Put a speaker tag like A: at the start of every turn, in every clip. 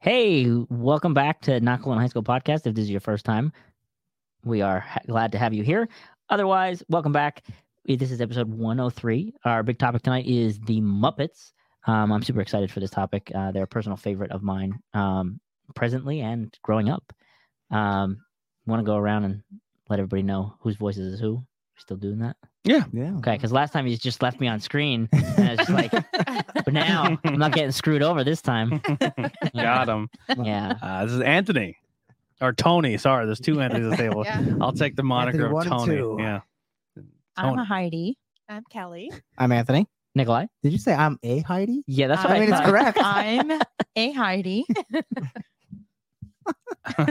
A: Hey, welcome back to Nakalan High School Podcast. If this is your first time, we are ha- glad to have you here. Otherwise, welcome back. This is episode 103. Our big topic tonight is the Muppets. Um, I'm super excited for this topic. Uh, they're a personal favorite of mine um, presently and growing up. Um, Want to go around and let everybody know whose voices is who? Still doing that?
B: Yeah.
A: Okay, because last time you just left me on screen, and I was just like, but now I'm not getting screwed over this time.
C: Got him.
A: Yeah.
C: Uh, this is Anthony or Tony. Sorry, there's two Anthony's at the table.
D: Yeah.
C: I'll take the moniker
B: one
C: of
B: and
C: Tony.
B: two.
C: Yeah.
E: I'm a
C: Tony.
E: Heidi.
D: I'm Kelly.
B: I'm Anthony.
A: Nikolai?
B: Did you say I'm a Heidi?
A: Yeah, that's what
B: I
A: I,
B: mean, it's
A: thought.
B: correct.
E: I'm a Heidi.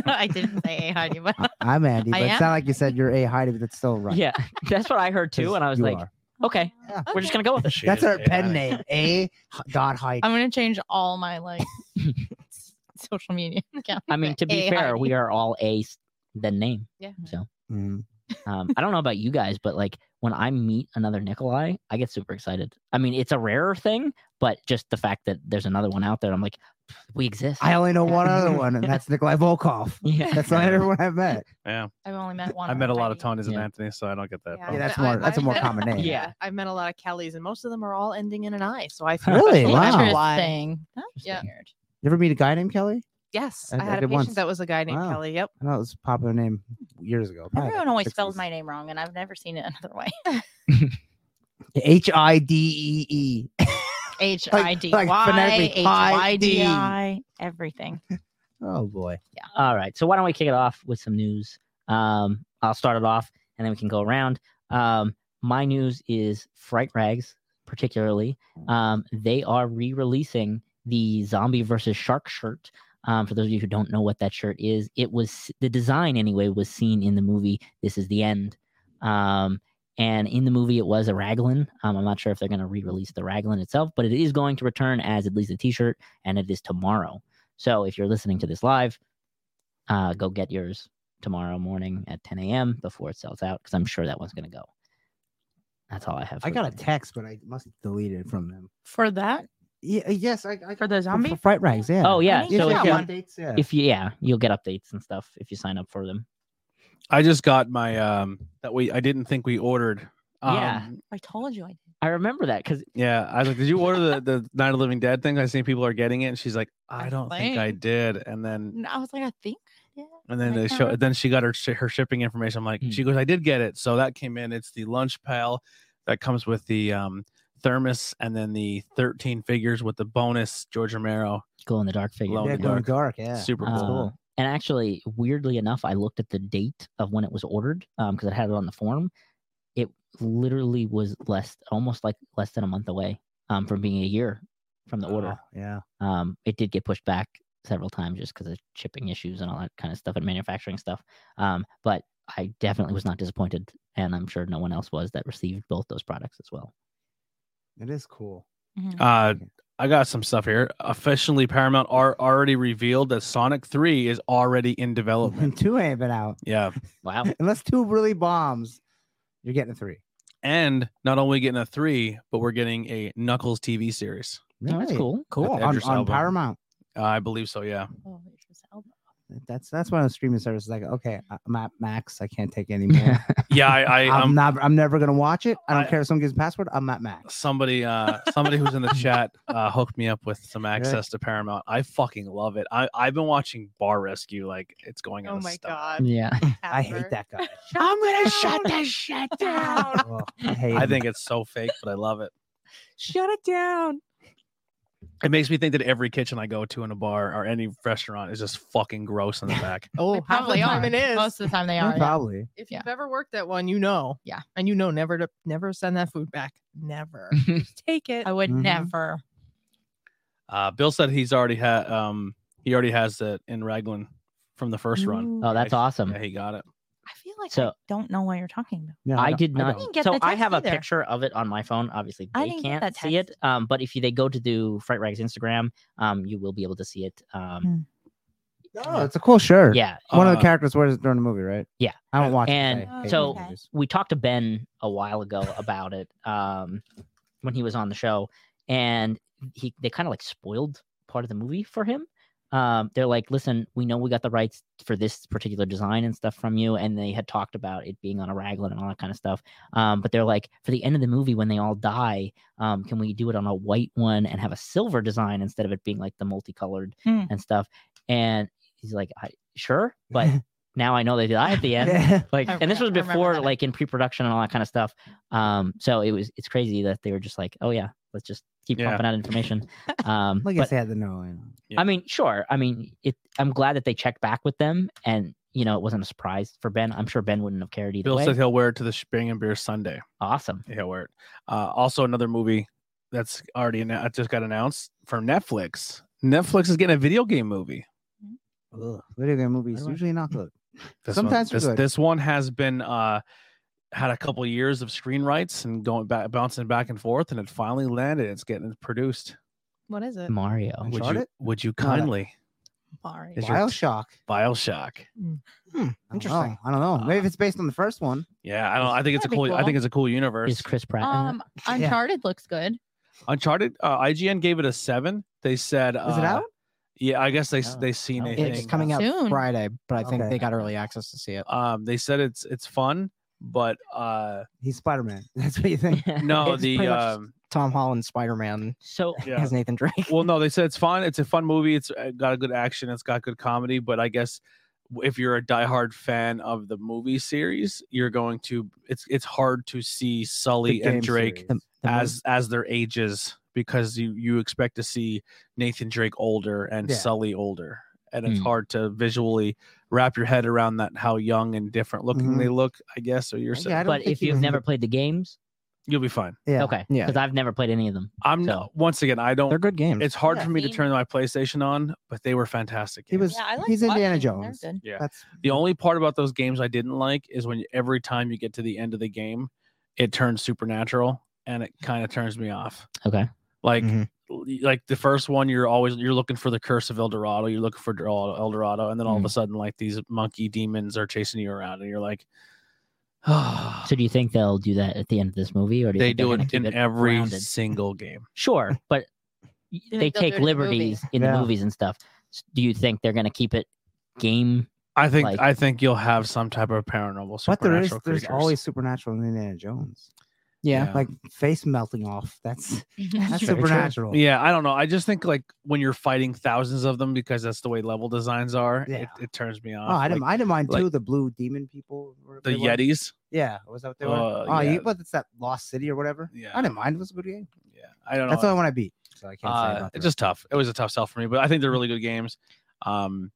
D: I didn't say a Heidi, but
B: I- I'm Andy,
E: I
B: but it's
E: am
B: not like you said you're a Heidi, but that's still right.
A: Yeah, that's what I heard too, and I was
B: You
A: like,
B: are.
A: okay, we're just gonna go with it.
C: She
B: that's
C: is
B: our
C: AI.
B: pen name, a dot Heidi.
E: I'm gonna change all my like s- social media accounts.
A: I mean, to be
E: A
A: fair,
E: Heidi.
A: we are all a s- the name.
D: Yeah.
A: So,
B: Mm.
A: um, I don't know about you guys, but like when I meet another Nikolai, I get super excited. I mean, it's a rarer thing, but just the fact that there's another one out there, I'm like, we exist.
B: I only know one other one, and that's Nikolai Volkov.
A: yeah.
B: That's not everyone I've met.
C: Yeah.
E: I've only met one.
C: I met a lot of
E: Heidi.
C: Tonys and
A: Yeah.
C: Anthonys, so I don't get that.
B: Yeah,
C: Yeah.
B: that's
D: I-
B: more- that's a
D: I've
B: more
D: met-
B: common name.
A: Yeah.
D: I've met a lot of Kellys, and most of them are all ending in an I. So I feel
B: Really?
D: special.
B: Wow.
E: Interesting. That's
D: Yeah.
E: weird.
B: You ever meet a guy named Kelly?
D: Yes,
B: I-
D: I,
B: I
D: had a
B: did
D: patient
B: once.
D: that was a guy named
B: Wow.
D: Kelly. Yep.
B: I know it was a popular name years ago. probably
E: Everyone always
B: 60s.
E: spells my name wrong, and I've never seen it another way.
B: H I D E E.
E: H I D Y
B: phonetically,
E: H Y D I everything.
B: Oh boy.
A: All right. So why don't we kick it off with some news? Um, I'll start it off and then we can go around. Um, my news is Fright Rags, particularly. Um, they are re releasing the Zombie versus Shark shirt. Um, for those of you who don't know what that shirt is, it was the design anyway was seen in the movie This Is the End. Um, and in the movie, it was a raglan. Um, I'm not sure if they're going to re release the raglan itself, but it is going to return as at least a t shirt, and it is tomorrow. So if you're listening to this live, uh, go get yours tomorrow morning at 10 a.m. before it sells out because I'm sure that one's going to go. That's all I have.
B: I
A: for
B: got a
A: that.
B: text, but I must delete it from them.
E: For that,
B: Yeah, yes, I, I
E: for the zombie.
B: for fright rags. Yeah.
A: Oh, yeah.
E: I
B: Yeah,
A: So
B: yeah,
A: if you,
E: one.
B: updates, yeah.
A: if you, yeah, you'll get updates and stuff if you sign up for them.
C: I just got my um that we I didn't think we ordered. Um,
A: Yeah.
E: I told you I did.
A: I remember that because
C: Yeah. I was like, did you order the, the Night of the Living Dead thing? I seen people are getting it. And she's like, I
E: I
C: don't think I
E: think.
C: did. And then
E: And I was like, I think. Yeah.
C: and then
E: I
C: they
E: can't
C: show
E: remember.
C: then she got her shi- her shipping information. I'm like,
A: Hmm.
C: she goes, I did get it. So that came in. It's the lunch pal that comes with the um thermos and then the 13 figures with the bonus George Romero.
A: glow in the dark figure.
C: Glow in
B: yeah,
C: the
B: going
C: dark.
B: dark. Yeah.
C: Super
A: Uh,
C: cool.
B: cool.
A: And actually, weirdly enough, I looked at the date of when it was ordered because I had it on the form. It literally was less, almost like less than a month away um, from being a year from the order.
B: Oh, yeah.
A: Um, it did get pushed back several times just because of shipping issues and all that kind of stuff and manufacturing stuff. Um, but I definitely was not disappointed, and I'm sure no one else was that received both those products as well.
B: It is cool.
E: Mhm.
C: Uh, I got some stuff here. Officially, Paramount are already revealed that Sonic 3 is already in development.
B: two ain't been out.
C: yeah.
A: Wow.
C: Oh.
B: Unless two really bombs, you're getting a three.
C: And not only getting a 3, but we're getting a Knuckles TV series.
A: No, that's
B: Really?
A: cool.
C: Cool.
B: On,
C: Idris
B: on
C: Elba.
B: Paramount.
C: Uh, I believe so, yeah.
E: Oh, it's just Elba.
B: That's that's one of the streaming services. Like, okay, I'm at max. I can't take any more.
C: Yeah, I, I
B: I'm
C: um,
B: not. I'm never gonna watch it. I don't
C: I-
B: care if someone gives a password. I'm at max.
C: somebody uh somebody who's in the chat uh hooked me up with some access to Paramount. I fucking love it. I I've been watching Bar Rescue like it's going on.
D: Oh
C: a
D: my
C: stop.
D: god.
A: yeah.
B: I hate that guy.
E: I'm gonna
D: that
E: shit
B: Ugh, I hate.
C: I
B: him.
C: think it's so fake, but I love it.
E: Shut it down.
C: It makes me think that every kitchen I go to in a bar or any restaurant is just fucking gross in the back.
B: Oh,
E: They
B: half the
E: probably
B: time.
E: are.
D: it is.
E: Most of the time they
B: Yeah,
E: are. yeah.
B: probably.
D: If
E: Yeah.
D: you've ever worked at one, you know.
E: Yeah.
D: And you know never to never send that food back. Never. Just take it.
E: I would
C: Mm-hmm.
B: Mhm.
E: never.
C: Uh, Bill said he's already had um he already has it in Raglan from the first run.
A: oh, that's
C: Yeah,
A: awesome.
C: Yeah, he got it.
E: I feel like I
A: So-
E: don't know what you're talking about.
B: No,
A: I,
B: don't-
A: did
B: don't.
A: not.
E: get
A: so
E: the
A: I
E: text
A: have a
E: either.
A: picture of it on my phone. Obviously,
E: I
A: they
E: didn't get
A: can't
E: that
A: see it. Um, but if you, they go to do Fright Rags Instagram, um, you will be able to see it.
B: Hmm.
A: Um,
B: No, it's a cool shirt.
A: yeah.
B: One of the
C: Uh,
B: characters wears it during the movie, right?
A: Yeah.
B: I don't watch. it,
A: And
B: I hate
A: so-
B: movies.
A: We talked to Ben a while ago about it um, when he was on the show, and he they kind of like spoiled part of the movie for him. um, they're like, listen, we know we got the rights for this particular design and stuff from you, and they had talked about it being on a raglan and all that kind of stuff. Um, but they're like, for the end of the movie when they all die, um, can we do it on a white one and have a silver design instead of it being like the multicolored
D: Hmm.
A: and stuff? And he's like, I, sure, but now I know they die at the end like
E: I
A: and this
E: re-
A: was
E: I remember
A: before
E: that.
A: like in pre-production and all that kind of stuff um so it was it's crazy that they were just like oh yeah let's just keep
C: Yeah.
A: pumping out information um
B: like I
A: but,
B: said, I had to know. You know.
A: i mean sure i mean it i'm glad that they checked back with them and you know it wasn't a surprise for ben i'm sure ben wouldn't have cared either
C: Bill
A: way
C: said he'll wear it to the Spring and Beer Sunday.
A: awesome
C: He'll wear it. Uh, also, another movie that's already annou- just got announced from Netflix. Netflix is getting a video game movie.
B: Ugh, video game movies
C: Why do I-
B: usually not good.
C: This
B: Sometimes
C: one,
B: they're
C: this,
B: good.
C: this one has been uh, had a couple years of screen rights and going back, bouncing back and forth, and it finally landed. It's getting produced.
E: What is
D: Mm,
E: it?
A: mario
C: Would you?
B: Uncharted?
C: Would you
B: No, no.
C: kindly?
E: Sorry.
C: Is your t-
B: Bioshock.
C: Bioshock.
B: I don't know. I don't know.
C: Ah.
B: Maybe if it's based on the first one.
C: Yeah, I don't. I think it's a
E: That'd be
C: cool. I
E: cool.
C: think it's a cool universe.
A: is chris
C: uh,
A: pratt in it?
E: Um, Uncharted looks good.
C: Uncharted. Uh, IGN gave it a seven. They said, uh,
F: Is it out?
C: Yeah, I guess they s
A: Oh.
C: they seen
A: Oh.
C: a
F: It's
C: thing.
F: coming out
E: Soon.
F: Friday, but I think
B: Okay.
F: they got early access to see it.
C: Um, they said it's it's fun, but uh,
B: He's Spider Man. That's what you think.
C: no,
F: It's
C: the
F: pretty much-
C: um,
F: Tom Holland Spider Man
A: so
C: yeah.
F: as Nathan Drake.
C: well, no, they said it's fun. It's a fun movie. It's uh, got a good action. It's got good comedy. But I guess w- if you're a diehard fan of the movie series, you're going to. It's it's hard to see Sully and Drake
F: The- the mov-
C: as as their ages because you you expect to see Nathan Drake older and
B: Yeah.
C: Sully older, and it's
A: Mm.
C: hard to visually wrap your head around that how young and different looking
F: Mm-hmm.
B: Mhm.
C: they look. I guess so. You're
B: Yeah, I
C: saying
B: don't
A: but
B: think
A: if
B: you
A: you've
B: can-
A: never played the games
C: you'll be fine.
B: Yeah.
A: okay
F: Yeah.
A: because i've never played any of them
C: I'm
A: So-
C: once again. I
F: they're
C: don't.
F: good games.
C: It's hard
E: Yeah,
C: for me to
E: see?
C: turn my PlayStation on, but they were fantastic.
B: He
C: games.
B: was- He's Indiana Jones.
C: Yeah.
B: That's
C: the only part about those games I didn't like is when every time you get to the end of the game, it turns supernatural and it kind of turns me off.
A: okay
C: like
B: Mm-hmm.
C: l-
F: Mhm.
C: like the first one you're always you're looking for the curse of el dorado you're looking for Dor- el dorado and then
A: Mm.
C: all of a sudden like these monkey demons are chasing you around and you're like oh,
A: so do you think they'll do that at the end of this movie or do you
C: they
A: think they're
C: do
A: gonna
C: it
A: keep
C: in every
A: grounded?
C: single game
A: Sure, but y-
E: Yeah,
A: they
E: they'll do
A: take
E: it in the movie.
A: liberties in the
B: Yeah.
A: movies and stuff. S- Do you think they're going to keep it game?
C: i think
A: Like-
C: i think you'll have some type of paranormal supernatural
B: but there is there's
C: creatures.
B: always supernatural in Indiana Jones.
F: yeah.
C: Yeah.
B: Like face melting off. That's
E: Jones.
B: that's
F: Very true.
B: supernatural.
C: yeah i don't know i just think like when you're fighting thousands of them because that's the way level designs are
B: Yeah.
C: it, it turns me off
B: Oh, I didn't
C: Like,
B: I didn't mind
C: like-
B: too the blue demon people. or whatever
C: the
B: they were.
C: yetis
B: Yeah, was that what they were?
C: Uh,
B: oh,
C: yeah.
B: you, but it's that Lost City or whatever.
C: Yeah.
B: I didn't mind. It was a good game.
C: yeah i don't know
B: That's the only one I beat. So I can't say
C: Uh,
B: about the
C: it's
B: rest.
C: just tough. It was a tough sell for me, but I think they're really good games. Um,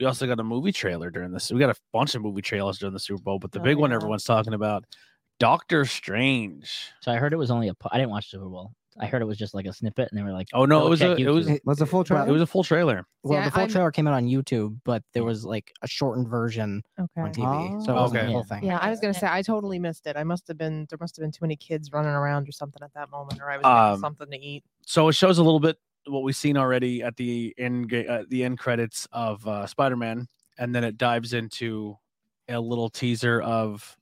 C: we also got a movie trailer during this. We got a bunch of movie trailers during the Super Bowl, but the
E: Oh,
C: big one
E: yeah.
C: everyone's talking about, Doctor Strange.
A: So I heard it was only a. pa- I didn't watch Super Bowl. I heard it was just like a snippet, and they were like,
C: Oh no,
A: Double
C: it was a
A: check
C: it was
A: YouTube.
B: It was a full
C: it
B: trailer.
C: was a full trailer.
F: Well,
D: See,
F: the full
D: I'm-
F: trailer came out on YouTube, but there was like a shortened version on
D: Okay.
F: TV, so it
C: Oh.
F: wasn't
C: Okay.
F: the whole thing.
D: Yeah, I was gonna say I totally missed it. I must have been there. Must have been too many kids running around or something at that moment, or I was getting
C: Um,
D: something to eat.
C: So it shows a little bit what we've seen already at the end ga- uh, the end credits of uh, Spider Man, and then it dives into a little teaser of.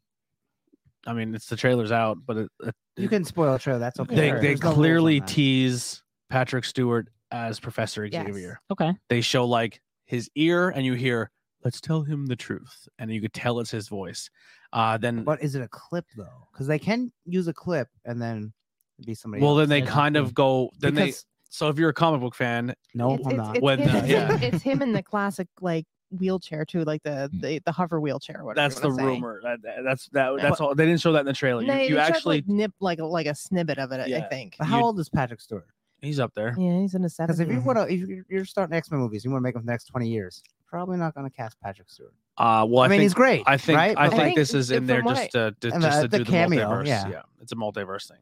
C: I mean, it's the trailer's out, but it, it,
B: you can spoil a trailer. That's okay.
C: they,
A: Sure.
C: they
B: There's no rules on
C: clearly
B: that.
C: tease Patrick Stewart as Professor Xavier.
A: okay,
C: They show like his ear, and you hear, "Let's tell him the truth," and you could tell it's his voice. Uh, then,
B: But is it a clip though? Because they can use a clip and then it'd be somebody.
C: well,
B: else.
C: then they
A: That's
C: kind
A: cool.
C: of go. Then
B: Because-
C: they. So if you're a comic book fan,
B: no,
D: it's,
B: I'm
D: it's-
B: not.
D: It's,
C: When
D: him,
C: the-
D: it's, him, it's him in the classic like wheelchair too, like the the, the hover wheelchair. Whatever you
C: Mm. that's the
D: wanna say.
C: rumor. That, that- that's that.
D: Yeah.
C: That's all. They didn't show that in the trailer. You,
D: They-
C: you
D: they tried to,
C: actually,
D: like, nip like a- like a snippet of it. I-
C: Yeah.
D: I think.
B: But how
C: you-
B: old is Patrick Stewart?
C: he's up there.
D: Yeah, he's in his
B: Because
D: seventies.
B: if you want to, if you're- you're starting X Men movies, you want to make them for the next twenty years. Probably not going to cast Patrick Stewart.
C: Uh, well, I,
B: I mean,
C: think,
B: he's great.
C: I think,
B: right?
C: I
B: But,
C: think
D: like,
C: this is in there
D: from what
C: just to, to-
B: and
C: just
B: the-
C: to
B: the
C: do the
B: cameo,
C: multiverse. Yeah.
B: yeah.
C: it's a multiverse thing.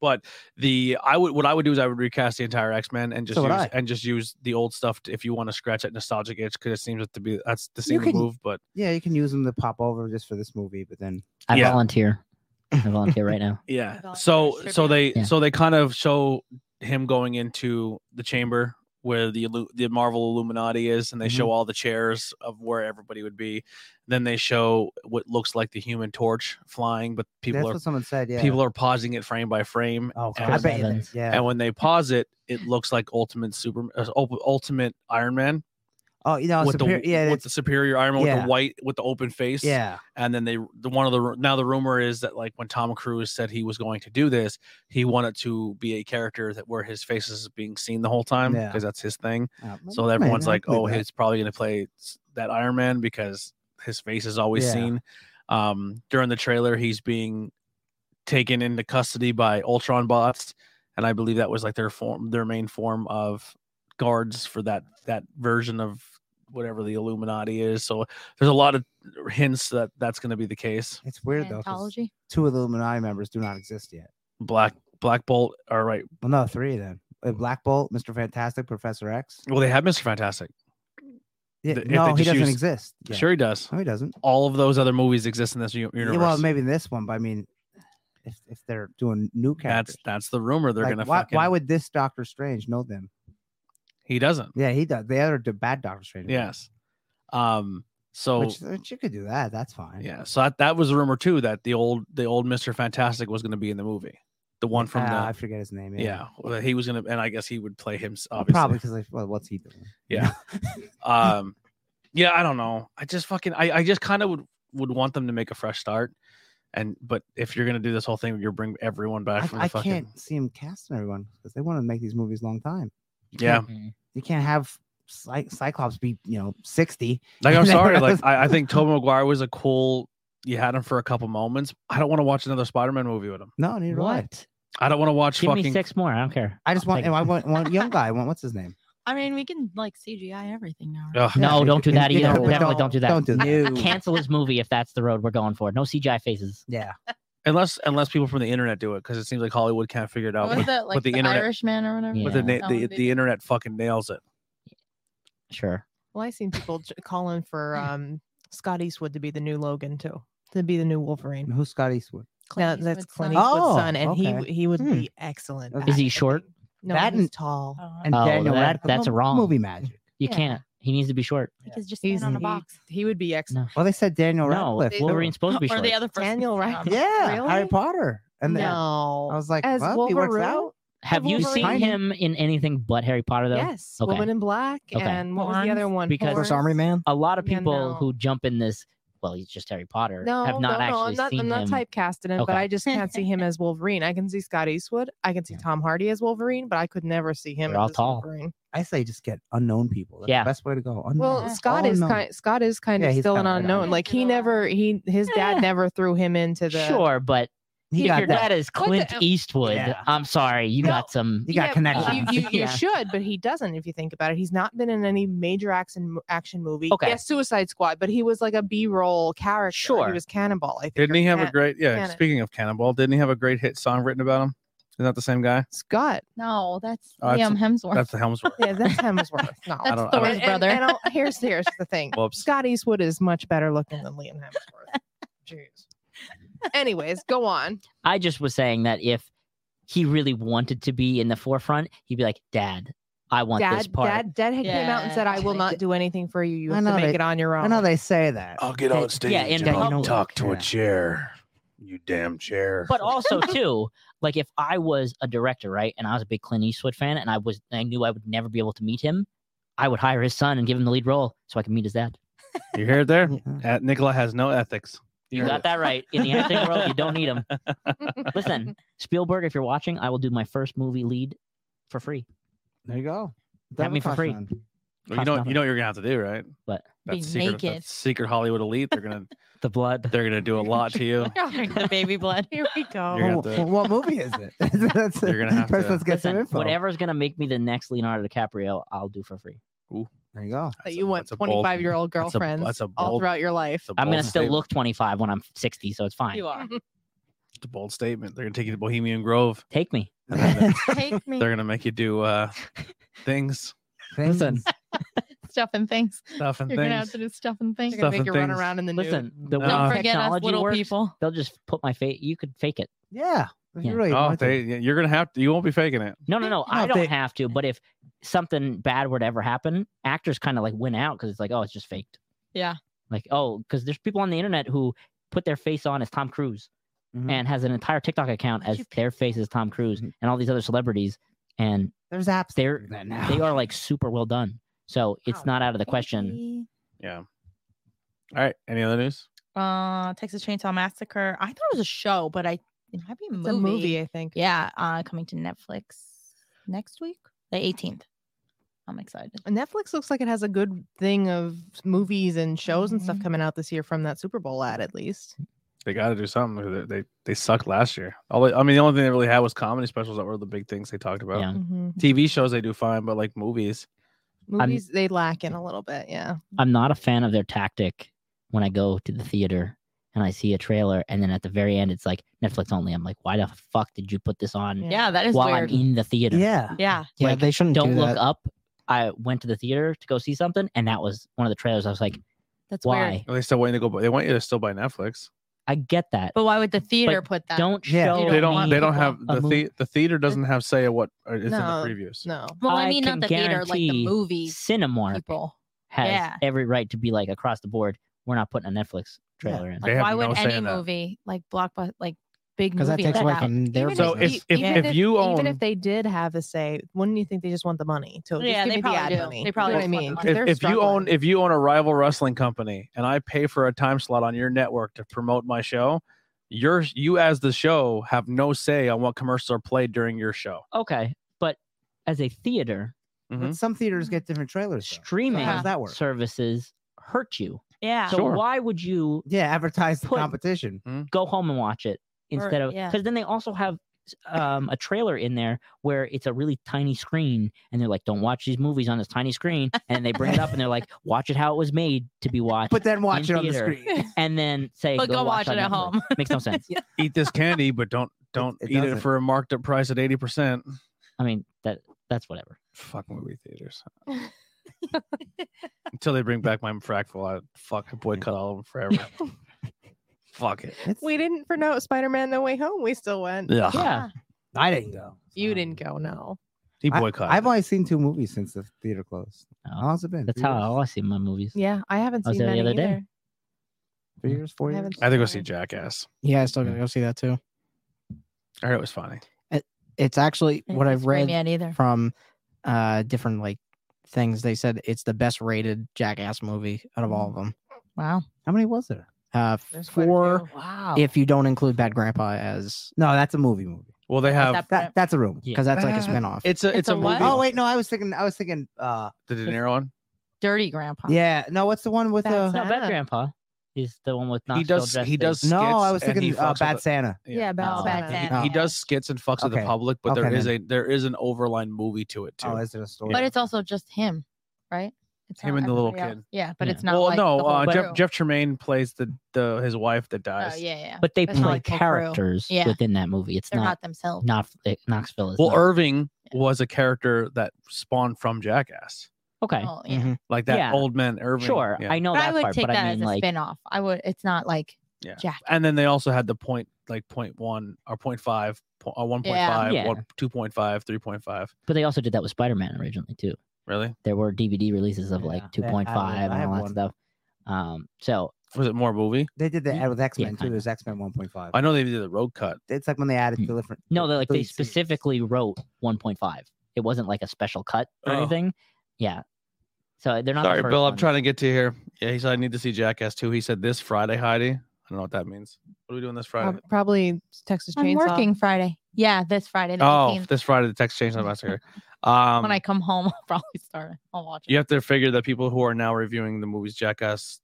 C: But the I would what I would do is I would recast the entire X Men and just
B: So would
C: use,
B: I.
C: and just use the old stuff to, if you want to scratch that nostalgic itch because it seems to be that's the
B: You
C: same
B: can-
C: move. But
B: yeah, you can use him to pop over just for this movie, but then
A: I
C: Yeah.
A: volunteer. I volunteer right now.
C: yeah,
E: Volunteer
C: so so
E: distributor.
C: they
A: Yeah.
C: so they kind of show him going into the chamber where the Illu- the Marvel Illuminati is, and they
B: Mm-hmm.
C: show all the chairs of where everybody would be. Then they show what looks like the Human Torch flying, but people
B: That's
C: are
B: what someone said. Yeah.
C: people are pausing it frame by frame.
B: Oh,
C: and-
B: I
A: God.
B: bet you,
A: Evans.
B: yeah.
C: And when they pause it, it looks like Ultimate Super, uh, Ul- Ultimate Iron Man
B: Oh, you know,
C: with
B: superior,
C: the
B: yeah,
C: with
B: it's,
C: the superior Iron Man with
B: yeah.
C: the white with the open face.
B: yeah.
C: And then they the one of the ru- now the rumor is that like when Tom Cruise said he was going to do this, he wanted to be a character that where his face is being seen the whole time
B: Yeah.
C: because that's his thing.
B: Oh,
C: So
B: man,
C: everyone's
B: I
C: like,
B: believe
C: oh,
B: that.
C: he's probably going to play s- that Iron Man because his face is always
B: Yeah.
C: seen. Um, during the trailer, he's being taken into custody by Ultron bots, and I believe that was like their form, their main form of guards for that that version of whatever the Illuminati is. So there's a lot of hints that that's going to be the case.
B: It's weird though. 'cause
E: Anthology.
B: Two of the Illuminati members do not exist yet.
C: Black Black Bolt, all right.
B: Well, no, three then. Uh, Black Bolt, Mister Fantastic, Professor X.
C: Well, they have Mister Fantastic.
B: Yeah,
C: The- if they
B: no, he
C: just
B: doesn't
C: use-
B: exist. yet.
C: Sure, he does.
B: no, he doesn't.
C: All of those other movies exist in this u-
B: Yeah,
C: universe.
B: well, maybe in this one, but I mean, if if they're doing new
C: that's
B: characters,
C: that's the rumor. They're
B: like,
C: going to.
B: why,
C: fucking...
B: why would this Doctor Strange know them?
C: He doesn't.
B: Yeah, he does. The other the bad Doctor Strange. knows
C: Yes. Um. So
B: them, which, which you could do that. That's fine.
C: yeah. So that, that was a rumor too that the old the old Mister Fantastic was going to be in the movie, the one from
B: Uh, I
C: the
B: forget his name.
C: yeah. well, that he was going to, and I guess he would play him s-
B: Well,
C: obviously.
B: probably because like, well, what's he doing?
C: Yeah. Um. Yeah. I don't know. I just fucking I I just kind of would would want them to make a fresh start. And but if you're gonna do this whole thing, you're bring everyone back
B: I,
C: from the
B: I
C: fucking
B: can't see him casting everyone because they want to make these movies long time. You
C: yeah.
B: can't- you can't have Cy- Cyclops be you know sixty.
C: Like I'm
B: And
C: sorry,
B: everyone
C: like I, I think Tobey Maguire was a cool. You had him for a couple moments. I don't want to watch another Spider-Man movie with him.
B: No, neither do I.
A: What?
C: I don't want to watch
A: Give me
C: fucking
A: six more. I don't care.
B: I just
A: I'll
B: want
A: take
B: and I want one young guy. I want what's his name?
E: I mean, we can like CGI everything now. right?
C: Ugh.
A: it. No,
B: Yeah,
A: don't do
B: it-
A: that
B: it-
A: either.
B: but
A: Definitely don't do that.
B: Don't do that.
A: Cancel his movie if that's the road we're going for. No CGI faces.
B: Yeah.
C: unless unless people from the internet do it because it seems like hollywood can't figure it out but,
E: What was that like
C: the
E: the,
C: internet-
E: Irishman or whatever?
C: but
A: Yeah.
C: the,
E: that
C: na-
E: one
C: the,
E: did?
C: the internet fucking nails it
A: Sure.
D: Well, I seen people j- calling for um, Scott Eastwood to be the new Logan too, to be the new Wolverine.
B: And who's Scott Eastwood?
D: That-
E: Clint
D: that's
E: Eastwood's
D: Clint
E: son.
D: Eastwood's
B: Oh,
D: son, and he
B: okay.
D: w- he would
B: Hmm.
D: be excellent.
B: Is
D: at
A: he
D: it.
A: short?
D: No,
B: That
D: he's
B: and-
D: tall.
E: Oh,
B: And
A: Oh,
B: Daniel
A: that-
B: Radcliffe.
A: that's
B: Mo-
A: wrong.
B: Movie magic.
A: You
E: Yeah.
A: can't. He needs to be short.
E: I think he's just
D: He's
E: standing on a
D: he-
E: box.
D: He would be excellent.
B: Well, they said Daniel
A: No,
B: Radcliffe.
A: Wolverine's supposed to be
E: or
A: short.
E: the other person. Um,
D: Daniel
E: standing on
D: Radcliffe.
E: the box.
B: Yeah, Harry
D: Really?
B: Potter. And then
D: no.
B: I was like,
D: As
B: well, he works
D: Wolverine?
B: out.
A: Have you seen
B: Wolverine.
A: him in anything but Harry Potter though?
D: yes,
A: Okay.
D: Woman in Black,
A: Okay.
D: and what was the other
E: Horns?
D: one?
A: Because-
F: First Army Man.
A: A lot of
D: Yeah,
A: people
D: no.
A: who jump in this, well, he's just Harry Potter,
D: No,
A: have not
D: no, no,
A: actually
D: I'm not.
A: seen
D: I'm not
A: him.
D: typecasting him,
A: Okay.
D: but I just can't see him as Wolverine. I can see Scott Eastwood. I can see
A: Yeah.
D: Tom Hardy as Wolverine, but I could never see him
A: They're all
D: as this
A: tall.
D: Wolverine.
B: I say just get unknown people. That's
A: Yeah.
B: the best way to go. Unknown.
D: Well,
E: Yeah.
D: Scott
A: Oh,
B: All
D: is
B: unknown.
D: kind. Scott is kind
B: Yeah,
D: of
B: he's
D: still an
B: kinda an
D: unknown.
E: unknown.
D: Like he never. He his dad
E: Yeah.
D: never threw him into the.
A: Sure, but
B: He
A: if
B: got
A: your
B: that.
A: dad is
E: What the-
A: Clint Eastwood,
B: Yeah.
A: I'm sorry, you
D: No.
A: got some.
B: You got
D: but
B: connections.
D: You, you, you
B: Yeah.
D: should, but he doesn't. If you think about it, he's not been in any major action action movie.
A: Okay.
D: Yes, Suicide Squad, but he was like a B roll character.
A: Sure.
D: He was Cannonball. I think.
C: didn't
D: or
C: he have a
D: Can-
C: great yeah
D: Cannon.
C: speaking of cannonball didn't he have a great hit song written about him isn't that the same guy
D: Scott?
E: No, that's
C: Oh, that's-
E: Liam Hemsworth.
C: that's the helmsworth
D: Yeah, that's Hemsworth. No,
E: That's
C: don't- I
E: Thor's
D: and, and-
E: brother.
D: And, I'll- here's here's the thing.
C: whoops
D: Scott Eastwood is much better looking than Liam Hemsworth. Jeez. Anyways, go on.
A: I just was saying that if he really wanted to be in the forefront, he'd be like, Dad, I want this
D: Dad,
A: part.
D: Dad, Dad had came out and said, "I will
E: Yeah.
D: not do anything for you. You
B: I
D: have to
B: know
D: make
B: they-
D: it on your own."
B: I know they say that.
C: get
A: on stage yeah, in and I'll public,
B: talk to a yeah.
C: chair you damn chair
A: but also too like if i was a director right and i was a big clint eastwood fan and i was i knew i would never be able to meet him i would hire his son and give him the lead role so i could meet his dad
C: you hear it there
B: Yeah.
C: uh, nicola has no ethics
A: you
C: heard
A: got
C: it.
A: that right in the acting world you don't need him listen spielberg if you're watching i will do my first movie lead for free
B: There you go.
A: Got me for free.
B: Devil
C: Well, you
A: Cost
C: know
A: nothing.
C: you know what you're gonna have to do right
A: What?
C: that
E: Be
C: secret, that
E: naked.
C: secret hollywood elite they're gonna
A: the blood
C: they're gonna do a lot to you
E: Drink the baby blood.
D: Here we go.
C: You're
B: Coffin.
C: gonna
B: Well,
C: have to-
B: well, what movie is it? That's
C: You're gonna have to-
B: First, let's get some
A: Listen,
B: info.
A: whatever's gonna make me the next leonardo dicaprio i'll do for free
B: There you go.
D: that
C: That's
D: you
C: a-
D: want
C: that's a bold-
D: 25 year old
C: that's a-
D: girlfriends
C: that's a
D: all
C: bold-
D: throughout your life.
C: it's a
A: i'm gonna
C: bold
A: still
C: statement.
A: look 25 when i'm 60 so it's fine
E: You are.
C: It's a bold statement. They're gonna take you to Bohemian Grove.
A: take me
C: And then
E: Take me
C: they're gonna make you do uh things,
A: Listen,
B: Things-
E: stuff and things.
C: stuff and
E: You're gonna have
C: things.
E: to do stuff and things.
D: They're
C: Stuff
D: gonna make
C: and
D: you run
C: things.
D: around in the
A: listen the
C: No.
A: way
E: Don't forget us,
A: technology
E: little
A: works,
E: people.
A: they'll just put my face you could fake it
B: Yeah. if you
A: Yeah.
B: really
C: Oh,
B: want to.
C: they, yeah, you're gonna have to. You won't be faking it.
A: No, no, no.
B: No,
A: I don't
B: they-
A: have to. But if something bad were to ever happen, actors kind of like win out because it's like, oh, it's just faked.
E: Yeah.
A: Like, oh, because there's people on the internet who put their face on as Tom Cruise
B: Mhm.
A: and has an entire TikTok account
E: Mm-hmm. Why'd
A: as
E: you Mm-hmm.
A: their face is Tom Cruise and all these other celebrities, and
B: There's apps. that
A: they're
B: do that now.
A: they are like super well done. So it's
D: Wow.
A: not out of the question.
C: Yeah. All right. Any other news?
E: Uh, Texas Chainsaw Massacre. I thought it was a show, but I it might be a
D: It's
E: movie.
D: a movie, I think.
E: Yeah, uh, coming to Netflix next week, the 18th. I'm excited.
D: Netflix looks like it has a good thing of movies and shows and stuff
E: Mhm.
D: coming out this year from that Super Bowl ad, at least.
C: They got to do something. 'cause They, they they sucked last year. All they, I mean, the only thing they really had was comedy specials that were the big things they talked about.
A: Yeah.
D: Mhm.
C: TV shows they do fine, but like movies,
D: Movies they lack in a little bit. Yeah.
A: I'm not a fan of their tactic when I go to the theater and I see a trailer and then at the very end it's like Netflix only. I'm like, why the fuck did you put this on
D: Yeah.
E: Yeah, that is
A: while
E: weird.
A: I'm in the theater?
B: yeah.
E: yeah,
F: Yeah,
A: Like,
F: they shouldn't
A: Don't
F: do
A: look
F: that.
A: up. I went to the theater to go see something and that was one of the trailers. I was like,
E: that's
A: why?
E: weird.
C: Are they still waiting to go. bu- They want you to still buy Netflix.
A: I get that.
E: But why would the theater put that?
A: don't
B: Yeah.
A: show
E: You
C: they
E: don't
C: don't.
E: want
C: They don't
E: people-
C: have
A: a
C: the,
A: movie-
C: the the theater doesn't have say of what are- is
D: No.
C: in the previews.
D: No.
E: Well, I,
A: I
E: mean, not
A: can
E: the theater, like the
A: guarantee
E: movies.
A: Cinemark
E: People.
A: has
E: Yeah.
A: every right to be like across the board. We're not putting a Netflix trailer in.
C: They
E: Like,
C: have
E: why would
C: no say
E: any
C: in that.
E: movie, like blockbuster, like big movie,
F: because that takes
E: like
F: away
E: that?
F: from their
C: So
F: business.
C: if- if-
D: even
C: if you
D: even
C: own-
D: if they did have a say, wouldn't you think they just want the money? So just
E: Yeah,
D: give
E: they
D: me the
E: probably
D: ad
E: do.
D: money.
E: They probably
D: you know what I
E: just want the
D: mean. 'Cause
E: money.
D: they're
C: if, if you own
D: struggling.
C: if you own a rival wrestling company and I pay for a time slot on your network to promote my show, your you as the show have no say on what commercials are played during your show.
A: Okay, but as a theater,
C: Mhm.
B: But some theaters get different trailers. though.
A: streaming
B: How does that work?
A: services hurt you.
E: Yeah.
A: So
C: Sure.
A: why would you
B: Yeah, advertise the
A: Put-
B: competition.
A: go home and watch it instead of
E: yeah.
A: because then they also have um, a trailer in there where it's a really tiny screen and they're like, don't watch these movies on this tiny screen. And they bring it up and they're like, watch it how it was made to be watched.
B: But then watch
A: in
B: it on the
A: theater.
B: screen.
A: and then say,
E: but
A: go, watch,
E: it
A: on
E: at
A: Netflix."
E: home.
A: Makes no sense.
C: Eat this candy, but don't don't
B: it
C: eat it
B: doesn't.
C: for a marked up price at eighty percent.
A: I mean, that that's whatever.
C: Fuck movie theaters. Until they bring back my fractal, I fuck I boycott all of them forever. fuck it.
B: It's-
D: we didn't for no Spider Man No Way Home. We still went.
C: Yeah.
A: Yeah.
B: I didn't go.
D: You
B: so-
D: didn't go. No.
C: He
B: I-
C: boycotted.
B: I've only seen two movies since the theater closed.
A: Oh,
B: How long's it been?
A: That's
B: Three
A: how I
B: years?
A: always see my movies.
D: Yeah, I haven't
A: I was
D: seen
A: there
D: that
A: the other day.
D: either.
B: Three years, four
D: I
B: years.
D: haven't
C: I think
D: seen
C: we'll
D: it.
C: see Jackass.
F: yeah, I still gotta go see that too.
C: I heard it was funny.
F: It's actually
E: I
F: what
E: didn't
F: I've
E: scream
F: read
E: yet either.
F: from uh different like things. They said it's the best rated Jackass movie out of all of them.
E: Wow.
B: How many was there?
F: Uh,
D: Mm. There's quite a
F: four
D: few.
B: Wow.
F: if you don't include Bad Grandpa as
B: no, that's a movie movie.
C: Well, they have
E: that-
B: That that's a room.
A: Yeah.
F: because that's like a
C: Ah,
F: spinoff.
C: it's a it's,
E: It's
C: a,
E: a
C: movie.
E: what?
B: Oh wait, no, I was thinking I was thinking uh
C: the De Niro one.
E: Dirty Grandpa.
B: yeah, no, what's the one with
A: It's
D: That's
B: uh
A: not Bad Grandpa. He's the one with
C: he
A: Knoxville
C: does he
A: dressed
C: does
A: as-
B: No, I
C: skits
B: was
C: and he
B: thinking uh,
C: fucks with
B: Bad
C: the-
B: Santa.
E: Yeah, about
A: Oh,
E: that.
A: okay.
E: yeah.
C: he does skits and fucks with the
B: Okay.
C: public, but there
B: Okay,
C: is a there is an overline movie to it too.
B: Oh, is it a story?
E: But it's also just him, right? It's
C: Him
E: not
C: and the little
E: everybody else.
C: kid.
E: Yeah, but
A: Yeah.
E: it's not.
C: well,
E: like
C: no,
E: the whole
C: uh,
E: crew.
C: Jeff Jeff Tremaine plays the the his wife that
E: Oh,
C: dies.
E: yeah, yeah.
A: but they
E: That's not
A: play
E: like the crew.
A: characters
E: Yeah.
A: within that movie. It's
E: They're
A: not
E: not themselves.
A: not Knoxville. Is
C: Well,
A: not-
C: Irving was a character that spawned from Jackass,
A: okay,
E: Oh, yeah.
F: Mhm.
C: like that
A: Yeah.
C: old man Irving.
A: sure,
C: yeah.
A: I know
E: But I
A: that
E: would
A: part,
E: take
A: but
E: that
A: I mean,
E: as a
A: like,
E: spin-off. I would. It's not like
C: Yeah.
E: Jack.
C: and then they also had the point like point one or point five, po- uh, one point five,
A: Yeah.
C: one- 2.5, 3.5.
A: but they also did that with Spider Man originally too.
C: Really?
A: There were DVD releases of like
B: Yeah,
A: two
B: they- I
A: point five
B: have-
A: and
B: I
A: all that
B: have one.
A: stuff. Um, so
C: Was it more movie?
B: they did
A: Yeah,
B: that with X Men
A: kinda.
B: too. There's X Men 1.5.
C: I Hmm. know they did the road cut.
B: It's like when they added the different.
A: no, they like they
B: complete scenes.
A: specifically wrote one point five. It wasn't like a special cut or
C: Oh.
A: anything. Yeah, so they're not.
C: Sorry,
A: the first
C: Bill. I'm
A: ones.
C: trying to get to here. Yeah, he said I need to see Jackass too. He said this Friday, Heidi. I don't know what that means. What are we doing this Friday?
D: Prob- Probably Texas Chainsaw.
E: I'm working Friday. Yeah, this Friday. The
C: Oh,
E: 18th.
C: this Friday, the text change on massacre. Um,
E: when I come home, I'll probably start it. I'll watch it.
C: you have to figure that people who are now reviewing the movies Jackass,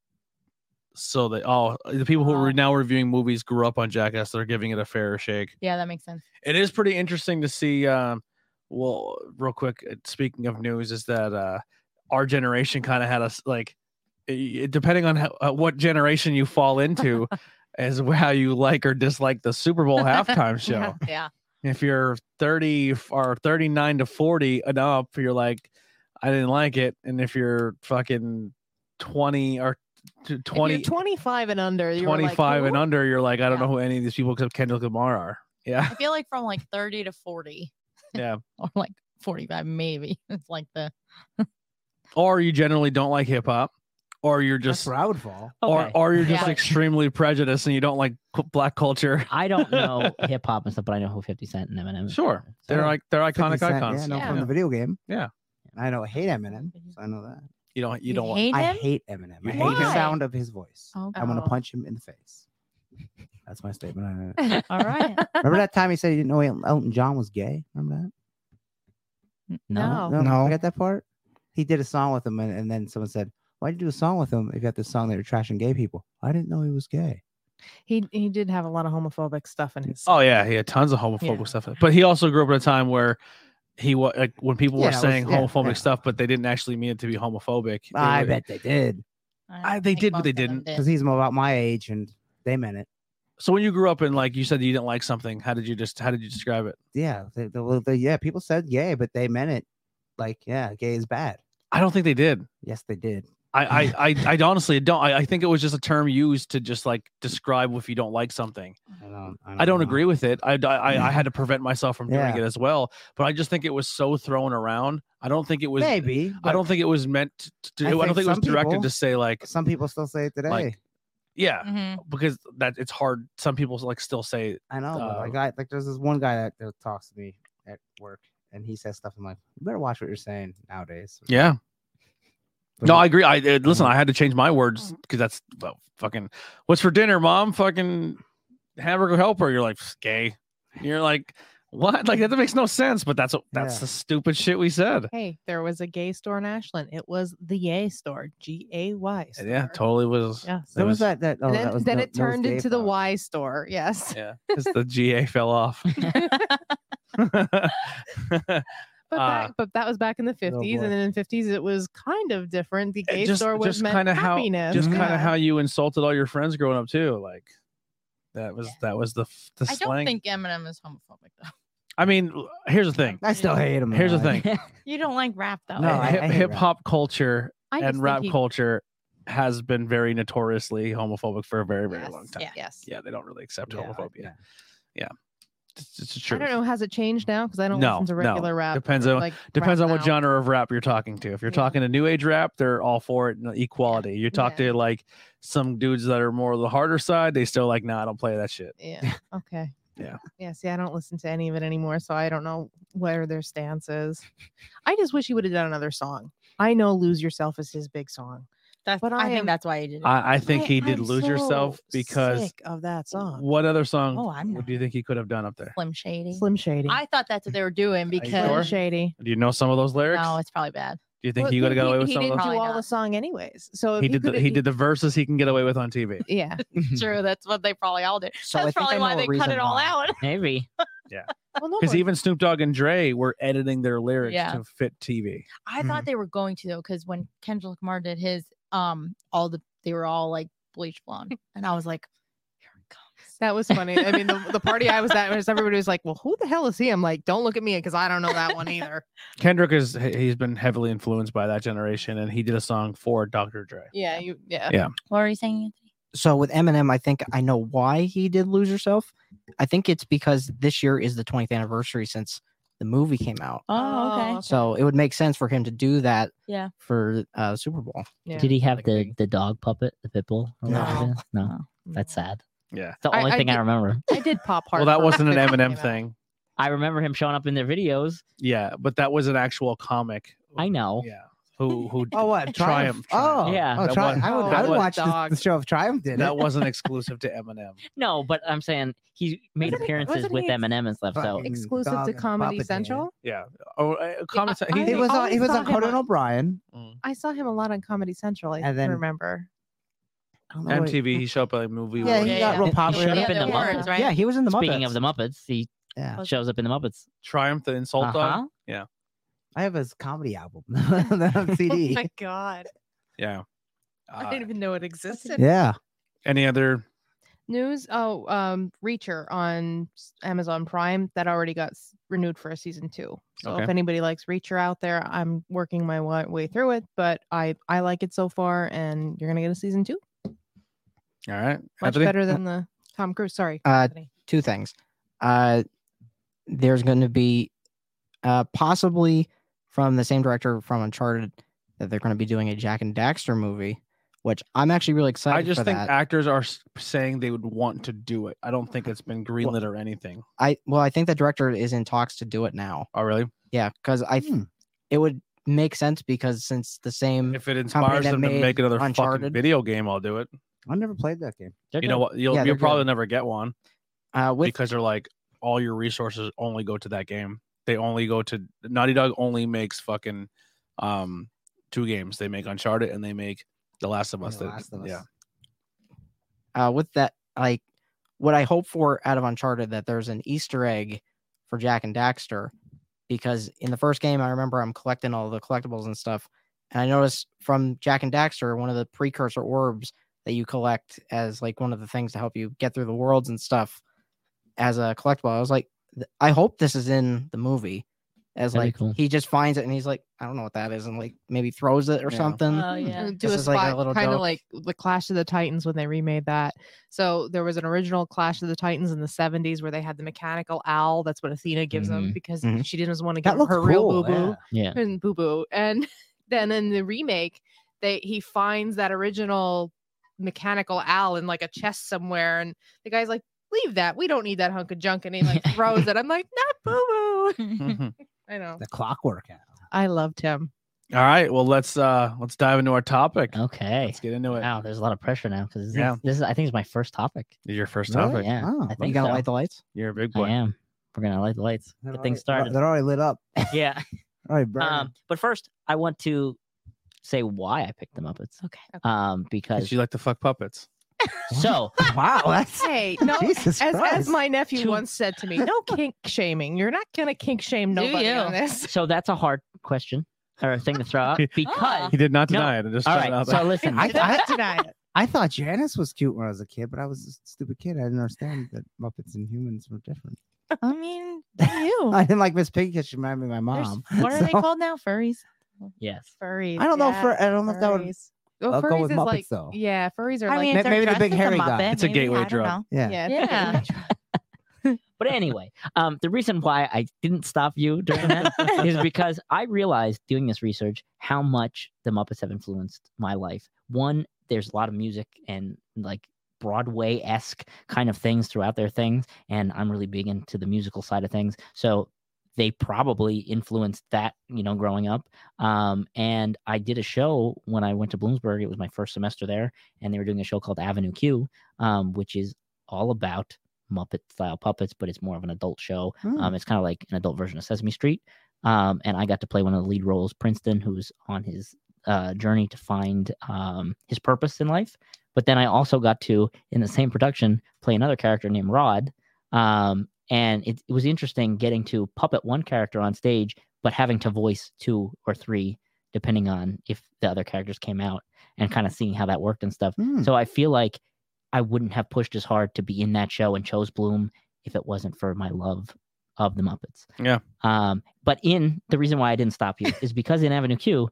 C: so they oh the people who are
E: Oh.
C: now reviewing movies grew up on Jackass. They're giving it a fair shake.
E: Yeah, that makes sense.
C: It is pretty interesting to see. Um, well, real quick, uh, speaking of news, is that uh, our generation kind of had us like, i- i- depending on how, uh, what generation you fall into, as how you like or dislike the Super Bowl halftime show
E: Yeah. yeah.
C: if you're 30 f- or 39 to 40 and up you're like i didn't like it and if you're fucking 20 or t-
D: If you're
C: 20
D: 25 and under. you were like,
C: 25 and
D: "Ooh."
C: under you're like i don't
E: Yeah.
C: know who any of these people except kendrick lamar are yeah
E: I feel like from like 30 to 40
C: yeah
E: or like 45 maybe. It's like the
C: or you generally don't like hip hop, or you're
B: That's
C: just
B: where I would fall.
A: Okay.
C: or or you're just
E: Yeah.
C: extremely prejudiced and you don't like cu- black culture.
A: I don't know hip hop and stuff, but I know who 50 Cent and Eminem. is.
C: Sure. They're
A: So-
C: like they're iconic
B: 50 Cent,
C: icons.
B: Yeah, I know
E: Yeah.
B: from the video game.
C: Yeah.
B: And I don't hate Eminem. So I know that.
C: You don't you don't want
E: hate
B: I
E: him?
B: hate Eminem.
C: You
B: I
C: hate
B: hate the
E: him?
B: sound of his voice.
E: Oh,
B: I want
D: Oh.
B: to punch him in the face. That's my statement. on it.
E: all right.
B: Remember that time he said he didn't know El- Elton John was gay? Remember
A: No.
D: Oh.
B: that?
E: No.
F: No.
B: I got that part. He did a song with him, and, and then someone said, "Why'd you do a song with him? If you got this song that you're trashing gay people." I didn't know he was gay.
D: He he did have a lot of homophobic stuff in his.
C: Oh yeah, he had tons of homophobic
E: Yeah.
C: stuff. But he also grew up at a time where he was like when people
B: Yeah,
C: were
B: it was-
C: saying
B: yeah,
C: homophobic
B: yeah.
C: stuff, but they didn't actually mean it to be homophobic. They
B: I
C: were-
B: bet they did
C: I- they
E: think
C: did, but they
E: most of them
C: didn't.
E: did.
B: because he's about my age, and they meant it.
C: So when you grew up and like you said you didn't like something, how did you just how did you describe it?
B: Yeah, they, they, well, they- yeah. People said gay, but they meant it. Like, yeah, gay is bad.
C: I don't think they did.
B: Yes, they did.
C: I I I, I honestly don't. I, I think it was just a term used to just like describe if you don't like something.
B: I don't. I don't,
C: I don't
B: know.
C: agree with it. I I, I- I had to prevent myself from doing
B: Mm-hmm. Yeah.
C: it as well. But I just think it was so thrown around. I don't think it was.
B: Maybe.
C: I
B: but
C: don't think it was meant to.
B: I
C: I, don't
B: think
C: think it was
B: some
C: directed
B: people-
C: to say like
B: Some people still say it today.
C: yeah
E: Mhm.
C: because that it's hard. Some people like still say
B: I know. but,
C: Uh,
B: like, I, like there's this one guy that, that talks to me at work, and he says stuff. I'm like, you better watch what you're saying nowadays.
C: yeah.
B: But
C: no,
B: he-
C: I agree. I uh, listen.
B: Mhm.
C: I had to change my
B: Mm.
C: words because that's well, fucking. What's for dinner, mom? Fucking hamburger helper. You're like "Pfft, gay. You're like what? Like that makes no sense. But that's what that's
B: Yeah.
C: the stupid shit we said.
D: Hey, there was a gay store in Ashland. It was the Yay store, G A Y.
C: And yeah, totally was.
D: Yes.
B: There
C: It
B: was
C: was-
B: that. That. Oh,
D: and then,
B: that was
D: then
B: no-
D: it
B: no
D: turned
B: gay
D: into the
B: part.
D: Y store. Yes.
C: Yeah, 'cause the GA fell off.
D: But,
C: Uh,
D: back, but that was back in the 50s.
B: boy.
D: and then in the 50s, it was kind of different. The gay
C: just
D: store was
C: just
D: meant
C: kind of how
D: happiness.
C: just kind
D: yeah.
C: of how you insulted all your friends growing up too. Like that was
E: Yeah.
C: that was the f- the
E: I
C: slang.
E: don't think Eminem is homophobic though.
C: I mean, l- here's the thing.
B: I still hate him.
C: Here's the
B: though.
C: thing.
E: You don't like rap though.
B: No, I- hate
C: Hip
B: rap.
C: hop culture
E: I just
C: and
E: think
C: rap
E: he-
C: culture has been very notoriously homophobic for a very very long time. Yeah.
E: yeah.
D: Yes.
C: they don't really accept
B: Yeah, I-
C: homophobia.
B: yeah.
C: It's, it's the truth.
D: I don't know. Has it changed now? Because I don't
C: No,
D: listen to
C: no.
D: regular rap.
C: Depends on-
D: like,
C: Depends
D: rap
C: on what
D: now.
C: genre of rap you're talking to. If you're
D: Yeah.
C: talking to new age rap, they're all for it and equality. You talk
D: Yeah.
C: to like some dudes that are more of the harder side, they still like, nah, I don't play that shit.
D: Yeah. Okay.
C: Yeah.
D: Yeah. See, I don't listen to any of it anymore, so I don't know where their stance is. I just wish he would have done another song. I know "Lose Yourself" is his big song.
E: That's,
D: But
E: I,
D: I
E: think
D: am-
E: that's why he did it.
C: I, I think he did
D: I'm
C: lose yourself
D: so
C: because
D: sick of that song,
C: what other song
E: Oh, I'm
C: would- do you think he could have done up there?
E: Slim Shady.
D: Slim Shady.
E: I thought that's what they were doing
D: Slim
C: Sure.
E: because
D: Shady.
C: Do you know some of those lyrics?
E: no, it's probably bad.
C: do you think
D: Well,
C: he would have got away with
D: he
C: some of
D: didn't
C: those?
E: Probably
D: do all the
E: not.
D: song anyways. So if
C: He did the,
D: coulda-
C: he did the verses he can get away with on TV.
D: Yeah.
E: True, that's what they probably all did.
F: So I
E: that's
F: think
E: probably
F: I
E: why
F: know a
E: they cut
F: reason
E: it all
F: why.
E: out.
A: Maybe.
D: Well, no.
C: because
D: one-
C: even Snoop Dogg and Dre were editing their lyrics
E: Yeah.
C: to fit TV.
E: I thought they were going to though, because when Kendrick Lamar did his, um, all the they were all like bleach blonde, and I was like, here it comes.
D: that was funny. I mean, the, the party I was at was everybody was like, "Well, who the hell is he?" I'm like, "Don't look at me because I don't know that one either."
C: Kendrick is he- he's been heavily influenced by that generation, and he did a song for Dr. Dre.
D: Yeah. You. Yeah.
E: What are you saying, Anthony?
F: So with Eminem, I think I know why he did lose yourself. I think it's because this year is the 20th anniversary since the movie came out.
E: Oh, okay.
F: So it would make sense for him to do that.
E: Yeah.
F: For uh, Super Bowl.
D: Yeah.
A: Did he have
D: like
A: the,
D: big.
A: the dog puppet, the pit bull? or whatever
E: No.
A: it is? no.
E: No.
A: That's sad.
C: Yeah.
A: It's the
D: I-
A: only
D: I
A: thing I
D: did-
A: remember.
D: Mm. I did pop hard.
C: Well, that
D: for
C: wasn't an
D: 15
C: Eminem
D: came out.
C: thing.
A: I remember him showing up in their videos.
C: Yeah, but that was an actual comic.
A: I know.
C: Yeah. Who who?
B: Oh, what?
C: Triumph. Triumph.
B: Triumph. Oh,
A: Yeah.
B: Oh,
C: That
B: Triumph.
C: one-
B: I would,
C: that
B: I would
C: one
B: watch the,
D: dog.
B: the show if Triumph did
C: That
B: it.
C: wasn't exclusive to Eminem.
A: No, but I'm saying he made
D: Wasn't he-
A: appearances
D: wasn't
A: with
D: he ex-
A: Eminem and stuff. So
B: fucking
D: exclusive
B: dog
D: to
B: and puppet
D: Comedy
B: hand.
D: Central.
C: Yeah. Oh, uh, comment.
E: I-
C: he,
E: I-
B: He was on.
D: always
B: He was
D: saw
B: on
D: him
B: Conan
D: on-
B: O'Brien.
D: I saw him a lot on Comedy Central. I
B: And then-
D: remember.
B: I don't know what-
C: MTV. He showed up at a movie.
B: Yeah,
C: award.
B: he
E: Yeah,
B: got
E: yeah.
B: real
A: He
B: popular.
A: showed up in the
D: Yeah.
A: Muppets.
E: Words, right?
F: Yeah, he was in the
A: Speaking
F: Muppets.
A: of the Muppets, he
F: yeah.
A: shows up in the Muppets.
C: Triumph the insult
A: Uh-huh.
C: dog. Yeah.
B: I have his comedy album on CD.
D: Oh my god!
C: Yeah.
D: I
C: Uh,
D: didn't even know it existed.
B: yeah.
C: any other
D: News. Oh, um, Reacher on s- Amazon Prime that already got s- renewed for a season two. So if
C: Okay.
D: anybody likes Reacher out there, I'm working my wa- way through it, but I I like it so far, and you're gonna get a season two.
C: All right.
D: Much
C: Anthony?
D: better than the Tom Cruise. Sorry.
F: Uh,
D: Anthony.
F: two things. Uh, there's going to be uh, possibly from the same director from Uncharted that they're going to be doing a Jack and Daxter movie, which I'm actually really excited.
C: I just
F: for
C: think
F: that.
C: actors are s- saying they would want to do it. I don't think it's been greenlit or anything.
F: I well, I think the director is in talks to do it now.
C: Oh, really?
F: Yeah, because I th-
B: Hmm.
F: it would make sense because since the same
C: If it inspires
F: that
C: them to
F: made
C: make another fucking
F: Uncharted.
C: video game, I'll do it.
B: I never played that game.
A: They're
C: You know
A: good.
C: what? You'll,
F: Yeah,
C: you'll
F: they're
C: probably
F: good.
C: never get one
F: uh, with
C: because they're like all your resources only go to that game. They only go to Naughty Dog. Only makes fucking um two games. They make Uncharted and they make The Last of Us.
B: The
C: They-
B: Last of Us.
C: Yeah,
F: uh, with that, like what I hope for out of Uncharted that there's an Easter egg for Jack and Daxter, because in the first game I remember I'm collecting all the collectibles and stuff, and I noticed from Jack and Daxter one of the precursor orbs that you collect as like one of the things to help you get through the worlds and stuff as a collectible. I was like, th- I hope this is in the movie. As
A: That'd be
F: like
A: cool.
F: he just finds it and he's like, I don't know what that is, and like maybe throws it or
C: Yeah.
F: something.
E: Oh yeah.
D: Mm, do
F: This
D: a
F: is like a
D: spot
F: little
D: kind of
F: joke.
D: like the Clash of the Titans when they remade that. So there was an original Clash of the Titans in the 70s where they had the mechanical owl. That's what Athena gives them
A: Mhm.
D: because
F: Mhm.
D: she didn't want to
B: That
D: give him
B: looked
D: her
B: cool.
D: real boo boo
B: yeah.
A: Yeah.
D: and boo boo. And then in the remake, they he finds that original mechanical owl in like a chest somewhere, and the guy's like, "Leave that. We don't need that hunk of junk." And he like throws it. I'm like, "Not boo boo."
C: Mm-hmm.
D: I know.
B: The clockwork. Owl.
D: I loved him.
C: All right. Well, let's uh let's dive into our topic.
A: Okay.
C: Let's get into it.
A: Wow, there's a lot of pressure now because this,
C: Yeah.
A: is this is I think it's my first topic.
C: Your first
B: Really?
C: topic.
A: Yeah.
B: Oh,
A: I
B: you
A: think
F: you gotta
A: so.
F: light the lights.
C: You're a big
A: I
C: boy.
A: am. We're gonna light the lights.
B: They're
A: Get things
B: already-
A: started.
B: They're already lit up.
A: yeah.
B: Already burning.
A: Um, but first, I want to say why I picked them up. It's
D: Okay.
A: um because
C: 'Cause you like to fuck puppets.
A: so
B: wow, that's
D: Hey, no.
B: Jesus
D: As,
B: Christ.
D: as my nephew
A: Two-
D: once said to me, no kink shaming. You're not gonna kink shame
E: Do
D: nobody
E: you?
D: on this.
A: so that's a hard question or a thing to throw out because
E: Ah.
C: He did not
A: No.
C: deny it. I just
A: all
C: found
A: right.
C: out
A: So
C: that-
A: listen,
B: I- I-
D: deny it.
B: I thought Janice was cute when I was a kid, but I was a stupid kid. I didn't understand that Muppets and humans were different.
E: I mean, do you.
B: I didn't like Miss Piggy because she reminded me of my
E: There's-
B: mom.
E: What are they
B: so-
E: called now? Furries.
A: yes.
D: Furries.
B: I don't know.
D: yeah,
B: For I don't know if that would.
D: furries. Well,
B: I'll go
D: furries
B: with
D: is
B: Muppets,
D: like,
B: though.
D: yeah, furries are
E: I
D: like,
E: mean, if
B: May-
E: they're
B: maybe the
E: dressed
B: big
E: as
B: hairy
E: a
B: guy.
E: Muppet,
C: It's a
E: maybe,
C: gateway
E: I don't
C: drug.
E: know.
B: Yeah.
D: yeah,
E: Yeah.
A: But anyway, um, the reason why I didn't stop you during that is because I realized doing this research how much the Muppets have influenced my life. One, there's a lot of music and like Broadway esque kind of things throughout their things, and I'm really big into the musical side of things. So they probably influenced that, you know, growing up. Um, and I did a show when I went to Bloomsburg. It was my first semester there, and they were doing a show called Avenue Q, um, which is all about Muppet style puppets, but it's more of an adult show.
B: Hmm.
A: Um, it's kind of like an adult version of Sesame Street. Um, and I got to play one of the lead roles, Princeton, who's on his uh, journey to find um, his purpose in life. But then I also got to, in the same production, play another character named Rod. Um, and it, it was interesting getting to puppet one character on stage, but having to voice two or three, depending on if the other characters came out and kind of seeing how that worked and stuff.
B: Hmm.
A: So I feel like I wouldn't have pushed as hard to be in that show and chose Bloom if it wasn't for my love of the Muppets.
C: Yeah.
A: Um, but in the reason why I didn't stop you is because in Avenue Q,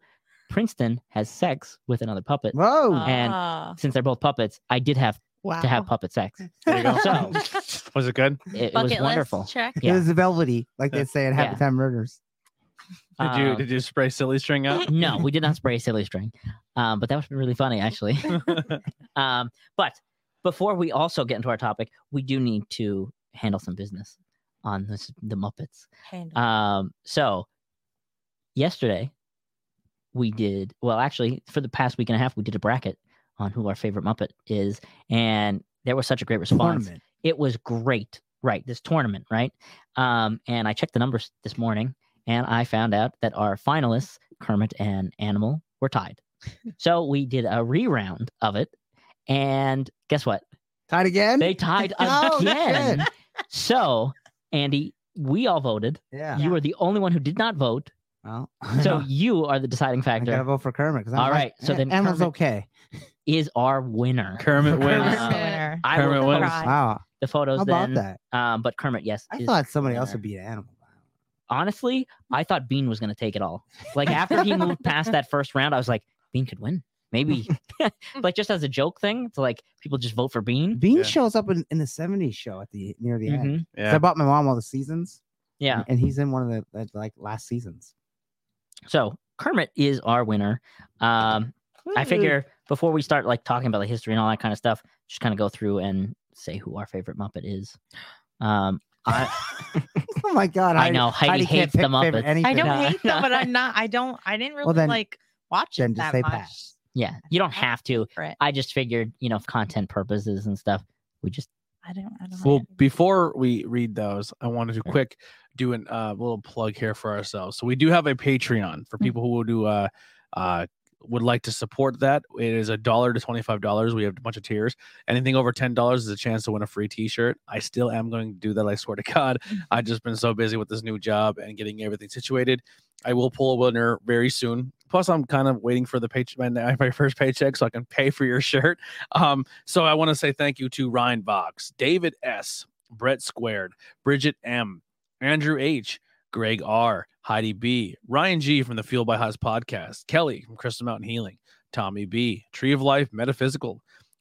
A: Princeton has sex with another puppet.
B: Whoa.
E: Ah.
A: Since they're both puppets, I did have
D: Wow.
A: to have puppet sex. It,
C: There you go.
A: So-
C: was it good?
A: it
E: Bucket
A: was
E: list,
A: wonderful.
E: check.
B: It
A: yeah. Uh,
B: was velvety, like
C: Yeah.
B: they say in Happy
A: Yeah.
B: Time Murders.
C: Did you
A: Um,
C: did you spray silly string out?
A: no, we did not spray silly string, um, but that was really funny actually. Um, but before we also get into our topic, we do need to handle some business on this, the Muppets.
E: Handle.
C: Uh,
A: Um, so yesterday we did well actually for the past week and a half we did a bracket on who our favorite Muppet is, and there was such a great response.
B: Tournament.
A: It was great, right? This tournament, right? Um, and I checked the numbers this morning and I found out that our finalists, Kermit and Animal, were tied. so we did a reround of it. And guess what?
B: Tied again.
A: They tied
B: Oh,
A: again. so, Andy, we all voted.
B: yeah.
A: You were the only one who did not vote.
B: Well,
A: So you are the deciding
B: I gotta
A: factor.
B: vote for Kermit. 'cause I'm
A: All
B: like,
A: right, so
B: eh,
A: then
B: Emma's
A: Kermit-
B: okay.
A: Is our winner.
C: Kermit wins.
A: Uh, I will
C: Kermit wins.
A: post
B: Wow.
A: the photos
B: How about
A: then.
B: that?
A: Um, but Kermit, yes.
B: I
A: is
B: thought somebody else
A: winner.
B: would be an animal.
A: honestly, I thought Bean was going to take it all. Like after he moved past that first round, I was like, Bean could win. Maybe, like just as a joke thing, to like people just vote for Bean.
B: Bean
C: Yeah.
B: shows up in, in the '70s show at the near the end.
A: Mhm.
B: So I
C: yeah.
B: bought my mom all the seasons.
A: Yeah.
B: and he's in one of the, the like last seasons.
A: So Kermit is our winner. Um, I figure before we start like talking about the history and all that kind of stuff, just kind of go through and say who our favorite Muppet is. Um, I,
B: oh my god!
A: I know, Heidi hates
B: can't pick
A: the
B: favorite
A: Muppets.
E: I
B: anything.
E: don't
A: Yeah.
E: hate them, but I'm not. I don't. I didn't really
B: Well, then-
E: like watch
B: then
E: it
B: just
E: that
B: say
E: much.
B: pass.
A: yeah, you don't have to.
E: For it.
A: I just figured, you know, for content purposes and stuff, we just
E: I don't. I don't.
C: Well,
E: like it.
C: before we read those, I wanted to quick do a uh, little plug here for ourselves. So we do have a Patreon
E: Mm.
C: for people who will do uh, uh, would like to support that. It is a dollar to twenty five dollars. We have a bunch of tiers. Anything over ten dollars is a chance to win a free T shirt. I still am going to do that. I swear to God. I've just been so busy with this new job and getting everything situated. I will pull a winner very soon. Plus, I'm kind of waiting for the paycheck, my my first paycheck, so I can pay for your shirt. Um, so I want to say thank you to Ryan Vox, David S, Brett Squared, Bridget M, Andrew H, Greg R, Heidi B, Ryan G from the Fuel by Haas podcast, Kelly from Crystal Mountain Healing, Tommy B, Tree of Life Metaphysical,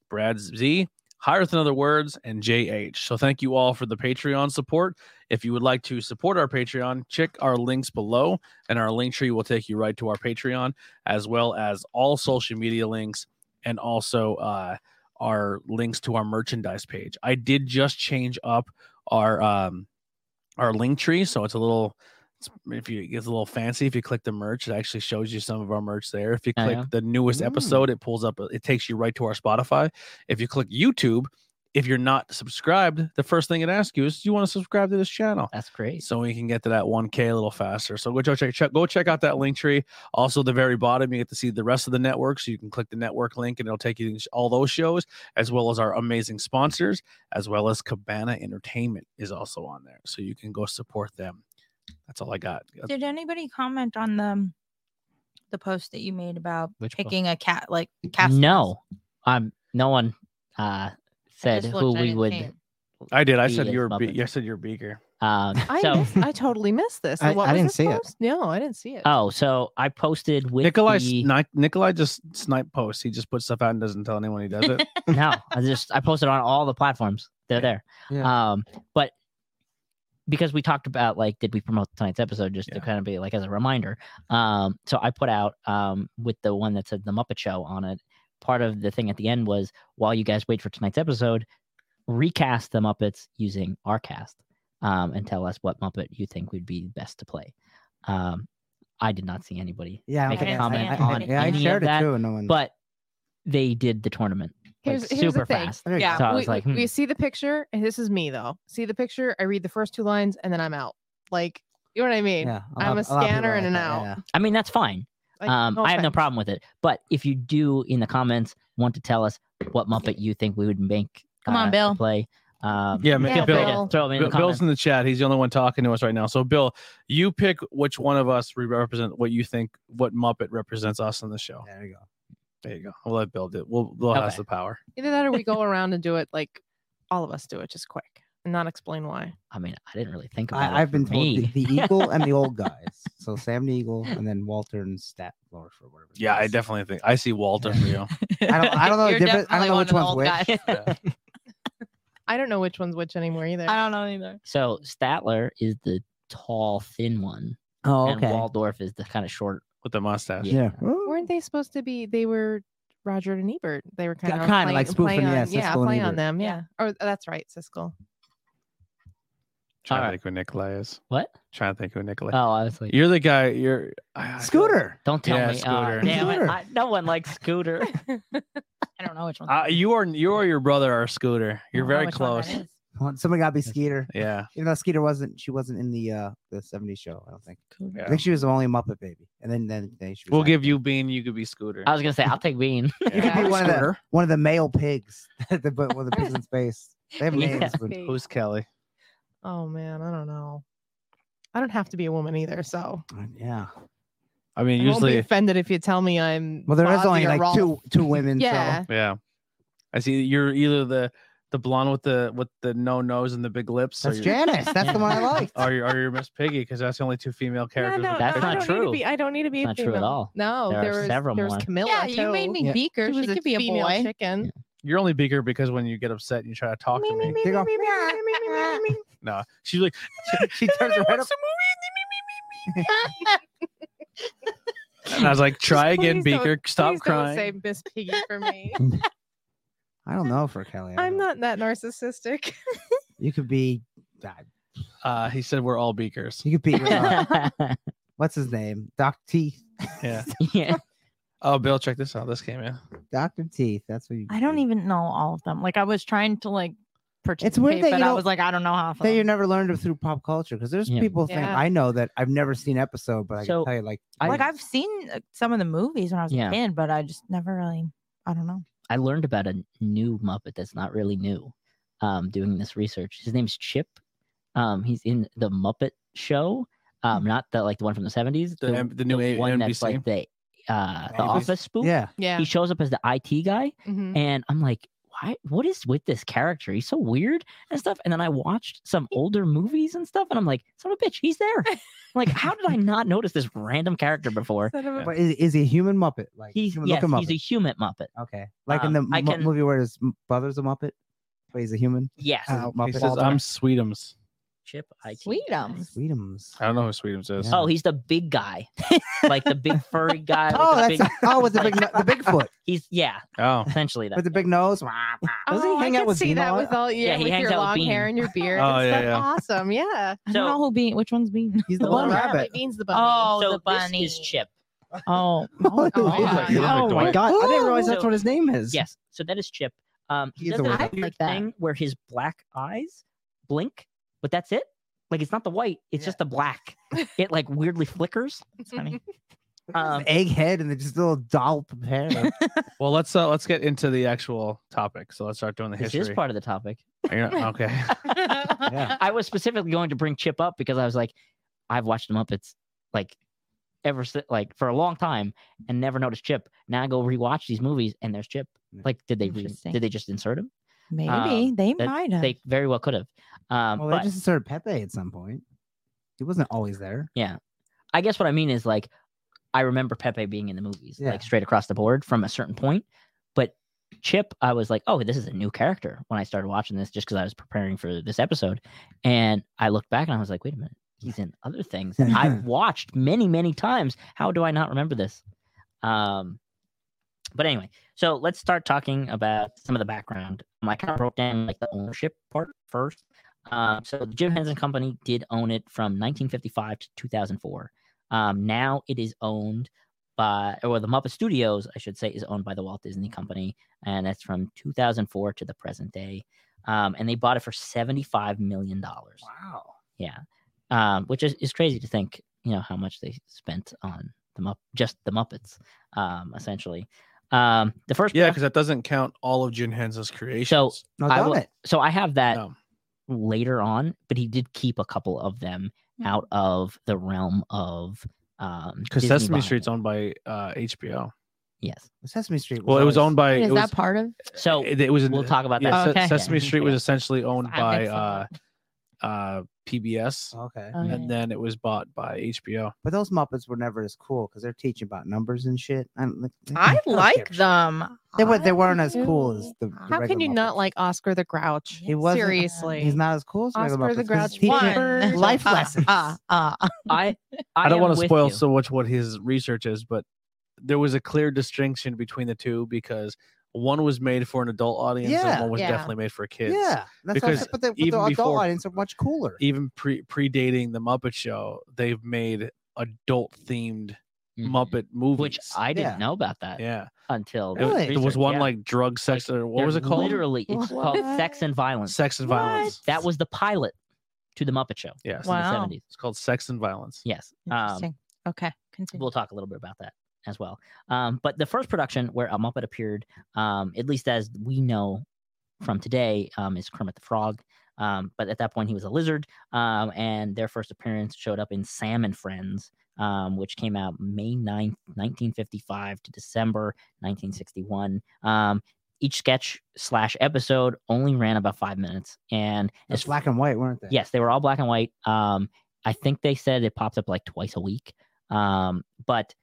C: Brad Z, Higher Than Other Words, and JH. So thank you all for the Patreon support. If you would like to support our Patreon, check our links below, and our link tree will take you right to our Patreon, as well as all social media links and also uh, our links to our merchandise page. I did just change up our um, our link tree, so it's a little. it's- If you it's a little fancy, if you click the merch, it actually shows you some of our merch there. If you
A: Oh,
C: click
A: yeah?
C: the newest
B: Mm.
C: episode, it pulls up, uh, it takes you right to our Spotify. If you click YouTube, if you're not subscribed, the first thing it asks you is, "Do you want to subscribe to this channel?"
A: that's great.
C: so we can get to that 1k a little faster so go check, check go check out that link tree also the very bottom you get to see the rest of the network so you can click the network link and it'll take you to sh- all those shows as well as our amazing sponsors as well as cabana entertainment is also on there so you can go support them that's all i got
E: Did anybody comment on the the post that you made about
F: Which post?
E: picking a cat like cast?
A: no, um, no one uh
E: members? I
A: said
E: just
A: who
E: looked, I
A: we
E: didn't
A: would.
E: see it.
C: i did i
A: He
C: said
A: is
C: you're
A: Muppet.
C: be- i said you're beaker
A: Um,
D: I
A: so
D: missed, I totally missed this.
F: I-
D: And what
F: I
D: was
F: didn't
D: this
F: see it.
D: post? No, I didn't see it.
A: oh, so I posted with
C: nikolai
A: the-
C: sni- nikolai just snipe posts he just puts stuff out and doesn't tell anyone he does it
A: no, I just I posted on all the platforms. They're there. Um, but because we talked about like, did we promote tonight's episode just to
C: Yeah.
A: kind of be like as a reminder? Um, so I put out um with the one that said the Muppet Show on it. Part of the thing at the end was while you guys wait for tonight's episode, recast the Muppets using our cast, um, and tell us what Muppet you think would be best to play. Um, I did not see anybody
B: Yeah, I
A: make
B: don't
A: a
B: think-
A: comment
B: I, I,
A: on
B: I, yeah, I
A: any
B: shared
A: of that,
B: it too, and no one.
A: but they did the tournament like,
D: Here's, here's
A: super
D: the thing.
A: fast.
B: There you
D: Yeah,
A: go. So I
D: we,
A: was like,
D: we-
A: hmm.
D: we see the picture, and this is me though. See the picture, I read the first two lines, and then I'm out. Like, you know what I mean?
B: yeah, lot-
D: I'm a
B: lot of people
D: scanner
B: are
D: and
B: like
D: an
B: that,
D: owl.
B: yeah.
A: I mean, that's fine.
D: Like,
A: um, I have no
D: offense.
A: problem with it. But if you do in the comments want to tell us what Muppet you think we would make,
E: Come on,
A: to
E: Bill.
A: play. Um,
C: Yeah, ma-
A: feel free to
D: Bill.
A: throw them in the
C: Bill- Bill's
A: comments.
C: in the chat. He's the only one talking to us right now. So, Bill, you pick which one of us we represent what you think, what Muppet represents us on the show.
B: There you go.
C: There you go. We'll let Bill do. it. We'll Bill has
A: Okay.
C: the power.
D: Either that, or we go around and do it like all of us do it, just quick, and not explain why.
A: I mean, I didn't really think about it.
B: I, I've been
A: for
B: told the,
A: me.
B: the eagle and the old guys. So Sam the eagle, and then Walter and Stat Lord for whatever. his
C: Yeah,
B: name
C: I
B: is.
C: definitely think I see Walter for you.
B: I don't. I don't know. the
E: You're
B: difference. I
E: definitely
B: don't know
E: one
B: which
E: of the
B: one's
E: old
B: which.
E: guys.
D: I don't know which one's which anymore either.
E: I don't know either.
A: So Statler is the tall, thin one,
B: Oh,
A: and Waldorf is the kind of short.
C: with the mustache.
A: Yeah.
B: yeah.
D: Weren't they supposed to be? They were Roger and Ebert. They were kind
B: Ki-
D: of
B: kinda like spoofing,
D: on,
B: yeah,
D: yeah,
B: Siskel and
D: play on
B: Ebert.
D: them,
E: Yeah.
D: yeah. Or oh, that's right, Siskel.
C: Trying
A: All
C: to
A: right.
C: think who Nikolai is.
A: What?
C: Trying to think who Nikolai.
A: Oh, I was like,
C: You're the guy. You're I- I feel-
B: Scooter.
A: don't tell
C: Yeah,
A: me. uh,
C: Scooter.
A: damn it,
B: Scooter.
A: I- no one likes Scooter.
E: I don't know which one.
C: Uh, you are you or your brother are Scooter. You're very close.
B: Well, Someone got to be Skeeter.
C: Yeah.
B: Even though Skeeter wasn't, she wasn't in the uh the '70s show. I don't think.
C: yeah.
B: I think she was the only Muppet baby. And then then, then she was
C: We'll
B: like
C: give you Bean. You could be Scooter.
A: I was gonna say I'll take Bean.
C: You
D: could be
B: one of the- one of the male pigs. the, but one of the pigs in space. They have
A: Yeah.
B: names. But
C: Who's Kelly?
D: Oh man, I don't know. I don't have to be a woman either, so
B: uh, yeah.
C: I mean,
D: I won't be
C: usually
D: offended if you tell me I'm.
B: Well, there is
D: Fozzie
B: only
D: or
B: like
D: Rolf.
B: two two women.
D: Yeah,
C: Yeah, I see. You're either the the blonde with the with the no nose and the big lips.
B: So that's
C: or you're,
B: Janice. That's the one I liked.
C: Or you're, or you're Miss Piggy because that's the only two female characters.
D: No, no,
C: with
A: That's
D: no,
A: not
D: I
C: faces.
D: don't Need
A: true.
D: to be, I don't need to be
A: Not
D: a
A: true at
D: female.
A: all.
D: No,
A: There are
D: there, was
A: several
D: there was
A: more.
D: Camilla.
E: Yeah, you made
D: too.
E: me
B: Yeah.
E: Beaker.
D: She
E: She
D: was a
E: could be a
D: female
E: boy.
D: chicken.
C: You're only bigger because when you get upset and you try to talk to me.
B: They go,
C: No, she's like,
B: she turns right up.
C: and I was like, try
D: Just
C: again,
D: please don't-
C: Beaker. Stop
D: Please
C: crying.
D: Don't say Miss Piggy for me.
B: I don't know for Kelly. I
D: I'm
B: don't know.
D: not that narcissistic.
B: You could be. God,
C: Uh, he said we're all Beakers.
B: you could be. uh,
A: yeah.
B: what's his name? Doc Teeth.
C: Yeah. Oh, Bill, check this out. This came in.
B: Doctor Teeth. That's what you.
E: I
B: could
E: don't
B: be.
E: even know all of them. Like I was trying to like participate,
B: that
E: but
B: you
E: I
B: don't-
E: was like, I don't know how.
B: That you never learned of through pop culture because there's
A: Yeah.
B: people think
D: Yeah.
B: I know that I've never seen episode, but I
A: So,
B: can tell you like
E: like I've seen uh, some of the movies when I was
A: Yeah.
E: a kid, but I just never really. I don't know.
A: I learned about a new Muppet that's not really new. Um, doing this research, his name's Chip. Um, he's in the Muppet Show. Um, not the like the one from the seventies.
C: Hmm. The M- the new A-
A: one
C: NBC.
A: that's like the uh the
C: NBC.
A: Office spoof.
B: yeah.
D: Yeah.
A: he shows up as the IT guy,
C: Hmm.
D: Mhm.
A: and I'm like, why? What is with this character? He's so weird and stuff. And then I watched some older movies and stuff, and I'm like, son of a bitch, he's there. I'm like, how did I not notice this random character before?
D: Son of a-
B: But is, is he a human Muppet? Like
A: He's
B: human
A: yes,
B: looking Muppet.
A: he's a human Muppet.
B: Okay, like in the
A: Um, I
B: mu-
A: can-
B: movie where his m- brother's a Muppet, but he's a human.
A: Yes,
C: He
B: Uh, Muppet
C: says,
B: Walter.
C: I'm Sweetums.
A: Chip IT.
E: Sweetums.
B: Sweetums.
C: I don't know who Sweetums is.
B: Yeah.
A: Oh, he's the big guy, like the big furry guy. with
B: Oh,
A: the
B: that's
A: big,
B: oh with the big
A: like-
B: no- the big foot
A: He's yeah,
C: Oh.
A: essentially that.
B: with the big nose. Wah, wah. Does
D: Oh,
B: he hang
D: I
B: out
D: could
B: with
D: see
B: Bean
D: that
B: all-
D: with all yeah,
A: he
D: with
A: hangs
D: your
A: out with
D: long
A: Bean.
D: hair and your beard.
C: Oh,
D: and
C: yeah,
D: stuff.
C: yeah.
D: Awesome. Yeah.
E: I don't
A: So-
E: know who bean. Which one's bean?
B: He's
D: Oh,
B: the
A: Well,
B: one
A: Bunny
D: Apparently
B: rabbit.
D: Bean's the bunny.
E: Oh,
A: so
E: the bunny.
A: this is Chip.
E: Oh,
B: Oh,
D: Oh,
B: he's
D: yeah.
B: like-
D: Yeah.
C: like
B: oh
C: Dwight.
B: my god! I didn't realize
A: Ooh.
B: that's what his name is.
A: Yes, so that is Chip. Um, he
B: He's
A: does
B: the
A: this
B: weirdo.
A: weird
E: Like that.
A: thing where his black eyes blink, but that's it. Like it's not the white; it's
B: Yeah.
A: just the black. It like weirdly flickers.
E: that's funny.
A: Um,
B: egg head and then just a little dollop of hair.
C: Well, let's uh, let's get into the actual topic. So let's start doing the
A: this
C: history.
A: is part of the topic.
C: You're not- okay.
B: yeah.
A: I was specifically going to bring Chip up because I was like, I've watched the Muppets like ever since, like for a long time, and never noticed Chip. Now I go rewatch these movies, and there's Chip.
B: Yeah.
A: Like, did they re-
E: Interesting.
A: did they just insert him?
E: Maybe
A: Um,
E: they
A: that-
E: might have.
A: They very well could have. Um,
B: Well,
A: but
B: they just inserted Pepe at some point. He wasn't always there.
A: I guess what I mean is like, I remember Pepe being in the movies,
B: Yeah.
A: like straight across the board from a certain point, but. Chip, I was like, oh, this is a new character when I started watching this just because I was preparing for this episode. And I looked back and I was like, wait a minute, he's in other things. And I've watched many, many times. How do I not remember this? Um, but anyway, so let's start talking about some of the background. Um, I kind of broke down like the ownership part first. Um, so the Jim Henson Company did own it from 1955 to 2004. Um, now it is owned by, or the Muppet Studios, I should say, is owned by the Walt Disney Company, and that's from 2004 to the present day. Um, and they bought it for 75 million dollars.
B: Wow.
A: Yeah. Um, which is, is crazy to think, you know, how much they spent on the Mupp- just the Muppets, um, essentially. Um, the first
C: yeah,
A: production-
C: because that doesn't count all of Jim Henson's creations.
B: No,
A: I
B: damn
A: will-
B: it.
A: so I have that
C: No.
A: later on, but he did keep a couple of them out of the realm of um
C: Hmm. because
A: Disney
C: Sesame
A: buying
C: Street's
A: it.
C: owned by uh, HBO.
A: Yes.
B: Sesame Street.
C: Well, it was
B: always-
C: owned by.
E: Is
C: it was,
E: that part of?
A: So
C: it, it was.
A: we'll talk about
C: yeah,
A: that.
C: Se-
E: Okay.
C: Sesame
A: Yeah.
C: Street was essentially owned
E: I
C: by
E: mix it
C: uh,
E: up.
C: uh, PBS,
B: Okay.
E: Oh, yeah.
C: and then it was bought by HBO.
B: But those Muppets were never as cool because they're teaching about numbers and shit. I don't, like, they- I
E: I
B: don't give
E: like
B: a shit.
E: them.
B: They, were, they
E: I
B: weren't as cool
E: do.
B: as the. the
D: How can
B: regular
D: you not
B: Muppets.
D: like Oscar the Grouch?
E: He
B: wasn't-
D: Seriously.
B: He's not as cool as regular Muppets
D: Oscar the
B: 'cause
D: Grouch
B: he's teaching
D: won.
B: Life
E: Uh,
B: lessons.
E: Uh, uh, uh.
A: I I,
C: I, don't
A: am
C: want to
A: with
C: spoil
A: you.
C: so much what his research is, but there was a clear distinction between the two because one was made for an adult audience and
B: Yeah.
C: one was
D: Yeah.
C: definitely made for kids.
B: Yeah, that's what I
C: Because
B: said, but the, but
C: even
B: the adult
C: before-
B: audience are much cooler.
C: Even pre predating the Muppet Show, they've made adult themed
A: Mhm.
C: Muppet movies.
A: which I didn't
B: Yeah.
A: know about that
C: yeah,
A: until
C: It was-
B: Really?
C: there was
A: research,
C: one
A: yeah.
C: like drug sex or what
A: They're
C: was it called?
A: Literally, it's
E: What?
A: called Sex and Violence.
C: sex and
E: What?
C: violence.
A: That was the pilot to the Muppet Show
C: yes,
E: Wow.
A: in the seventies.
C: it's called Sex and Violence.
A: Yes. Um,
E: Interesting. okay. Continue.
A: we'll talk a little bit about that as well. Um, but the first production where a Muppet appeared, um, at least as we know from today, um, is Kermit the Frog. Um, but at that point, he was a lizard, um, and their first appearance showed up in Sam and Friends, um, which came out May 9th, 1955 to December 1961. Um, each sketch slash episode only ran about five minutes, and
B: It's
A: as
B: black and white, weren't they?
A: Yes, they were all black and white. Um, I think they said it popped up like twice a week. Um, but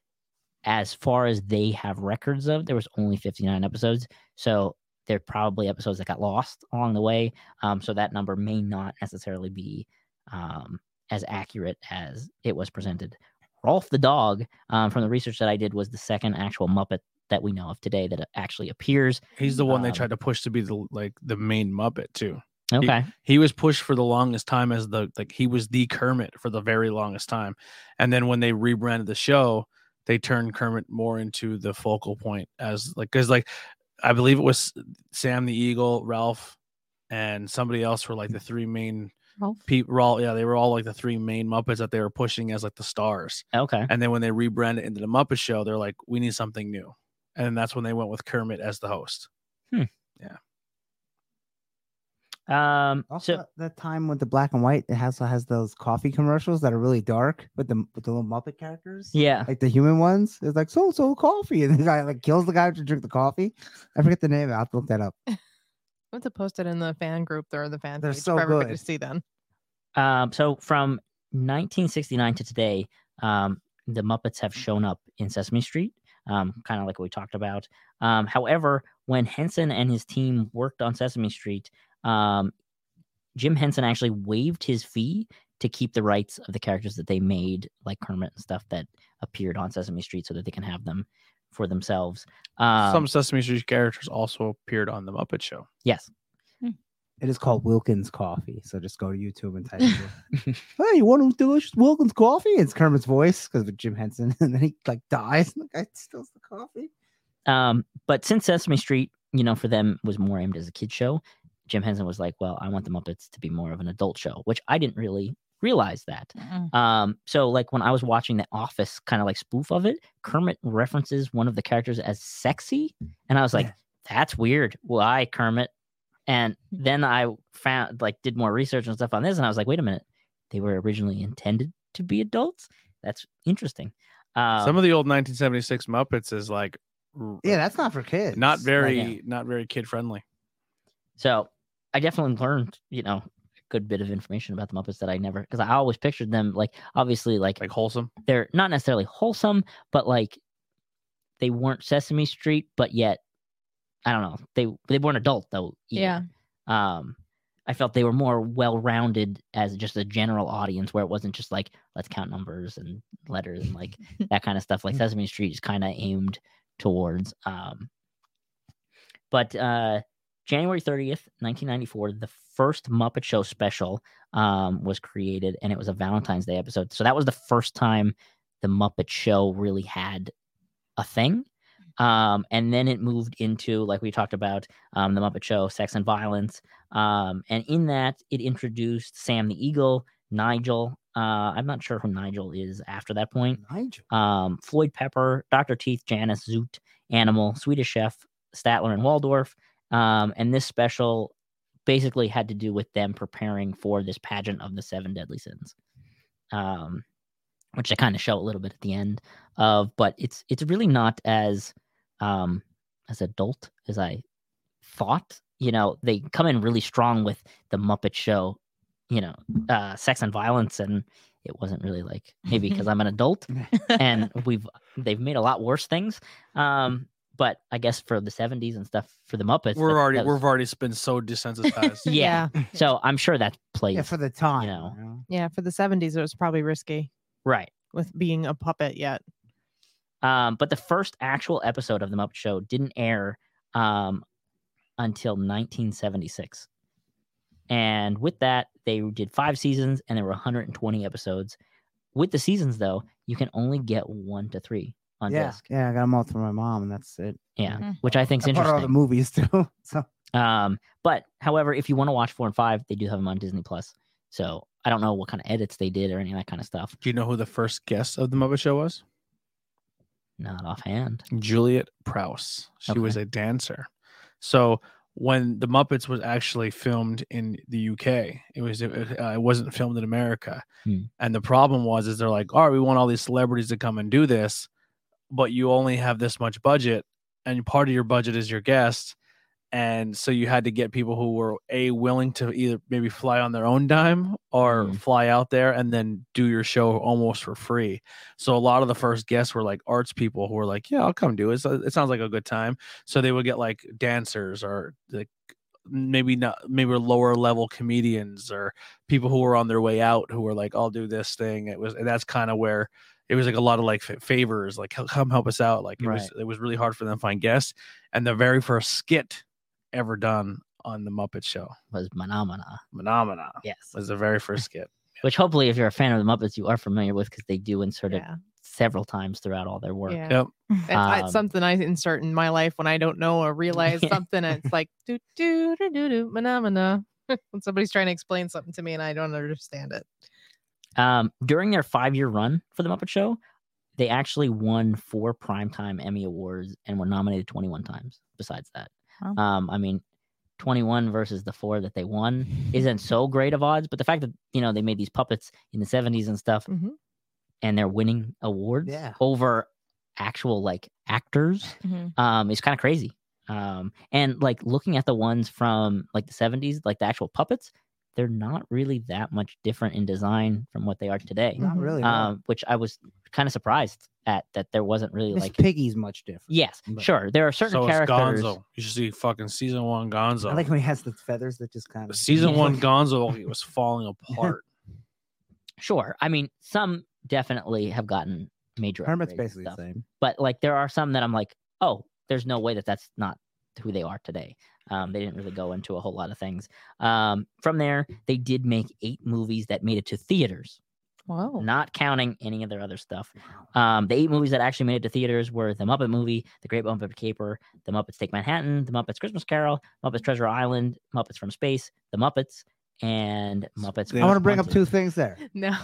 A: as far as they have records of, there was only 59 episodes. So There are probably episodes that got lost along the way, um, so that number may not necessarily be um, as accurate as it was presented. Rolf the dog, um, from the research that I did, was the second actual Muppet that we know of today that actually appears.
C: He's the one they
A: Um,
C: tried to push to be the like the main Muppet too.
A: Okay,
C: He was pushed for the longest time as the like he was the Kermit for the very longest time, and then when they rebranded the show, they turned Kermit more into the focal point as like because like I believe it was Sam the Eagle, Ralph, and somebody else were like the three main
E: Rolf?
C: people. Were all yeah they were all like the three main Muppets that they were pushing as like the stars.
A: okay,
C: And then when they rebranded into the Muppet Show, they're like, we need something new. And that's when they went with Kermit as the host.
A: um,
B: Also,
A: so
B: that- that time with the black and white, it also has those coffee commercials that are really dark with the with the little Muppet characters.
A: yeah,
B: Like the human ones, it's like so so coffee, and the guy like kills the guy to drink the coffee. I forget the name. I will have to look that up.
D: I want to post it in the fan group or the fan
B: They're
D: page
B: so
D: for everybody
B: good.
D: to see then.
A: Um, so from 1969 to today, um, the Muppets have shown up in Sesame Street, um, kind of like we talked about. Um, however, when Henson and his team worked on Sesame Street, um, Jim Henson actually waived his fee to keep the rights of the characters that they made, like Kermit and stuff that appeared on Sesame Street, so that they can have them for themselves. Um,
C: Some Sesame Street characters also appeared on the Muppet Show.
A: yes,
B: It is called Wilkins Coffee. So just go to YouTube and type. it in. hey, you want to delicious Wilkins Coffee? It's Kermit's voice because of Jim Henson, and then he like dies, and the guy steals the coffee.
A: Um, but since Sesame Street, you know, for them was more aimed as a kid show, Jim Henson was like, "Well, I want the Muppets to be more of an adult show," which I didn't really realize that.
E: Mm-mm.
A: Um, so like when I was watching The Office, kind of like spoof of it, Kermit references one of the characters as sexy, and I was like,
B: Yeah.
A: "That's weird. Why Kermit?" And
C: Mm-hmm.
A: then I found like did more research and stuff on this, and I was like, "Wait a minute, they were originally intended to be adults. That's interesting." Um,
C: Some of the old 1976 Muppets is like, r-
B: Yeah, that's not for kids.
C: not
B: Like,
C: very, not very kid friendly.
A: So I definitely learned, you know, a good bit of information about the Muppets that I never, because I always pictured them like, obviously, like
C: Like wholesome.
A: they're not necessarily wholesome, but like they weren't Sesame Street, but yet I don't know, they they weren't adult though.
E: Yeah.
A: either. Um, I felt they were more well rounded as just a general audience where it wasn't just like let's count numbers and letters and like that kind of stuff. Like Sesame Street is kind of aimed towards. Um, but uh, January thirtieth, nineteen ninety four, the first Muppet Show special um, was created, and it was a Valentine's Day episode. So that was the first time the Muppet Show really had a thing. Um, and then it moved into, like we talked about, um, the Muppet Show, Sex and Violence. Um, and in that, it introduced Sam the Eagle, Nigel. Uh, I'm not sure who Nigel is after that point.
B: Nigel.
A: Um, Floyd Pepper, Dr. Teeth, Janice, Zoot, Animal, Swedish Chef, Statler, and Waldorf. Um, and this special basically had to do with them preparing for this pageant of the seven deadly sins, um, which they kind of show a little bit at the end of. But it's it's really not as um, as adult as I thought. You know, they come in really strong with the Muppet Show, you know, uh, sex and violence, and it wasn't really like maybe because I'm an adult and we've they've made a lot worse things. Um, but I guess for the 70s and stuff for the Muppets,
C: We're
A: that-
C: already,
A: that was-
C: we've already been so desensitized.
A: yeah. So I'm sure that plays
B: Yeah, for the time.
A: know.
B: you know?
D: Yeah, for the 70s, it was probably risky
A: right.
D: with being a puppet yet.
A: Um, but the first actual episode of the Muppet Show didn't air um, until 1976, and with that, they did five seasons and there were 120 episodes. With the seasons, though, you can only get one to three on
B: yeah,
A: disc.
B: yeah. I got them all through my mom, and that's it. Mm-hmm.
A: Yeah,
E: Mhm.
A: which I think is
B: I bought all the
A: interesting.
B: movies too. So
A: Um, but however, if you want to watch four and five, they do have them on Disney Plus. So I don't know what kind of edits they did or any of that kind of stuff.
C: Do you know who the first guest of the Muppet Show was?
A: Not offhand.
C: Juliet Prowse. She was a dancer. So when the Muppets was actually filmed in the UK, it was it, uh, it wasn't filmed in America.
A: Hmm.
C: And the problem was is they're like, "All right, we want all these celebrities to come and do this, but you only have this much budget and part of your budget is your guest." and so you had to get people who were a willing to either maybe fly on their own dime or
A: Mhm.
C: fly out there and then do your show almost for free. So a lot of the first guests were like arts people who were like, "Yeah, I'll come do it. So It sounds like a good time." So they would get like dancers or like maybe not maybe lower level comedians or people who were on their way out who were like, "I'll do this thing." It was and that's kind of where it was like a lot of like fa- favors, like "Come- come help us out. Like it was it was really hard for them to find guests. And the very first skit ever done on the Muppet Show,
A: was Manamana.
C: Phenomena,
A: Yes.
C: was the very first skit.
A: Which hopefully, if you're a fan of the Muppets, you are familiar with because they do insert it
D: Yeah.
A: several times throughout all their work.
D: Yeah.
C: Yep.
D: That's
A: Um,
D: it's something I insert in my life when I don't know or realize something. And it's like do do do do do manamana. when somebody's trying to explain something to me and I don't understand it.
A: Um, during their five year run for the Muppet Show, they actually won four primetime Emmy Awards and were nominated 21 times besides that.
E: Wow.
A: Um, I mean, 21 versus the four that they won isn't so great of odds, but the fact that, you know, they made these puppets in the 70s and stuff
D: Mhm.
A: and they're winning awards
B: Yeah.
A: over actual like actors
E: Mhm.
A: um, is kind of crazy. Um, and like looking at the ones from like the 70s, like the actual puppets, they're not really that much different in design from what they are today
B: Not
E: Mhm.
B: really. no.
A: um, which I was kind of surprised at that there wasn't really
B: Miss
A: like
B: Piggy's much different.
A: yes,
B: but-
A: sure there are certain
C: so
A: characters.
C: it's Gonzo. You should see fucking season one
B: I
C: Gonzo.
B: like when he has the feathers that just kind of
C: season one Gonzo was falling apart.
A: Sure, I mean some definitely have gotten major.
B: Hermit's
A: upgrades and
B: basically
A: stuff,
B: the same.
A: but like there are some that I'm like, oh, there's no way that that's not who they are today. Um, they didn't really go into a whole lot of things. Um, from there, they did make eight movies that made it to theaters,
B: Oh.
E: Whoa.
A: not counting any of their other stuff. Um, the eight movies that actually made it to theaters were The Muppet Movie, The Great Muppet Caper, The Muppets Take Manhattan, The Muppets Christmas Carol,
B: Hmm.
A: Muppets Treasure Island, Muppets from Space, The Muppets, and Muppets.
C: They
B: I want to
C: Most
B: bring up
A: Wanted.
B: two things there.
D: No.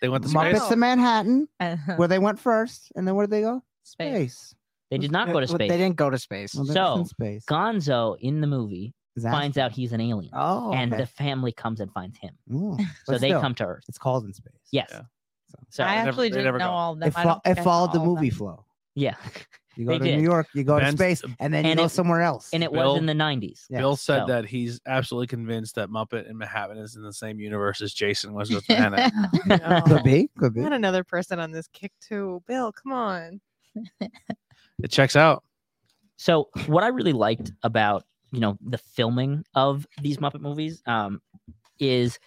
C: They went to space.
B: Muppets in Manhattan,
E: Uh-huh.
B: where they went first, and then where did they go? Space.
A: They did not go to
F: But Uh, They
A: space.
F: didn't go to space.
B: Well, they're
A: So,
B: in space.
A: Gonzo in the movie
B: Is that-
A: finds out he's an alien,
B: Oh,
A: and
B: okay.
A: the family comes and finds him.
B: Ooh,
A: So
B: but
A: they
B: still,
A: come to Earth.
B: It's called in space.
A: Yes.
C: Yeah.
A: So
E: I
C: they never-
E: actually
C: they
E: didn't
C: never
E: know
C: go.
E: all of them.
B: It,
E: I
B: fo-
E: don't think
B: it
E: I saw
B: followed the
E: all of
B: movie
E: them.
B: flow.
A: yeah,
B: You go
A: They
B: to
A: did.
B: New York, you go to
C: Ben's-
B: space, and then you
A: and
B: go
A: it-
B: somewhere else.
A: and it
C: Bill-
A: was in the '90s.
B: Yeah.
C: Bill said
A: So-
C: that he's absolutely convinced that Muppet and Manhattan is in the same universe as Jason was with Manhattan.
B: could be, could be.
D: Not another person on this kick too. Bill, come on.
C: it checks out.
A: So what I really liked about you know the filming of these Muppet movies um, is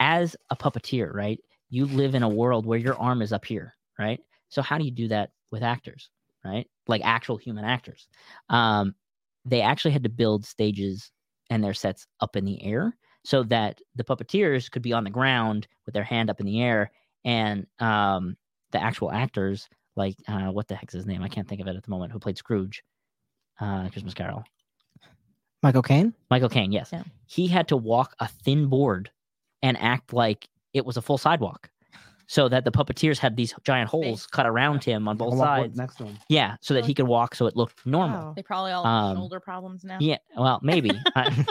A: as a puppeteer, right? You live in a world where your arm is up here, right? So how do you do that with actors, right? Like actual human actors. Um, they actually had to build stages and their sets up in the air so that the puppeteers could be on the ground with their hand up in the air and um, the actual actors like uh, what the heck's his name i can't think of it at the moment who played scrooge uh, Christmas Carol.
F: Michael Caine?
A: Michael Caine, yes.
E: Yeah.
A: He had to walk a thin board and act like it was a full sidewalk so that the puppeteers had these giant holes cut around him on
B: I'll
A: both
B: walk one-
A: sides.
B: Next one.
A: Yeah, so that he could walk so it looked normal.
D: Wow.
E: They probably all have
A: Um,
E: shoulder problems now.
A: Yeah, well, maybe. I-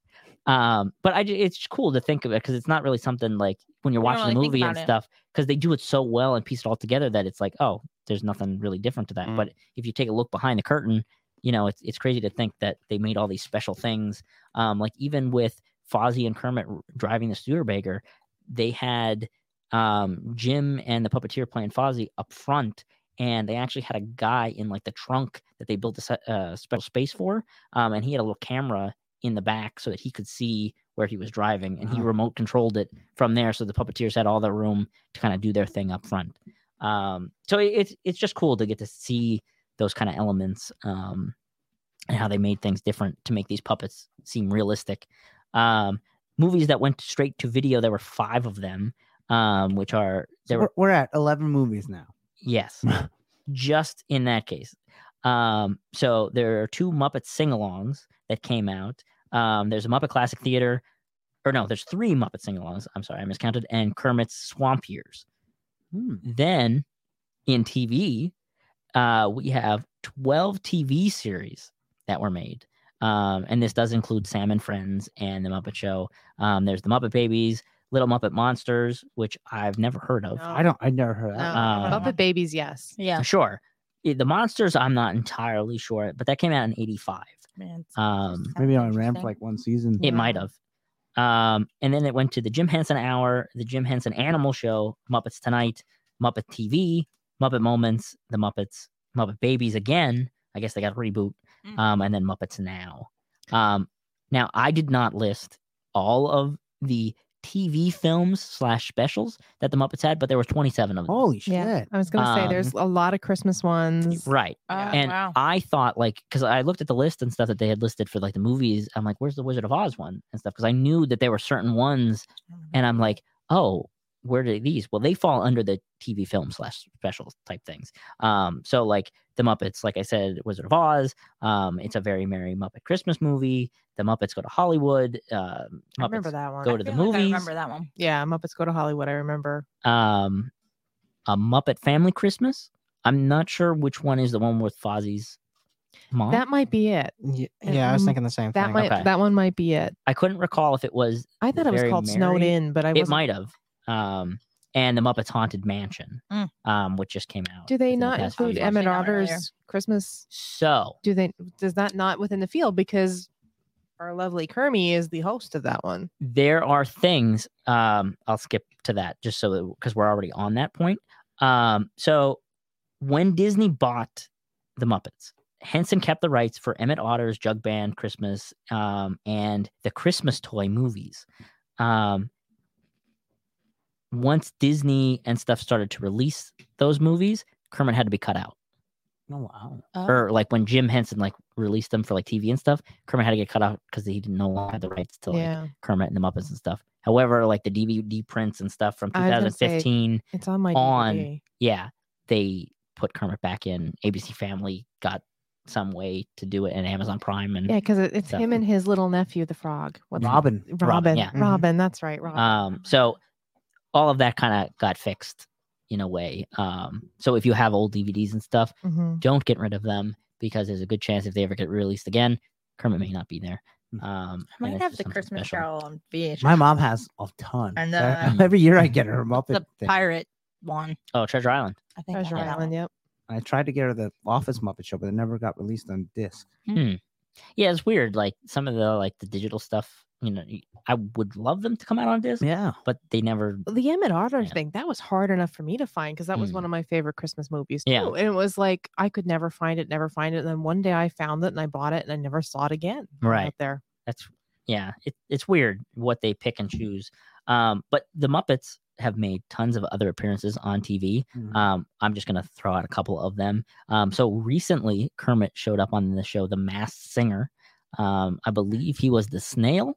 A: um, but I, ju- it's cool to think of it because it's not really something like when you're
E: You don't
A: watching the
E: really think
A: movie and
E: about it.
A: stuff because they do it so well and piece it all together that it's like, oh, there's nothing really different to that.
C: Mm.
A: But if you take a look behind the curtain, you know, it's it's crazy to think that they made all these special things. Um, like even with Fozzie and Kermit r- driving the Studebaker, they had um Jim and the puppeteer playing Fozzie up front. And they actually had a guy in like the trunk that they built a se- uh, special space for, um, and he had a little camera in the back so that he could see where he was driving and he
B: Wow.
A: remote controlled it from there so the puppeteers had all the room to kind of do their thing up front um, so it, it's it's just cool to get to see those kind of elements um, and how they made things different to make these puppets seem realistic um, movies that went straight to video there were five of them um, which are
B: So
A: there
B: we're,
A: were
B: we're at 11 movies now.
A: yes just in that case. Um, so there are two Muppet sing-alongs that came out. Um, there's a Muppet Classic Theater, or no, there's three Muppet sing-alongs. I'm sorry, I miscounted, and Kermit's Swamp Years.
B: Hmm.
A: Then in TV, uh, we have 12 TV series that were made. Um, and this does include Sam and Friends and The Muppet Show. Um, there's The Muppet Babies, Little Muppet Monsters, which I've never heard of.
E: Oh.
B: I don't. I never heard of
D: No.
B: that.
A: Um,
D: Muppet Babies, yes.
E: Yeah.
A: Sure. I- The monsters, I'm not entirely sure, but that came out in 85.
E: Man, it's-
A: Um,
E: sounds
B: Maybe on ran for
E: Oh. interesting.
B: like one season.
A: It might
E: Wow.
A: have. Um, and then it went to the Jim Henson Hour, the Jim Henson Animal Show, Muppets Tonight, Muppet TV, Muppet Moments, the Muppets, Muppet Babies again. I guess they got a reboot.
E: Mm.
A: Um, and then Muppets Now. Um, now I did not list all of the TV films slash specials that the Muppets had, but there were 27 of them.
E: Oh,
B: Holy shit!
D: Yeah. I was gonna say there's a lot of Christmas ones.
A: Um, Right.
E: Oh,
D: Uh,
A: And
E: wow.
A: I thought like because I looked at the list and stuff that they had listed for like the movies. I'm like, where's the Wizard of Oz one and stuff? Because I knew that there were certain ones, and
D: Mm-hmm.
A: I'm like, oh, where do these? Well, they fall under the TV film slash special type things. Um, so like the Muppets, like I said, Wizard of Oz. Um, it's a very merry Muppet Christmas movie. The Muppets go to Hollywood. Um, Muppets
D: I remember that one.
A: go to
E: I
A: the
E: feel like I
A: movies.
E: remember that one.
D: yeah, Muppets go to Hollywood. I remember.
A: um, a Muppet Family Christmas. I'm not sure which one is the one with Fozzie's mom.
D: That might be it.
F: Y- Yeah, I was
D: Mm,
F: thinking the same
D: That
F: thing.
D: might
A: Okay.
D: that one might be it.
A: I couldn't recall if it was
D: I thought it was
A: Very
D: called Snowed
A: merry.
D: In, but I
A: it
D: was.
A: might have. Um, and the Muppets Haunted Mansion,
E: Mm.
A: um, which just came out.
D: Do they
A: within the
D: not
A: past few
D: include
A: months.
D: Emmett
E: Actually, not really.
D: Otter's Christmas?
A: So
D: Do they? Does that not within the field because our lovely Kermie is the host of that one?
A: there are things. Um, I'll skip to that just so because we're already on that point. Um, so when Disney bought the Muppets, Henson kept the rights for Emmett Otter's Jug Band Christmas um, and the Christmas toy movies. Um, once Disney and stuff started to release those movies, Kermit had to be cut out.
B: Oh wow.
A: or like when Jim Henson like released them for like TV and stuff, Kermit had to get cut out because he didn't no longer had the rights to like
D: yeah,
A: Kermit and the Muppets and stuff. However, like the DVD prints and stuff from
D: I was gonna say-
A: 2015,
D: it's on my
A: on-
D: DVD.
A: yeah, they put Kermit back in. ABC Family got some way to do it, and Amazon Prime and
D: Yeah, because it, it's
A: So-
D: him and his little nephew, the frog. What
B: Robin.
D: Robin, Robin,
A: yeah. Mm-hmm.
F: Mhm.
D: that's right, Robin.
A: Um, so all of that kind of got fixed in a way. Um, so if you have old DVDs and stuff,
D: Mhm.
A: don't get rid of them because there's a good chance if they ever get released again, Kermit may not be there.
B: Mhm.
A: Um,
E: I
A: and
E: might
A: it's
E: have
A: just
E: the
A: something
E: Christmas
A: special.
E: Carol on VH.
B: My mom has a ton.
E: And,
B: So
E: um,
B: every year I get her a Muppet
E: the
B: thing.
E: pirate one.
A: Oh, Treasure Island.
E: I think I
D: Treasure
E: have that
D: Island.
E: one.
D: Yep.
B: I tried to get her the Office Muppet Show, but it never got released on disc.
A: Yeah, it's weird. Like some of the like the digital stuff. You know, y- I would love them to come out on disc,
B: Yeah.
A: but they never.
D: The Emmett Otter
A: Yeah. Mm.
D: thing that was hard enough for me to find because that was one of my favorite Christmas movies.
A: Yeah.
D: too. and it was like I could never find it, never find it. And then one day I found it and I bought it and I never saw it again.
A: Right.
D: out there.
A: That's yeah. It, it's weird what they pick and choose. Um, but the Muppets have made tons of other appearances on TV.
B: Mhm.
A: Um, I'm just gonna throw out a couple of them. Um, so recently Kermit showed up on the show The Masked Singer. Um, I believe he was the snail.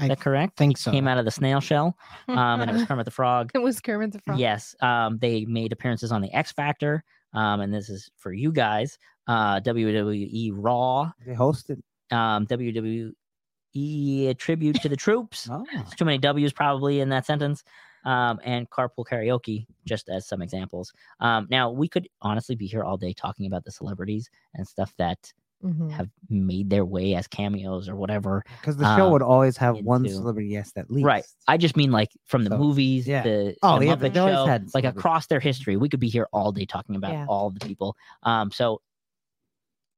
F: I
A: Is that correct?
F: think so.
A: Came out of the snail shell. Um, and it was Kermit the Frog.
D: It was Kermit the Frog.
A: Yes, um, they made appearances on the X Factor, um, and this is for you guys. Uh, WWE Raw,
B: They hosted.
A: um, WWE Tribute to the Troops.
B: Oh.
A: There's too many W's probably in that sentence. Um, and carpool karaoke, just as some examples. Um, now we could honestly be here all day talking about the celebrities and stuff that
D: Mhm.
A: have made their way as cameos or whatever.
B: Because the show
A: Uh,
B: would always have one
A: into-
B: celebrity guest at least.
A: Right. I just mean like from the
B: So,
A: movies,
B: yeah.
A: the,
B: Oh,
A: the
B: yeah,
A: Muppet
B: they always
A: Show,
B: had
A: like
B: celebrities.
A: across their history. We could be here all day talking about
D: Yeah.
A: all the people. Um, so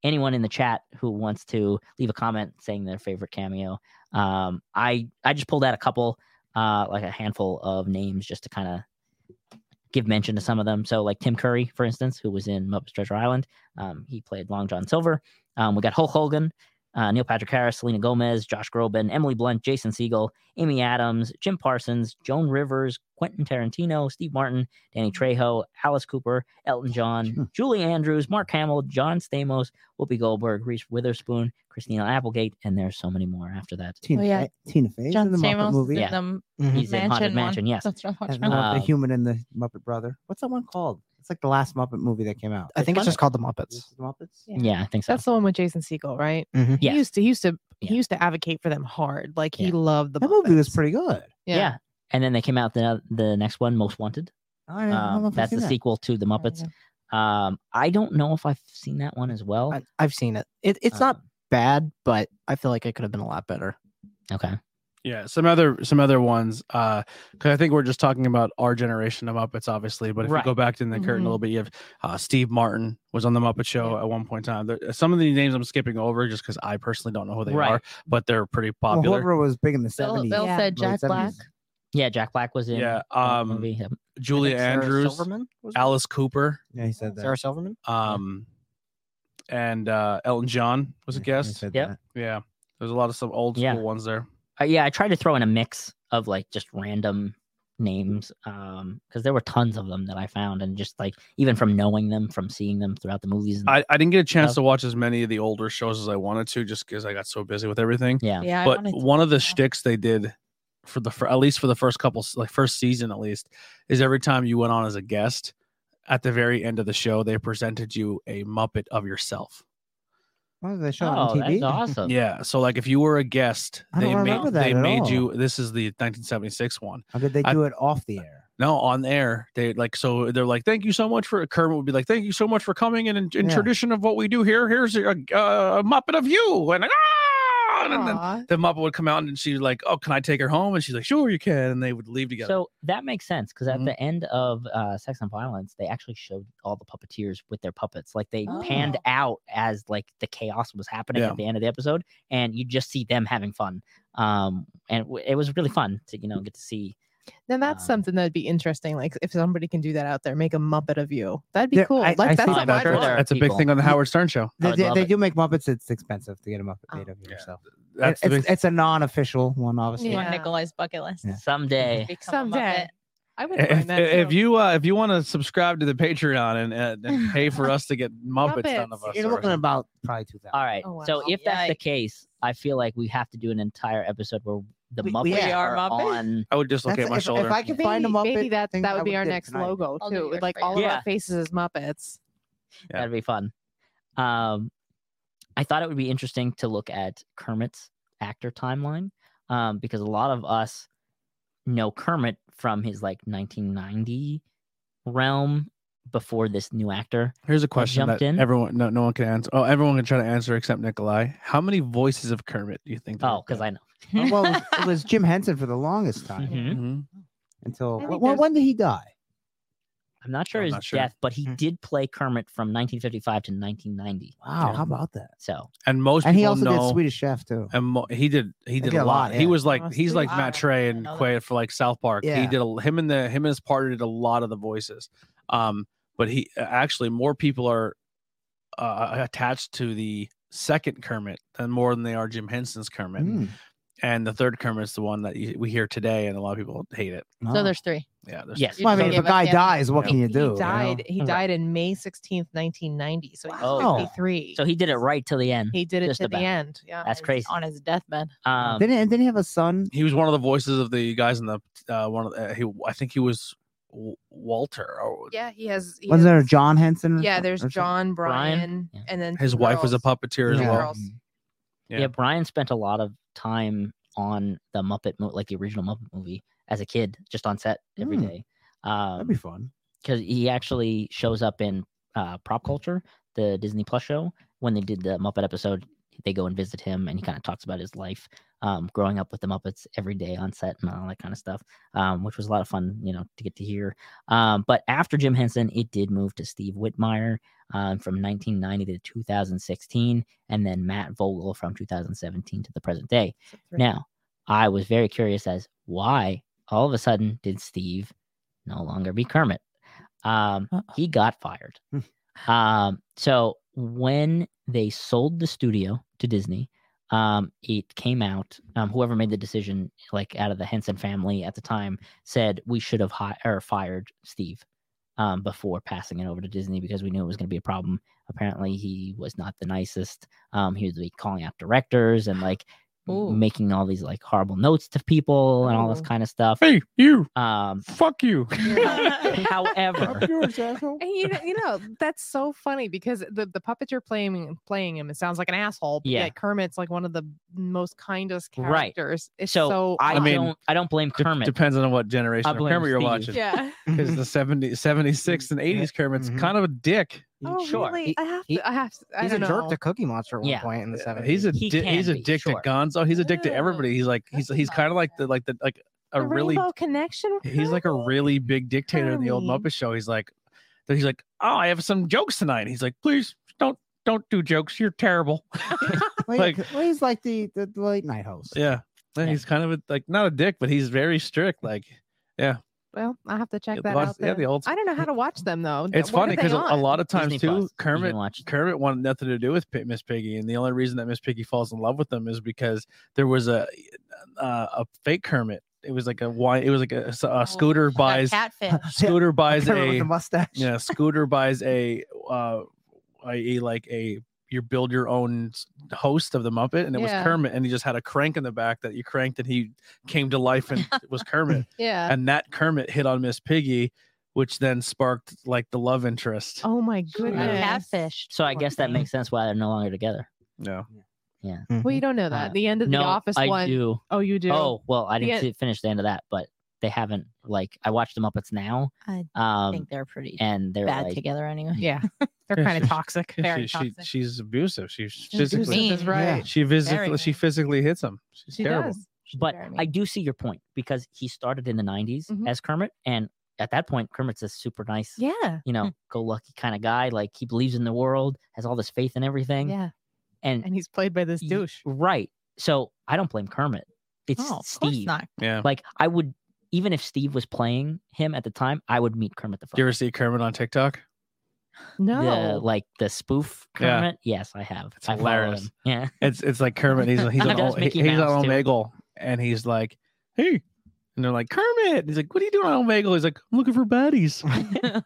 A: anyone in the chat who wants to leave a comment saying their favorite cameo, um, I I just pulled out a couple, uh, like a handful of names just to kind of give mention to some of them. So like Tim Curry, for instance, who was in Muppets Treasure Island, um, he played Long John Silver. Um, we got Hulk Hogan, uh, Neil Patrick Harris, Selena Gomez, Josh Groban, Emily Blunt, Jason Siegel, Amy Adams, Jim Parsons, Joan Rivers, Quentin Tarantino, Steve Martin, Danny Trejo, Alice Cooper, Elton
B: Hmm.
A: John, Julie Andrews, Mark Hamill, John Stamos, Whoopi Goldberg, Reese Witherspoon, Christina Applegate, and there's so many more after that.
B: Tina,
E: Oh, yeah.
B: Fe- Tina Fey is
E: John
B: in the Muppet
E: Stamos
B: movie.
E: is
A: Yeah.
E: in the
F: Mhm.
A: He's in Haunted Mansion, yes.
E: That's what I'm
B: And
E: watching.
B: the,
E: Oh,
B: one with
A: Um,
B: the human and the Muppet Brother. What's that one called? It's like the last Muppet movie that came out.
F: I think it's just called the Muppets.
B: This is Muppets.
D: Yeah.
A: Yeah, I think so.
D: That's the one with Jason Segel, right?
B: Mm-hmm.
F: Mhm.
A: Yes.
D: He used to he used to
A: Yeah.
D: he used to advocate for them hard. Like he
A: Yeah.
D: loved the
B: That movie was
D: Muppets.
B: pretty good.
A: yeah. And then they came out the the next one, Most Wanted.
B: I don't
A: Um,
B: know if I've
A: that's the
B: seen that.
A: sequel to the Muppets. Um, I don't know if I've seen that one as well.
F: I, Uh. I've seen it. it it's not bad, but I feel like it could have been a lot better.
A: Okay.
C: Yeah, some other some other ones. Uh, cause I think we're just talking about our generation of Muppets, obviously. But if
A: Right.
C: you go back to the curtain a
E: Mhm.
C: little bit, you have uh, Steve Martin was on the Muppet Show at one point in time. There, some of the names I'm skipping over just because I personally don't know who they
A: Right.
C: are, but they're pretty
B: Well,
C: popular.
B: whoever was big in the
E: Bill,
B: seventies.
E: Bill
D: Yeah.
E: said
B: Late
E: Jack Black.
B: 70s.
A: Yeah, Jack Black was in.
C: yeah,
A: that
C: um,
A: movie. Yep.
C: Julia
F: Sarah
C: Andrews,
F: Silverman was one?
C: Alice Cooper,
B: Yeah, he said that.
F: Sarah Silverman.
C: um, and uh, Elton John was a guest.
A: Yep.
C: Yeah, there's a lot of some old
A: Yeah.
C: school ones there.
A: Uh, yeah, I tried to throw in a mix of like just random names um because there were tons of them that I found and just like even from knowing them from seeing them throughout the movies. And,
C: I, I didn't get a chance
A: Stuff.
C: to watch as many of the older shows as I wanted to, just because I got so busy with everything.
A: yeah.
E: Yeah, I
C: but
E: wanted to
C: one of the
E: watch that.
C: shticks they did for the for, at least for the first couple s- like first season at least is every time you went on as a guest at the very end of the show they presented you a muppet of yourself
B: Oh, they show it
A: Oh,
B: on TV.
A: that's awesome.
C: yeah so like if you were a guest
B: I don't
C: they made
B: remember that
C: they
B: at
C: made
B: all.
C: you this is the 1976 one
B: How did they
C: I-
B: do it off the air?
C: no on air they like so they're like thank you so much for kermit would be like thank you so much for coming and in, in
B: Yeah.
C: tradition of what we do here here's a, uh, a muppet of you and, ah! and then
E: Aw.
C: the Muppet would come out and she'd like, "Oh, can I take her home?" And she's like, "Sure, you can." And they would leave together.
A: So that makes sense because at
C: Mhm.
A: the end of uh, Sex and Violence, they actually showed all the puppeteers with their puppets. Like they panned
E: Oh.
A: out as like the chaos was happening
C: Yeah.
A: at the end of the episode, and you just see them having fun. Um, and w- it was really fun to you know get to see.
D: Then that's
A: Um,
D: something that'd be interesting. Like if somebody can do that out there, make a Muppet of you. That'd be
B: Yeah,
D: cool.
B: I-
D: like
B: I
D: that's
B: see
D: what
B: that.
D: I'd
B: Sure
D: want.
A: there are
C: That's a big
A: people.
C: thing on the Howard Stern show.
A: I
B: They,
A: would
B: they-
A: love
B: they
A: it.
B: do make Muppets. It's expensive to get a Muppet made of
D: Oh.
B: yourself.
C: That's
B: It-
C: the
B: it's,
C: big.
B: it's a non-official one, obviously.
E: On
D: Yeah.
E: Nikolai's bucket list.
B: Yeah.
A: Someday,
E: Become a
D: Someday.
E: Muppet.
D: I would
C: If,
D: find that.
C: if
D: too.
C: you uh, if you want to subscribe to the Patreon and, and, and pay for us to get Muppets done of
D: Muppets.
C: us,
B: You're
C: or-
B: looking at about probably two thousand.
A: all right.
D: Oh,
A: So
D: wow.
A: if that's the
E: Yikes.
A: case, I feel like we have to do an entire episode where the
B: We-
A: Muppets
B: we
A: are,
E: are Muppets?
A: on.
C: I would dislocate
B: That's-
C: my
B: if-
C: shoulder.
B: If I could
D: maybe,
B: find a Muppet,
D: maybe that
B: thing,
D: that
B: I
D: would be our
B: do it
D: next
B: tonight.
D: logo
E: I'll do
D: too.
E: yours
D: With like
E: for
D: all
A: you.
D: of
A: Yeah.
D: our faces as Muppets.
C: Yeah.
A: That'd be fun. Um, I thought it would be interesting to look at Kermit's actor timeline um, because a lot of us know Kermit from his like 1990 realm before this new actor.
C: Here's a question that
A: jumped in.
C: everyone no, no one can answer. Oh, everyone can try to answer except Nikolai. How many voices of Kermit do you think? there
A: Oh,
C: have
A: because
C: been?
A: I know.
B: Oh, well, it was, it was Jim Henson for the longest time
A: Mhm.
C: Mhm.
B: until
D: I
B: wh-
D: think
B: when,
D: there's-
B: when did he die?
A: I'm not sure
C: I'm
A: his
C: not sure.
A: death, but he
C: Mm.
A: did play Kermit from 1955 to 1990.
B: Wow,
C: Yeah.
B: how about that?
A: So
C: and most
B: And he
C: people
B: also
C: know
B: did Swedish Chef too.
C: and mo- he did he did, a lot. He
B: yeah.
C: was like
E: Oh,
C: he's
E: Steve
C: like Matt
E: Irwin,
C: Trey
E: I
C: and
E: know that.
C: Quaid for like South Park. He
B: Yeah.
C: did a, him and the him and his partner did a lot of the voices. Um, but he actually more people are uh, attached to the second Kermit than more than they are Jim Henson's Kermit,
B: Mm,
C: and the third Kermit is the one that you, we hear today, and a lot of people hate it.
B: wow.
E: So there's three.
C: Yeah, there's
A: yes,
E: You
B: Well, I
E: just
B: mean, if
E: gave
B: a
E: us
B: guy
E: him.
B: dies, what can
D: He-
B: you do?
D: He
B: know?
D: died. He
A: Right.
D: died in May sixteenth, nineteen ninety. So he
A: Wow.
B: Oh.
D: was fifty-three.
A: so he did it right till the end.
D: he did it
A: just
D: to the
A: about.
D: end. Yeah.
A: That's
E: He's
A: crazy.
E: On his deathbed.
A: Um,
B: Didn't and didn't he have a son?
C: he was one of the voices of the guys in the uh, one of the, uh, he I think he was W- Walter or
D: Yeah, he has. He
B: Wasn't there a
D: has-
B: John Henson? or
D: Yeah,
B: some-
D: there's
B: or some-
D: John,
A: Brian?
D: Brian,
A: Yeah.
D: and then
C: his
D: two
C: wife was a
D: girls.
C: puppeteer as
D: Yeah.
C: well.
D: Girls.
A: yeah.
C: Yeah.
A: Brian spent a lot of time on the Muppet, mo- like the original Muppet movie, as a kid, just on set every
B: Hmm.
A: day.
B: That'd
A: Um,
B: be fun.
A: because he actually shows up in uh, Prop Culture, the Disney Plus show. When they did the Muppet episode, they go and visit him, and he kind of talks about his life um, growing up with the Muppets every day on set and all that kind of stuff, um, which was a lot of fun, you know, to get to hear. Um, but after Jim Henson, it did move to Steve Whitmire um, from 1990 to 2016, and then Matt Vogel from 2017 to the present day.
D: So three.
A: Now, I was very curious as why all of a sudden did Steve no longer be Kermit? Um, he got fired. um, so when they sold the studio to Disney, um, it came out. Um, whoever made the decision, like out of the Henson family at the time, said we should have hi- or fired Steve um, before passing it over to Disney because we knew it was going to be a problem. Apparently, he was not the nicest. Um, he was like, calling out directors and like
E: Ooh.
A: making all these like horrible notes to people and all this
D: Ooh.
A: kind of stuff.
C: Hey, you.
A: Um,
C: Fuck you.
A: however,
B: Up yours, asshole.
D: And you know, you know that's so funny because the the puppeteer playing playing him, it sounds like an asshole. But
A: Yeah.
D: yet Kermit's like one of the most kindest
A: Right.
D: characters. It's
A: so, I,
C: I mean,
A: don't I don't blame
C: De-
A: Kermit.
C: depends on what generation
A: I
C: of
A: blame
C: Kermit you're
A: Steve.
C: watching.
D: yeah.
C: Because the 70, 76 and 80s Kermit's
B: Mhm.
C: kind of a dick.
D: Oh,
A: sure.
D: really?
A: He-
D: I have
F: he-
D: to. I have to. I
F: He's a
D: don't
F: jerk
D: know.
F: to Cookie Monster at one
A: Yeah.
F: point in the
C: Uh,
F: seventies.
C: he's a
A: He
C: di- he's
A: can
C: a
A: be,
C: dick
A: sure.
C: to Gonzo. He's a dick to
D: Ew.
C: everybody. He's like he's he's kind of like the like the like a
D: The
C: really
D: Rainbow connection.
C: he's like a really big dictator in the old
D: Tommy.
C: Muppet Show. He's like he's like oh I have some jokes tonight. He's like please don't don't do jokes. You're terrible.
B: Well,
C: Like-
B: like, well, he's like the, the the late night host.
C: yeah.
A: Yeah.
C: And he's kind of a, like not a dick, but he's very strict. Like
D: Well, I have to check
C: Yeah,
D: that
C: lots-
D: out.
C: yeah,
D: then.
C: the old-
D: I don't know how to watch them though.
C: it's
D: What are
C: funny
D: they
C: because a, a
D: on?
C: lot of times
A: Disney
C: too,
A: Plus, you can
C: Kermit
A: watch.
C: Kermit wanted nothing to do with Pit Miss Piggy, and the only reason that Miss Piggy falls in love with him is because there was a uh, a fake Kermit. It was like a why. It was like a,
D: Oh,
C: a scooter
E: That
C: buys
E: catfish.
C: scooter buys
B: Kermit with
C: a
B: the mustache.
C: yeah scooter buys a uh a, a like a you build your own s- host of the Muppet, and it
D: Yeah.
C: was Kermit, and he just had a crank in the back that you cranked, and he came to life and it was Kermit,
D: Yeah.
C: and that Kermit hit on Miss Piggy, which then sparked like the love interest.
D: Oh my
E: Got
D: goodness.
E: catfished.
A: So I guess that makes sense why they're no longer together.
C: No,
F: Mm-hmm.
D: Well, you don't know that.
A: Uh,
D: the end of the
A: no,
D: office
A: I
D: one.
A: do.
D: Oh, you do.
A: Oh well, I didn't
D: Yeah.
A: see, finish the end of that, but they haven't. Like I watched the Muppets now,
E: I I
A: um,
E: think they're pretty
A: and they're
E: bad
A: like,
E: together anyway.
D: yeah. They're kind of toxic.
C: she,
E: Very
C: she,
E: toxic.
C: she's abusive. She's
E: She's
C: physically
E: mean.
D: That's right.
C: she physically
E: Very
C: she
E: mean.
C: physically hits him. She's
D: She
C: terrible.
D: does.
E: She's
A: But
E: very
A: I
E: mean. Mm-hmm.
A: do see your point because he started in the '90s
D: Mhm.
A: as Kermit, and at that point, Kermit's a super nice,
D: Yeah.
A: you know, go lucky kind of guy. Like he believes in the world, has all this faith in everything,
D: Yeah.
A: and
D: And he's played by this
A: Ye-
D: douche.
A: right. So I don't blame Kermit. It's
E: oh, of course
A: Steve.
E: not.
C: Yeah.
A: Like I would, even if Steve was playing him at the time, I would meet Kermit the
C: Do you
A: Frog.
C: ever see Kermit on TikTok?
A: The,
D: No.
A: like the spoof
C: Yeah.
A: Kermit. Yes, I have.
C: It's
A: I follow
C: hilarious.
A: him. Yeah.
C: It's it's like Kermit. He's he's on
A: Does
C: Ol- he-
A: Mickey
C: he's
A: Mouse,
C: on
A: too.
C: Omegle, and he's like, hey, and they're like Kermit. And he's like, what are you doing on Omegle? He's like, I'm looking for baddies.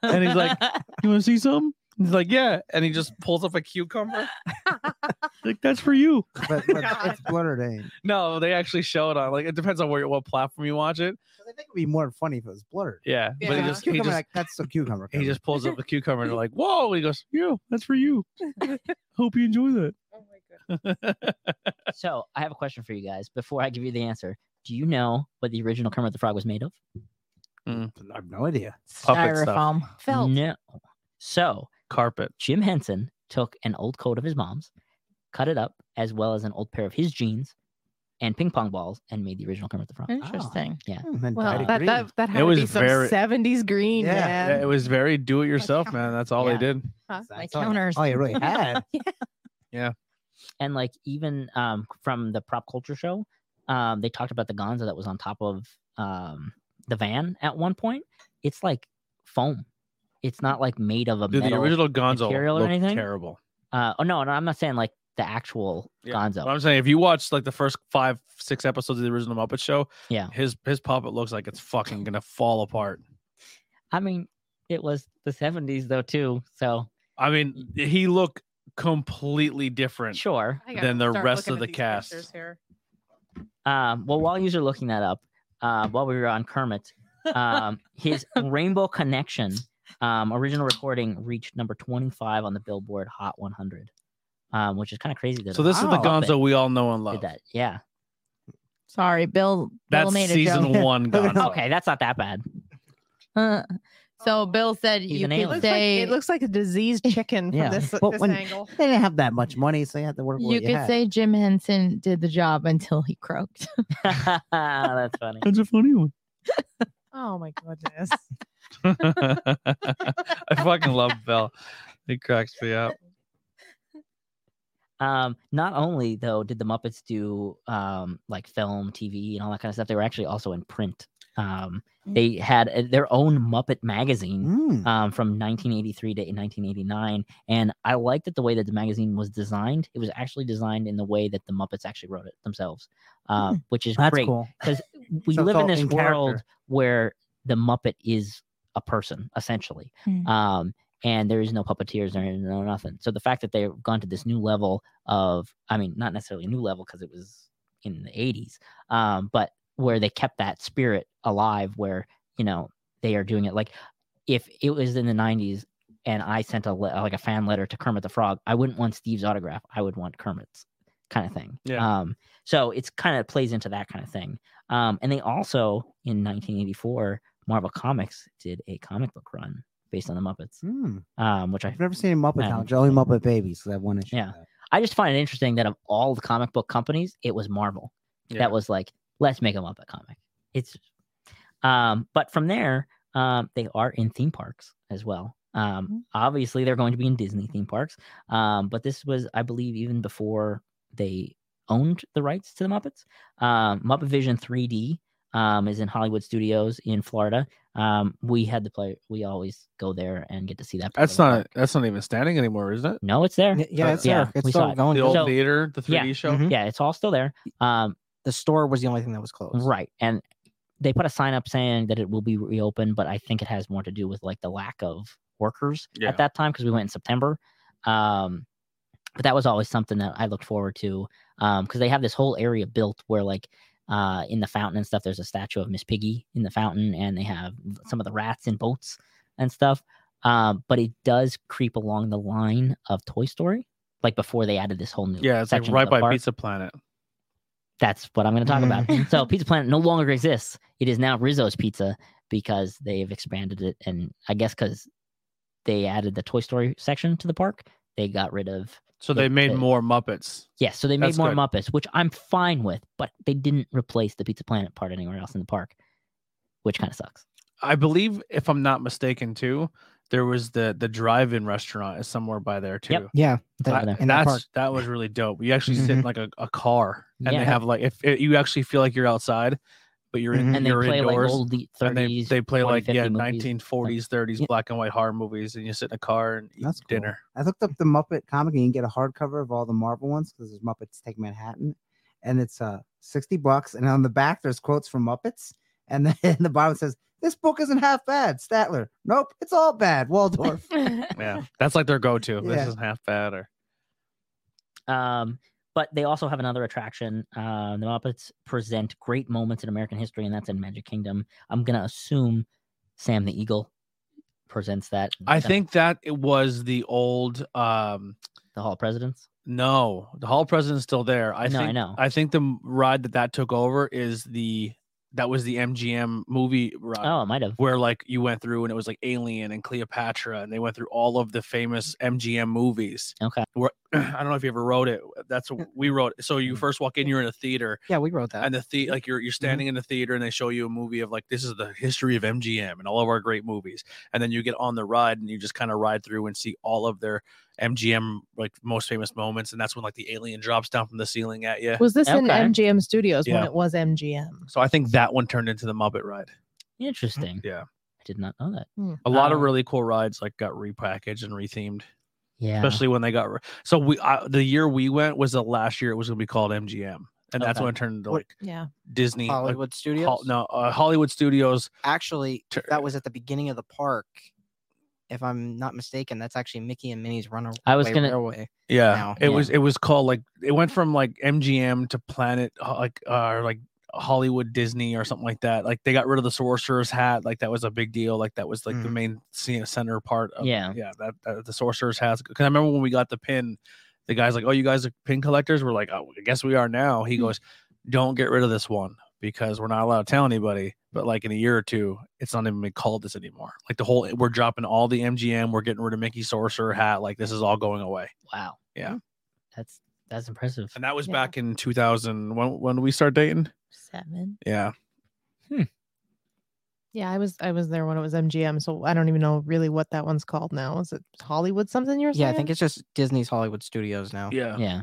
A: and
C: he's like, You want to see some? He's like, yeah. And he just pulls up a cucumber. like that's for you.
B: But, but it's blurred eh? in.
C: No, they actually show it on. Like it depends on where what platform you watch it.
B: I think it'd be more funny if it was blurred.
C: Yeah, but he
D: Yeah.
C: just he
B: Cucumber,
C: just
B: like, that's a cucumber.
C: He
B: Kermit."
C: just pulls up the cucumber and they're like, "Whoa!" He goes, "Yeah, that's for you. Hope you enjoy that."
A: so I have a question for you guys before I give you the answer. Do you know what the original Kermit the Frog was made of?
B: I have no idea.
C: Puppet stuff.
E: Styrofoam.
D: Felt.
A: No. So
C: Carpet.
A: Jim Henson took an old coat of his mom's, cut it up, as well as an old pair of his jeans and ping pong balls, and made the original Kermit the Frog.
E: Interesting.
B: Hmm, and dyed
D: Well,
B: it
D: that,
B: green.
D: that, that had to
C: was
D: be some
C: very-
D: 70s green,
B: Yeah.
D: man.
C: Yeah, it was very do-it-yourself, man. That's all
A: Yeah.
C: they did.
D: Huh?
B: So
E: my
B: that's all-
E: counters.
B: Oh, you really had.
A: And like even um, from the prop culture show, um, they talked about the Gonzo that was on top of um, the van at one point. It's like foam. It's not like made of a
C: Dude, the
A: metal.
C: original Gonzo
A: material or
C: looked
A: anything?
C: terrible.
A: uh, oh no, no, I'm not saying like the actual
C: Yeah,
A: Gonzo.
C: But I'm saying, if you watch like the first five, six episodes of the original Muppet Show,
A: Yeah.
C: his his puppet looks like it's fucking gonna fall apart.
A: I mean, it was the 70s though too. So
C: I mean, he looked completely different.
A: sure.
D: I gotta
C: than the
D: start
C: rest
D: looking
C: of
D: at
C: the
D: these
C: cast.
D: pictures here.
A: Um, well, while you are looking that up, uh, while we were on Kermit, um, his Rainbow Connection um, original recording reached number 25 on the Billboard Hot 100, um, which is kind of crazy. That
C: So this is the
A: Muppet
C: Gonzo we all know and
A: Oh, Did
C: love.
A: that. Yeah.
E: Sorry, Bill. Bill
C: That's
E: made a
C: season
E: joke.
C: one Gonzo.
A: Okay, that's not that bad.
E: Uh, so Bill said
A: He's
E: you
A: an
E: could
A: alien.
D: Looks like-
E: say
D: it looks like a diseased chicken from
B: Yeah.
D: this,
B: Well,
D: this
B: when-
D: angle.
B: They didn't have that much money, so you had to work. with what
E: you could
B: had.
E: say Jim Henson did the job until he croaked.
A: that's funny.
C: That's a funny one.
D: Oh my goodness.
C: I fucking love Bill. He cracks me up.
A: Um, not only though did the Muppets do um, like film, TV, and all that kind of stuff, they were actually also in print. Um, they had uh, their own Muppet magazine
B: Mm.
A: um, from 1983 to 1989. And I liked that the way that the magazine was designed. It was actually designed in the way that the Muppets actually wrote it themselves, uh, which is
B: That's
A: great.
B: cool.
A: Because we
B: So it's
A: live in
B: all
A: this
B: in
A: world
B: character.
A: where the Muppet is a person, essentially.
E: Mm.
A: Um, and there is no puppeteers or no nothing. So the fact that they've gone to this new level of, I mean, not necessarily new level because it was in the 80s, um, but where they kept that spirit alive, where, you know, they are doing it. Like if it was in the 90s and I sent a le- like a fan letter to Kermit the Frog, I wouldn't want Steve's autograph. I would want Kermit's kind of thing.
C: Yeah.
A: Um, so it's kind of plays into that kind of thing. Um, and they also in 1984, Marvel Comics did a comic book run based on the Muppets,
B: Hmm.
A: um, which I
B: I've never seen a Muppet
A: Yeah.
B: Challenge. Only Muppet Babies. 'cause I have one issue.
A: Yeah. I just find it interesting that of all the comic book companies, it was Marvel
C: Yeah.
A: that was like, let's make a Muppet comic. It's, um, but from there, um, they are in theme parks as well. Um, obviously they're going to be in Disney theme parks. Um, but this was, I believe, even before they owned the rights to the Muppets. Um, Muppet Vision 3D um, is in Hollywood Studios in Florida. Um, we had the play. We always go there and get to see that. part of
C: That's
A: the
C: not
A: park.
C: that's not even standing anymore, is it?
A: No, it's there.
F: Y- Yeah,
C: Uh,
F: it's
A: yeah,
F: there. It's
A: we saw
F: still
A: it.
F: going.
C: The old
A: So-
C: theater, the 3D show.
F: Mhm.
A: Yeah, Mm-hmm. it's all still there. Um,
F: The store was the only thing that was closed.
A: Right. And they put a sign up saying that it will be reopened, but I think it has more to do with like the lack of workers
C: Yeah.
A: at that time because we went in September. Um, but that was always something that I looked forward to because they have this whole area built where like uh, in the fountain and stuff, there's a statue of Miss Piggy in the fountain and they have some of the rats in boats and stuff. Um, but it does creep along the line of Toy Story, like before they added this whole new
C: Yeah, it's like
A: section to
C: right
A: the
C: by
A: park
C: Pizza Planet.
A: that's what I'm going to talk
C: Mm-hmm.
A: about. So Pizza Planet no longer exists. It is now Rizzo's Pizza because they've expanded it, and I guess because they added the Toy Story section to the park, they got rid of
C: So
A: Yeah,
C: they made
A: they-
C: more Muppets.
A: Yes, so they made
C: That's
A: more
C: good.
A: Muppets, which I'm fine with, but they didn't replace the Pizza Planet part anywhere else in the park, which kind of sucks.
C: I believe, if I'm not mistaken, too, there was the the drive-in restaurant is somewhere by there too.
A: Yep.
F: Yeah.
A: It's over
C: I-
A: there.
F: in that
C: that's
F: park.
C: that was really dope. You actually sit in like a, a car, and
A: Yeah.
C: they have like if if you actually feel like you're outside, but you're in
F: Mhm.
A: And they
C: you're
A: play
C: indoors.
A: like old the- 30s.
C: and they, they play
A: 40,
C: like yeah
A: 50 movies.
C: 1940s 30s
A: Yeah.
C: black and white horror movies and you sit in a car and eat
B: That's cool.
C: dinner
B: I looked up the Muppet comic and you can get a hardcover of all the Marvel ones because there's Muppets Take Manhattan, and it's uh sixty bucks. And on the back there's quotes from Muppets, and then in the bottom it says this book isn't half bad. Statler, nope, it's all bad. Waldorf.
C: yeah that's like their go-to
B: Yeah.
C: this isn't half bad or
A: Um, but they also have another attraction. Uh, the Muppets present great moments in American history, and that's in Magic Kingdom. I'm gonna assume Sam the Eagle presents that. in
C: i
A: the-
C: think that it was the old um
A: the Hall of Presidents.
C: no the hall president's still there i
A: No, I
C: think
A: know.
C: i think the m- ride that that took over is the that was the mgm movie ride
A: Oh, it might have.
C: where like you went through and it was like Alien and Cleopatra and they went through all of the famous MGM movies.
A: Okay.
C: Where, I don't know if you ever wrote it. That's what we wrote. it. So you
A: Mhm.
C: first walk in, you're in a theater
F: Yeah, we wrote that.
C: and the, the like you're you're standing in the theater and they show you a movie of like this is the history of MGM and all of our great movies. And then you get on the ride and you just kind of ride through and see all of their MGM like most famous moments. And that's when like the alien drops down from the ceiling at you.
D: Was this in
A: Okay.
D: MGM Studios
C: Yeah.
D: when it was MGM?
C: So I think that one turned into the Muppet ride.
A: Interesting.
C: Yeah.
A: I did not know that.
C: A lot of
A: Oh.
C: really cool rides like got repackaged and rethemed.
A: Yeah.
C: especially when they got re- so we I, the year we went was the last year it was going to be called MGM, and that's
A: Okay.
C: when it turned into
F: What-
C: like
E: Yeah.
C: Disney like,
F: Hollywood Studios.
C: uh, Hol- no, uh, Hollywood Studios.
F: Actually,
C: Tur-
F: that was at the beginning of the park. If I'm not mistaken, that's actually Mickey and Minnie's Runaway
A: I was gonna-
F: Railway.
C: Yeah,
F: Now,
C: it
A: yeah.
C: was it was called like it went from like MGM to Planet uh, like uh, or like Hollywood Disney or something like that. Like they got rid of the sorcerer's hat, like that was a big deal. Like that was like the
F: Mhm.
C: main scene, center part. Of,
A: Mm. Yeah.
C: yeah, that, that the sorcerer's hat. Because I remember when we got the pin, the guys like, "Oh, you guys are pin collectors." We're like, oh, "I guess we are now."
A: Hmm.
C: He goes, "Don't get rid of this one because we're not allowed to tell anybody." But like in a year or two, it's not even been called this anymore. Like the whole, we're dropping all the MGM. We're getting rid of Mickey Sorcerer hat. Like this is all going away.
A: wow.
C: Yeah.
A: That's that's impressive.
C: And that was
E: Yeah.
C: back in 2000. When when did we start dating?
E: Seven.
C: Yeah,
D: Yeah, I was I was there when it was MGM, so I don't even know really what that one's called now. Is it Hollywood something you're
F: Yeah, I
D: saying?
F: think it's just Disney's Hollywood Studios now.
C: yeah.
A: Yeah.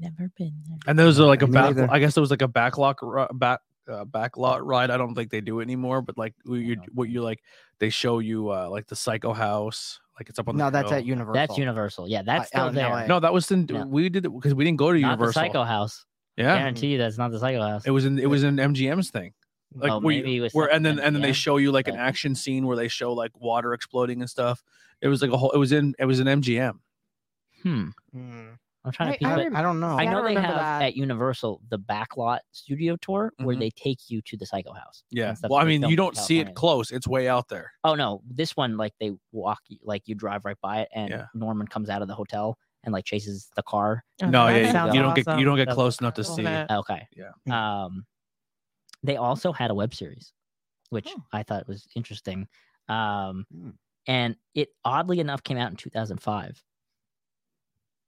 E: Never been there.
C: And those are like a
B: Me
C: back.
B: neither.
C: I guess there was like a backlot ri- back uh, backlot ride. I don't think they do it anymore. But like what you
A: don't
C: what you like, they show you uh like the Psycho House. Like it's up on the
F: No, that's
C: hill.
F: at Universal.
A: That's Universal. Yeah, that's still
F: out in
A: there.
F: LA.
C: No, that was in
A: No.
C: we did it because we didn't go to
A: Not the
C: Universal.
A: Psycho House.
C: Yeah.
A: Guarantee you that's not the Psycho House.
C: It was in it was in MGM's thing. Like
A: Oh,
C: where, you-
A: maybe it was
C: where and
A: something
C: then and then they
A: MGM,
C: show you like an
A: but-
C: action scene where they show like water exploding and stuff. It was like a whole it was in it was an MGM.
A: hmm.
F: Mm,
A: I'm trying to
D: I
A: piece it.
F: I,
D: rem-
F: I don't know.
A: I
D: Yeah, I
A: know they
D: remember
A: have
D: that.
A: at Universal the backlot studio tour where
C: Mhm.
A: they take you to the Psycho House.
C: Yeah.
A: and stuff
C: Well,
A: that
C: I
A: they
C: mean,
A: filmed
C: you
A: in
C: don't see it
A: California.
C: close. It's way out there.
A: Oh no, this one like they walk, you- like you drive right by it, and
C: Yeah.
A: Norman comes out of the hotel and like chases the car.
D: Oh,
C: no,
D: that
C: yeah, you-
D: sounds
C: you don't get you
D: awesome.
C: don't get
A: That's
C: close enough to
D: cool.
C: see
D: Nah.
C: it.
A: Okay.
C: Yeah.
A: Um, they also had a web series, which
E: Oh.
A: I thought was interesting. Um,
B: Hmm.
A: and it oddly enough came out in 2005.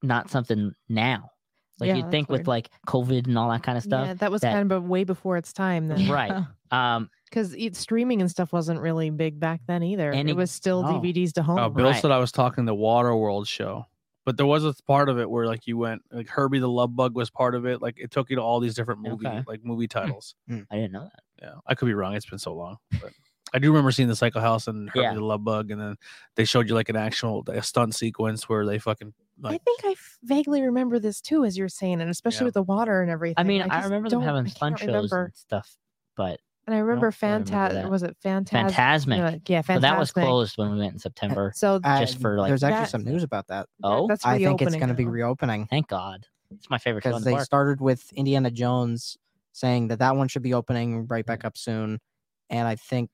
A: Not something now. Like
E: Yeah,
A: you'd
E: that's
A: think
E: weird.
A: with like COVID and all that kind of
D: Yeah,
A: stuff.
D: that was
A: that-
D: kind of way before its time then,
A: Right. Um,
D: because e, streaming and stuff wasn't really big back then either.
A: Any-
D: it was still
A: no.
D: DVDs to home.
C: Oh, Bill
A: Right.
C: said I was talking the Waterworld show, but there was a part of it where like you went like Herbie the Love Bug was part of it. Like it took you to all these different movie
A: Okay.
C: like movie titles.
A: I didn't know that.
C: yeah, I could be wrong. It's been so long, but I do remember seeing the Psycho House and Herbie
A: Yeah.
C: the Love Bug, and then they showed you like an actual a stunt sequence where they fucking
D: I
C: like
D: think I f- vaguely remember this too, as you're saying, and
C: Yeah.
D: especially with the water and everything.
A: I mean, I,
D: just
A: remember them
D: don't-
A: having
D: I
A: fun
D: can't
A: shows
D: remember.
A: and stuff, but
D: And I remember
A: really remember
D: Fantas.
A: that.
D: Was it Fantas?
A: Fantasmic.
D: uh, Yeah,
A: But that was Ah.
D: Fantasmic.
A: closed when we went in September.
D: So
F: Uh,
A: Just for, like-
F: there's actually
D: That-
F: some news about that.
A: Oh,
D: that's
F: I think it's
D: reopening
F: going to be
D: now.
F: reopening
A: thank God. It's my favorite show in
F: because
A: the
F: they
A: park.
F: started with Indiana Jones saying that that one should be opening right
A: Mm.
F: back up soon, and I think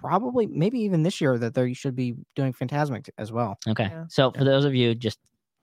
F: probably maybe even this year that they should be doing Fantasmic as well.
A: Okay.
D: Yeah.
A: So for those of you, just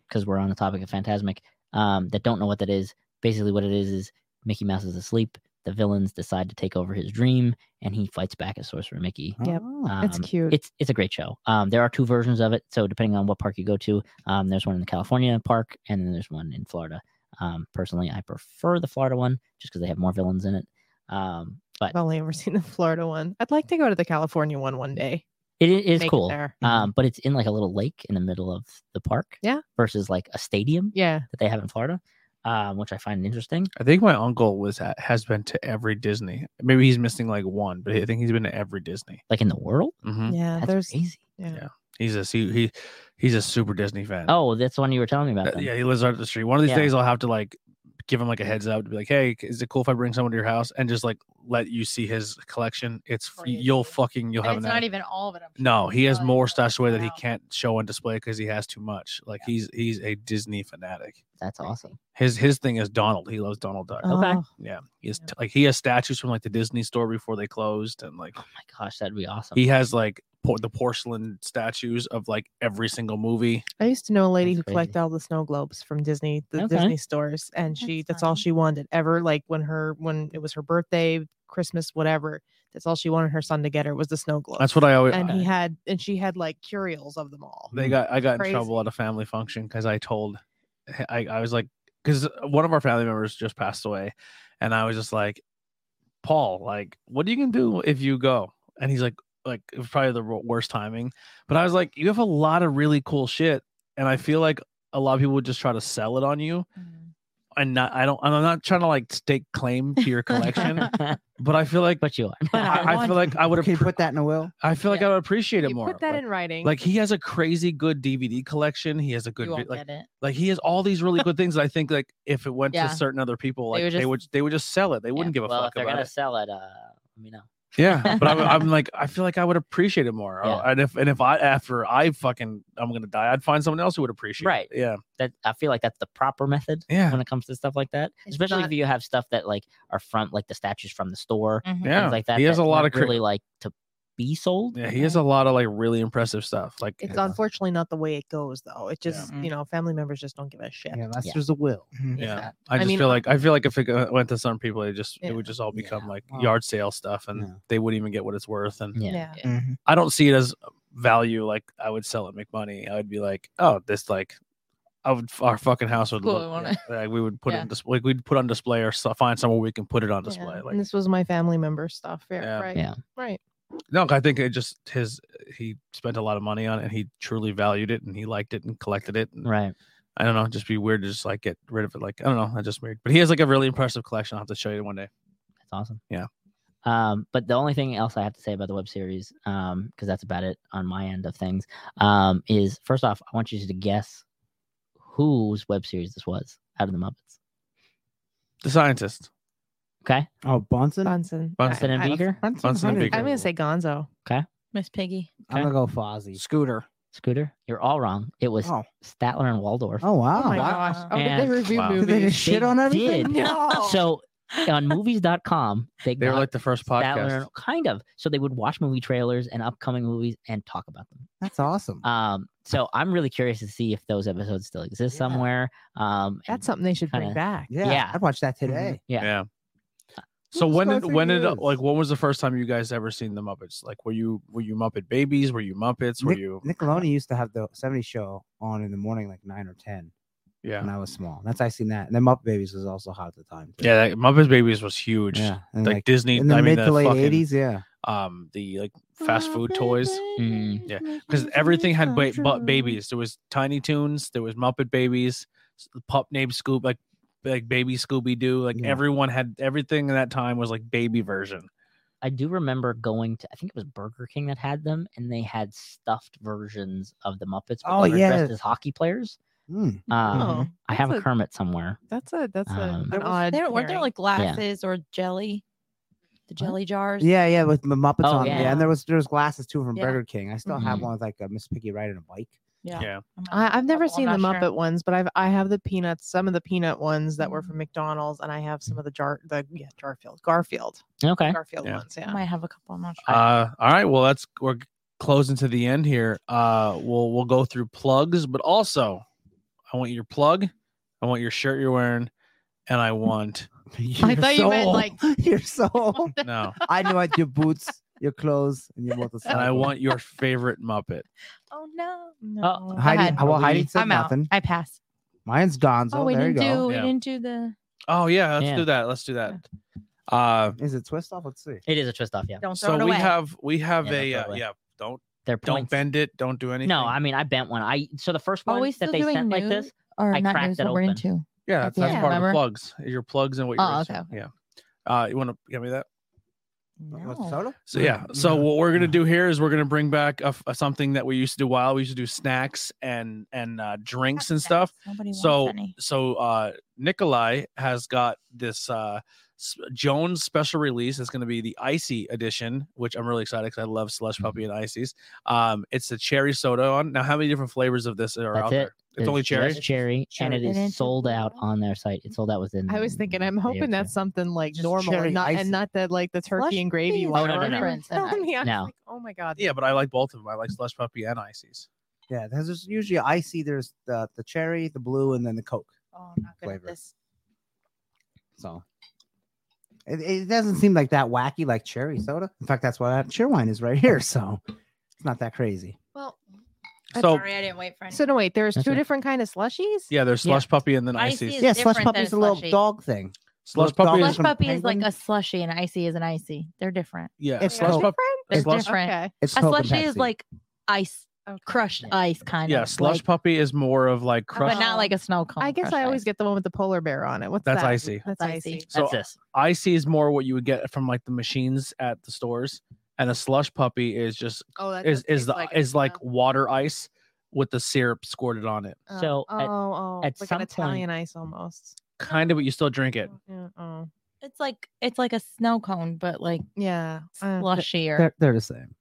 A: because we're on the topic of Phantasmic, um, that don't know what that is, basically what it is is Mickey Mouse is asleep. The villains decide to take over his dream, and he fights back as Sorcerer Mickey.
D: Yep.
B: Ah.
F: Oh,
A: Um,
D: It's cute.
A: It's it's a great show. Um, there are two versions of it, so depending on what park you go to, um, there's one in the California park, and then there's one in Florida. Um, personally, I prefer the Florida one just because they have more villains in it. Um, but
D: I've only ever seen the Florida one. I'd like to go to the California one one day.
A: it i- is
D: Make it
A: cool.
D: there. Mm-hmm.
A: um, but it's in like a little lake in the middle of the park.
D: Yeah.
A: Versus like a stadium.
D: Yeah.
A: that they have in Florida, um, which I find interesting.
C: I think my uncle was at, has been to every Disney. Maybe he's missing like one, but I think he's been to every Disney.
A: Like in the world,
C: hmm
D: Yeah.
A: that's
D: Uh, there's.
A: crazy.
D: Yeah.
C: Yeah. He's a he, he he's a super Disney fan.
A: Oh, that's the one you were telling me
C: Uh,
A: about. Then.
C: yeah, he lives right up the street. One of these
A: Yeah.
C: days, I'll have to like give him like a heads up to be like, "Hey, is it cool if I bring someone to your house and just like let you see his collection? It's
E: Oh, yeah,
C: you'll
E: dude.
C: fucking you'll
E: And
C: have
E: it's
C: an
E: not
C: eye-
E: even all of it. I'm sure. Oh,
C: no. He has
E: Probably
C: more
E: more
C: stashed away that he
E: out.
C: can't show on display because he has too much. Like he's he's a Disney fanatic.
A: That's awesome.
C: His his thing is Donald. He loves Donald Duck.
A: Okay.
D: Oh,
C: Yeah, he has
D: Yeah.
C: t- like he has statues from like the Disney store before they closed, and like
A: Oh my gosh, that'd be awesome.
C: he has like por- the porcelain statues of like every single movie.
D: I used to know a lady
A: That's
D: who collected
A: crazy.
D: all the snow globes from Disney, the
A: Okay.
D: Disney stores, and she
E: That's
D: that's, all
E: fun.
D: she wanted ever. Like when her when it was her birthday, Christmas, whatever. That's all she wanted her son to get her was the snow globe.
C: That's what I always.
D: and he had and she had like curials of them all.
C: they got I got in trouble
D: Crazy.
C: at a family function because I told I, I was like because one of our family members just passed away and I was just like Paul like what are you gonna do if you go and he's like like it was probably the wor- worst timing but I was like you have a lot of really cool shit and I feel like a lot of people would just try to sell it on you
E: Mm.
C: and not I don't and I'm not trying to like stake claim to your collection but I feel like
A: but you are.
E: But I
C: I, I
E: want
C: feel like I would
B: Can you
C: appre-
B: put that in a will?
C: I feel like
E: Yeah.
C: I would appreciate it
D: You
C: more
D: put that
C: like,
D: in writing.
C: like he has a crazy good DVD collection he has a good
E: you
C: vi-
E: won't
C: like
E: get it.
C: like he has all these really good things that I think like if it went
E: Yeah.
C: to certain other people,
E: They
C: like they
E: would
C: would
E: just-
C: they would, just sell it. They wouldn't give a
A: well, if
C: fuck
A: they're
C: about
A: gonna
C: it.
A: sell it, uh, let me know.
C: Yeah, but I'm, I'm like I feel like I would appreciate it more. Oh,
A: Yeah.
C: And if and if I after I fucking I'm gonna die, I'd find someone else who would appreciate.
A: Right.
C: It. Yeah.
A: That I feel like that's the proper method
C: Yeah.
A: when it comes to stuff like that.
E: It's
A: Especially
E: not-
A: if you have stuff that like are from like the statues from the store,
E: Mhm.
C: Mm. Yeah.
A: things like that.
C: he has
A: that
C: a lot
A: weren't
C: of cra-
A: really like to be sold.
C: Yeah. He has a lot of like really impressive stuff. Like
D: it's
C: yeah.
D: unfortunately not the way it goes though. It
C: Yeah. Mm.
D: just you know family members just don't give a shit.
B: Yeah, unless
A: Yeah.
B: there's a will.
C: Yeah.
D: that.
C: I
D: I
C: just
D: mean,
C: feel
D: uh,
C: like I feel like if it go- went to some people, it just
D: Yeah.
C: it would just all
B: Yeah,
C: become like
B: well,
C: yard sale stuff, and
B: no.
C: they wouldn't even get what it's worth. And
A: Yeah.
D: Yeah.
C: I don't see it as value. Like I would sell it, make money. I would be like, oh, this like, I would our fucking house would
E: Cool,
C: look
E: I want
C: yeah, like we would put it
E: Yeah.
C: in display. Like we'd put on display or so, find somewhere we can put it on
D: Yeah,
C: display.
D: and
C: Like
D: this was my family member stuff. Yeah,
C: Yeah.
D: Right.
A: Yeah.
D: Right.
C: no, I think it just his he spent a lot of money on it and he truly valued it and he liked it and collected it. And
A: Right.
C: I don't know, just be weird to just like get rid of it. Like I don't know, I just weird. But he has like a really impressive collection. I'll have to show you one day.
A: That's awesome.
C: Yeah.
A: Um, but the only thing else I have to say about the web series, um, because that's about it on my end of things, um, is first off, I want you to guess whose web series this was out of the Muppets.
C: The scientist.
A: Okay.
B: Oh, Bunsen.
D: Bunsen.
C: Bunsen
A: and
D: I- I-
A: Beaker,
C: Bunsen and
B: honey.
C: Beaker.
D: I'm gonna say Gonzo.
E: Miss Piggy.
B: I'm gonna go Fozzie.
F: Scooter.
A: Scooter. You're all wrong. It was
B: Oh,
A: Statler and Waldorf.
B: oh wow.
D: Oh my
F: wow.
D: gosh. Oh, did
A: And-
D: they review
C: Wow.
B: Did they
D: movies?
B: just shit on
A: They
B: everything?
A: did.
D: No.
A: So on movies.com, they,
C: Oh. They were
A: got
C: like the first
A: Statler
C: podcast.
A: and- kind of. So they would watch movie trailers and upcoming movies and talk about them.
B: That's awesome.
D: Uh,
A: Um, so I'm really curious to see if those episodes still exist
B: Yeah.
A: somewhere. Um, and
D: That's something they should bring
A: Kinda-
D: back.
B: yeah,
A: yeah.
B: I'd watch that today.
A: Yeah.
C: Yeah. So
B: It's
C: when
B: quite a
C: did
B: few
C: when did uh,
B: years.
C: like when was the first time you guys ever seen the Muppets? Like were you were you Muppet babies? Were you Muppets? Were
B: Nick,
C: you
B: Nickelodeon used to have the 70s show on in the morning, like nine or ten,
C: yeah
B: when I was small. That's I seen that. And then Muppet Babies was also hot at the time. too.
C: yeah? That, Muppet Babies was huge.
B: yeah. And
C: Like,
B: like,
C: Disney.
B: in the
C: I mean
B: mid
C: the
B: to late
C: fucking
B: 80s, yeah.
C: um the like fast food toys
A: Mm.
C: Yeah, because everything had ba- but babies. There was Tiny Toons. There was Muppet Babies. s- Pup named Scoob like like baby Scooby Doo. Like
B: Yeah.
C: everyone had everything in that time was like baby version.
A: I do remember going to I think it was Burger King that had them, and they had stuffed versions of the Muppets. but
B: Oh,
A: they were dressed
B: yeah.
A: as hockey players.
B: Mm.
A: Um,
D: Oh,
A: I have a,
D: that's a-
A: Kermit somewhere.
D: That's a that's a
A: Um,
D: an
A: There
D: odd.
E: There weren't there
D: pairing.
E: like glasses or jelly, the jelly jars.
B: Yeah, yeah, with the Muppets
A: Oh,
B: on. Yeah.
A: yeah.
B: and there was there was glasses too from
E: Yeah. Mm-hmm.
B: Burger King. I still have
A: Mhm.
B: one with like a Miss Piggy riding a bike.
E: yeah.
C: Yeah.
E: I'm not-
D: I, I've never
E: I'm
D: seen the
E: not
D: Muppet
E: sure.
D: ones, but I've I have the peanuts, some of the peanut ones that were from McDonald's, and I have some of the jar the yeah Jarfield Garfield
A: Okay.
D: Garfield
C: Yeah.
D: ones.
E: I
D: Yeah.
E: might have a couple. I'm not sure.
C: Uh, all right. Well, that's we're closing to the end here. Uh, we'll we'll go through plugs, but also I want your plug. I want your shirt you're wearing, and I want
D: I thought you meant like
B: your
E: Oh,
B: soul.
C: no,
B: I know it. Your boots, your clothes, and your motorcycle.
C: and I want your favorite Muppet.
E: oh no, no.
A: Oh,
E: I
B: Heidi.
E: had-
B: Well, Heidi
C: I'm
B: said
E: I'm
B: nothing.
E: out. I pass.
B: Mine's Gonzo.
E: Oh, we
B: there you
E: didn't
B: go.
E: do. We
C: Yeah.
E: didn't do the.
C: Oh yeah, let's
A: Yeah.
C: do that. Let's do that. Uh,
B: Is it twist off? Let's see.
A: It is a twist off, yeah.
E: Don't throw
C: so
E: it
C: we
E: away.
C: have we have
A: Yeah, don't
C: a
A: throw it
C: uh,
A: away.
C: yeah. Don't
A: They're
C: don't
A: points.
C: bend it. Don't do anything.
A: No, I mean I bent one. I so the first
E: Are
A: one
E: we
A: that
E: still
A: they
E: doing
A: sent like
E: nudes?
A: this.
E: or
A: I
E: not
A: cracked
E: news,
A: it
E: what we're
A: open.
E: into.
C: Yeah, that's, that's
E: Yeah,
C: part
E: remember?
C: of the plugs. Your plugs and what you're
E: Oh,
C: into.
E: okay, okay.
C: Yeah. Uh, you want to give me that?
B: What,
E: No.
B: soda?
C: So yeah. So what we're gonna do here is we're gonna bring back a, f- a something that we used to do while we used to do snacks and and uh, drinks and stuff.
E: Nobody wants
C: So
E: any.
C: so uh, Nikolai has got this uh, s- Jones special release. It's going to be the icy edition, which I'm really excited because I love slush puppy and ices. Um, it's the cherry soda on. Now, how many different flavors of this are
A: That's
C: out
A: it.
C: there? It's only
A: There's
C: cherry.
A: just cherry, and
E: Cherry.
A: it
E: And
A: is
E: it's-
A: sold out on their site. It's sold out within.
D: I was thinking, I'm
A: a day or
D: hoping
A: two.
D: that's something like
B: Just
D: normal,
B: cherry
D: and not
B: ice.
D: and not that like the turkey and gravy
A: Oh,
D: one.
A: no, no,
D: or
A: no.
D: whatever. Yeah, I was
A: No.
D: like, oh my god.
C: Yeah, but I like both of them. I like slush puppy and ices.
B: Yeah, there's just usually icy. There's the the cherry, the blue, and then the Coke.
E: Oh, I'm not good
B: flavor.
E: at this.
B: So it, it doesn't seem like that wacky like cherry soda. In fact, that's what that cheer wine is right here. So it's not that crazy.
E: Well,
C: So
E: I didn't wait for any.
D: So no, wait. There's
A: That's
D: two
A: it.
D: different kind of slushies.
C: yeah, there's slush puppy and then
E: Ices.
C: ices.
E: It's
B: yeah, slush
E: different than
B: puppy's a little
E: slushy.
B: dog thing.
C: Slush
B: Little
C: puppy
B: dog
C: is
E: slush
B: from
E: puppy is like
B: Penguin.
E: a slushy, and icy is an icy. They're different.
C: Yeah,
B: It's
C: slush
B: Coke.
C: puppy.
E: They're
C: Slush-
E: different.
D: Okay.
B: It's
E: A
B: Coke and
E: slushy is
B: Pepsi.
E: like ice,
D: Okay.
E: crushed
A: Yeah.
E: ice, kind of.
C: Yeah, slush
E: like,
C: puppy is more of like crust.
E: but not like a snow cone.
D: I guess
E: crushed
D: I always
E: ice.
D: get the one with the polar bear on it. What's
C: That's
D: that?
C: icy.
D: That's
E: That's
D: icy.
E: icy.
C: So
A: That's this.
C: icy is more what you would get from like the machines at the stores, and a slush puppy is just
D: Oh, that
C: is is the is like water ice with the syrup squirted on it.
A: So
D: oh,
A: at-
D: oh,
A: at
D: it's like
A: some
D: an
A: point-
D: Italian ice almost.
C: Kind of, but you still drink it.
D: Yeah. Oh.
E: It's like it's like a snow cone, but like
D: Yeah. uh,
E: slushier. They're,
B: they're, they're the same.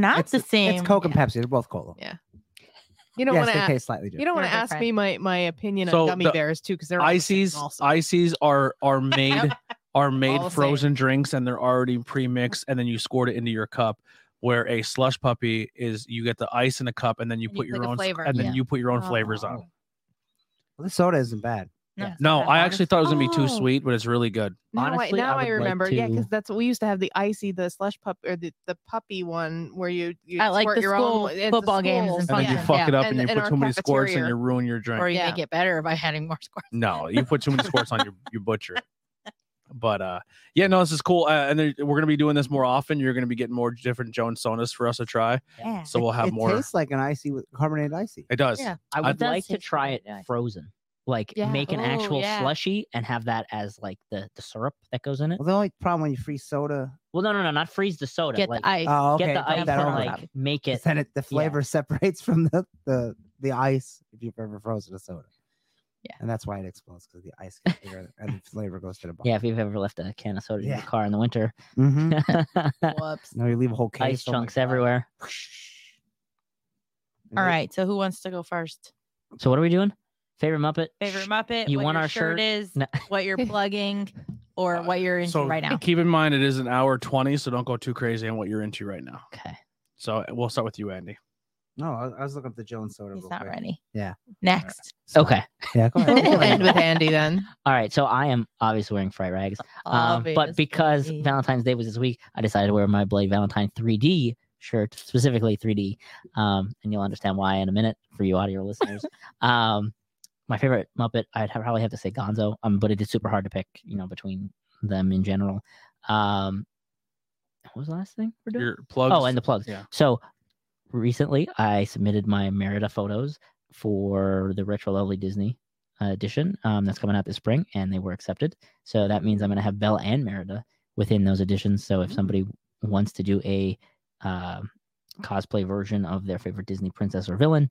E: not
B: it's
E: the same.
B: It's Coke and Pepsi. They're both cola.
D: Yeah. you don't
B: yes,
D: want
B: they
D: to ask.
B: taste slightly
D: You
B: different.
D: don't want to
E: They're
D: ask me my my opinion
C: So
D: of gummy
C: the
D: bears too, because they're all the same
C: Ices,
D: also.
C: ices are are made are made
D: All the same.
C: frozen drinks, and they're already pre mixed, and then you squirt it into your cup. Where a slush puppy is, you get the ice in a cup, and then you
E: And
C: put
E: you put
C: your
E: the
C: own
E: flavor.
C: and then
A: Yeah.
C: you put your own flavors on. it.
E: Oh.
B: Well, this soda isn't bad.
A: Yeah.
E: it's
C: No,
E: not
C: I
E: bad.
C: actually thought it was gonna be too
D: Oh.
C: sweet, but it's really good.
D: Now
A: Honestly,
D: I,
A: I
D: now I,
A: would like
D: remember, yeah, because
A: to-
D: that's we used to have the icy, the slush pup or the, the puppy one where you, you
E: I like
D: squirt
E: the
D: your
E: school
D: own at the
E: football games and
C: And
D: schools,
C: then you
E: Yeah.
C: fuck
E: Yeah.
C: it up
D: And-
C: and, you
D: and
C: put
D: our
C: too many squirts and
D: cafeteria.
C: you ruin your drink.
E: Or you
D: Yeah.
E: make it better by adding more squirts.
C: No, you put too many squirts on your you butcher it. But uh, yeah, no, this is cool, uh, and there, we're gonna be doing this more often. You're gonna be getting more different Jones sodas for us to try,
E: Yeah.
C: so we'll have
B: it
C: more.
B: tastes like an icy with carbonated icy.
C: It does.
E: Yeah.
A: I
C: I'd
A: would
E: love
A: like
E: to
A: to
E: taste
A: try
E: it.
A: it frozen, like
D: Yeah.
A: make an
E: Ooh,
A: actual
E: yeah.
A: slushy and have that as like the the syrup that goes in it.
B: Well, the only problem when you freeze soda,
A: Well, no, no, no, not freeze the soda.
E: Get
A: like,
E: the ice.
B: oh, okay,
A: get the
B: dump
A: ice
E: dump
B: that
E: it
A: and
B: over.
E: on.
A: like make it.
B: then it, the flavor separates from the, the the ice if you've ever frozen a soda.
E: Yeah.
B: and that's why it explodes because the ice gets bigger and the flavor goes to the bottom.
A: Yeah, if you've ever left a can of soda in
B: Yeah.
A: your car in the winter,
B: Mm-hmm.
E: Whoops.
B: No, you leave a whole case.
A: ice
B: oh my
A: chunks
B: God.
A: everywhere.
B: And
E: All
B: it-
E: right. So who wants to go first?
A: So what are we doing? Favorite Muppet?
E: Favorite Muppet.
A: You
E: what
A: want
E: your
A: our shirt?
E: is?
A: No.
E: What you're plugging, or
C: Uh,
E: what you're into
C: So
E: right now?
C: keep in mind it is an hour twenty, so don't go too crazy on what you're into right now.
A: Okay.
C: So uh, we'll start with you, Andy.
B: No, I I was looking up the Jones soda.
E: He's
B: real
E: not
B: quick.
E: ready.
B: Yeah.
E: Next.
A: Okay.
B: Yeah, go ahead.
D: We'll end with Andy then.
A: All right. So I am obviously wearing fright rags. Um, but because
E: Obviously.
A: Valentine's Day was this week, I decided to wear my Blade Valentine 3D shirt, specifically 3D. Um, and you'll understand why in a minute for you audio listeners. um, my favorite Muppet, I'd have, probably have to say Gonzo, um, but it is super hard to pick, you know, between them in general. Um, what was the last thing we're doing?
C: Your plugs.
A: Oh, and the plugs.
C: Yeah.
A: So recently, I submitted my Merida photos for the Retro Lovely Disney uh, edition um, that's coming out this spring, and they were accepted. So that means I'm going to have Belle and Merida within those editions. So if somebody wants to do a um cosplay version of their favorite Disney princess or villain,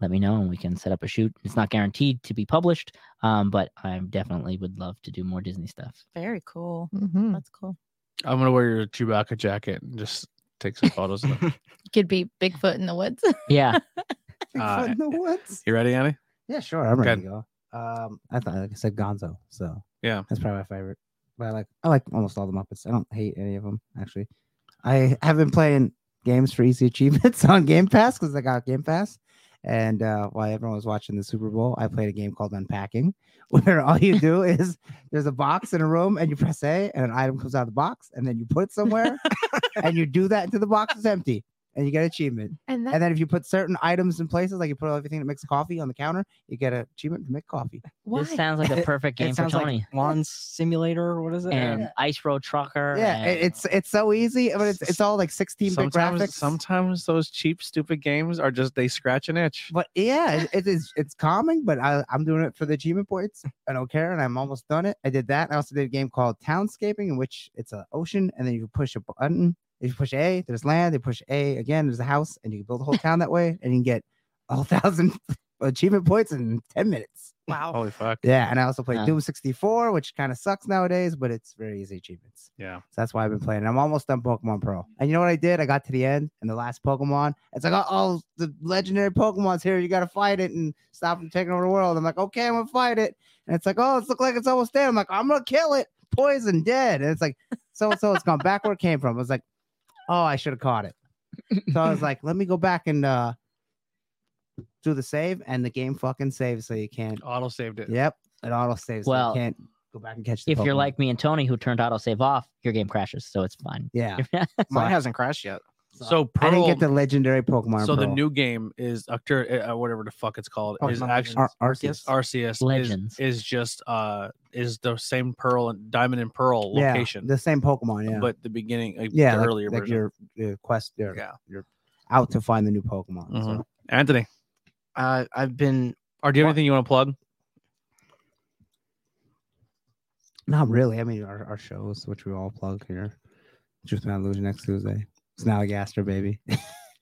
A: let me know and we can set up a shoot. It's not guaranteed to be published, um, but I definitely would love to do more Disney stuff.
E: Very cool.
D: Mhm.
E: That's cool.
C: I'm gonna wear your Chewbacca jacket and just take some photos. of it.
E: You could be Bigfoot in the woods.
A: Yeah.
C: Uh,
B: Bigfoot in the woods.
C: You ready, Annie?
B: Yeah, sure. I'm ready
C: Good.
B: to go. Um, I thought like I said Gonzo, so
C: Yeah.
B: that's probably my favorite. But I like I like almost all the Muppets. I don't hate any of them actually. I have been playing games for easy achievements on Game Pass because I got Game Pass. And uh, while everyone was watching the Super Bowl, I played a game called Unpacking, where all you do is there's a box in a room, and you press A, and an item comes out of the box, and then you put it somewhere, and you do that until the box is empty, and you get achievement.
D: And that
B: And then if you put certain items in places, like you put everything that makes coffee on the counter, you get an achievement to make coffee.
E: Why?
A: This sounds like a perfect game
F: it
A: for
F: sounds
A: Tony.
F: like lawn simulator. What is it?
A: and Ice Road Trucker.
B: Yeah,
A: and-
B: it- it's it's so easy, but it's it's all like 16 bit graphics.
C: Sometimes, sometimes those cheap, stupid games are just they scratch an itch.
B: But yeah, it, it is it's calming. But I I'm doing it for the achievement points. I don't care, and I'm almost done it. I did that. I also did a game called Townscaping, in which it's an ocean, and then you push a button. If you push A, there's land. You push A again, there's a house, and you can build a whole town that way, and you can get a thousand achievement points in 10 minutes.
E: wow.
C: Holy fuck!
B: Yeah, and I also played
A: Yeah.
B: Doom 64, which kind of sucks nowadays, but it's very easy achievements.
C: Yeah.
B: So that's why I've been playing. I'm almost done Pokemon Pro. And you know what I did? I got to the end and the last Pokemon. It's like, oh, the legendary Pokemon's here. You got to fight it and stop from taking over the world. I'm like, okay, I'm going to fight it. And it's like, oh, it's look like it's almost dead. I'm like, I'm going to kill it. Poison dead. And it's like, so and so, it's gone back where it came from. I was like, oh, I should have caught it. So I was like, let me go back and uh, do the save. And the game fucking saves. So you can't.
C: Auto saved it.
B: Yep. It auto saves.
A: Well,
B: so you can't go back and catch the
A: if you're
B: Pokemon.
A: like me and Tony, who turned autosave off, your game crashes, so it's fine.
B: yeah.
F: Mine hasn't crashed yet.
C: So Pearl.
B: I didn't get the legendary Pokemon.
C: so the
B: Pearl.
C: new game is Octur- uh, whatever the fuck it's called is
F: Pokemon
C: actually
B: Ar- Oh, Arceus.
C: RCS is-
A: Legends.
C: is, just uh is the same Pearl and Diamond and Pearl
B: Yeah,
C: location,
B: the same Pokemon, yeah.
C: but the beginning, like
B: yeah,
C: the
B: like,
C: earlier
B: like
C: version.
B: your, your quest, your,
C: Yeah.
B: you're out to find the new Pokemon.
C: Mhm.
A: Mm-hmm.
B: So.
C: Anthony,
F: Uh, I've been
C: or do you have
F: What?
C: anything you want to plug?
B: Not really. I mean, our, our shows, which we all plug here, Truth and Illusion next Tuesday. Snallygaster, baby.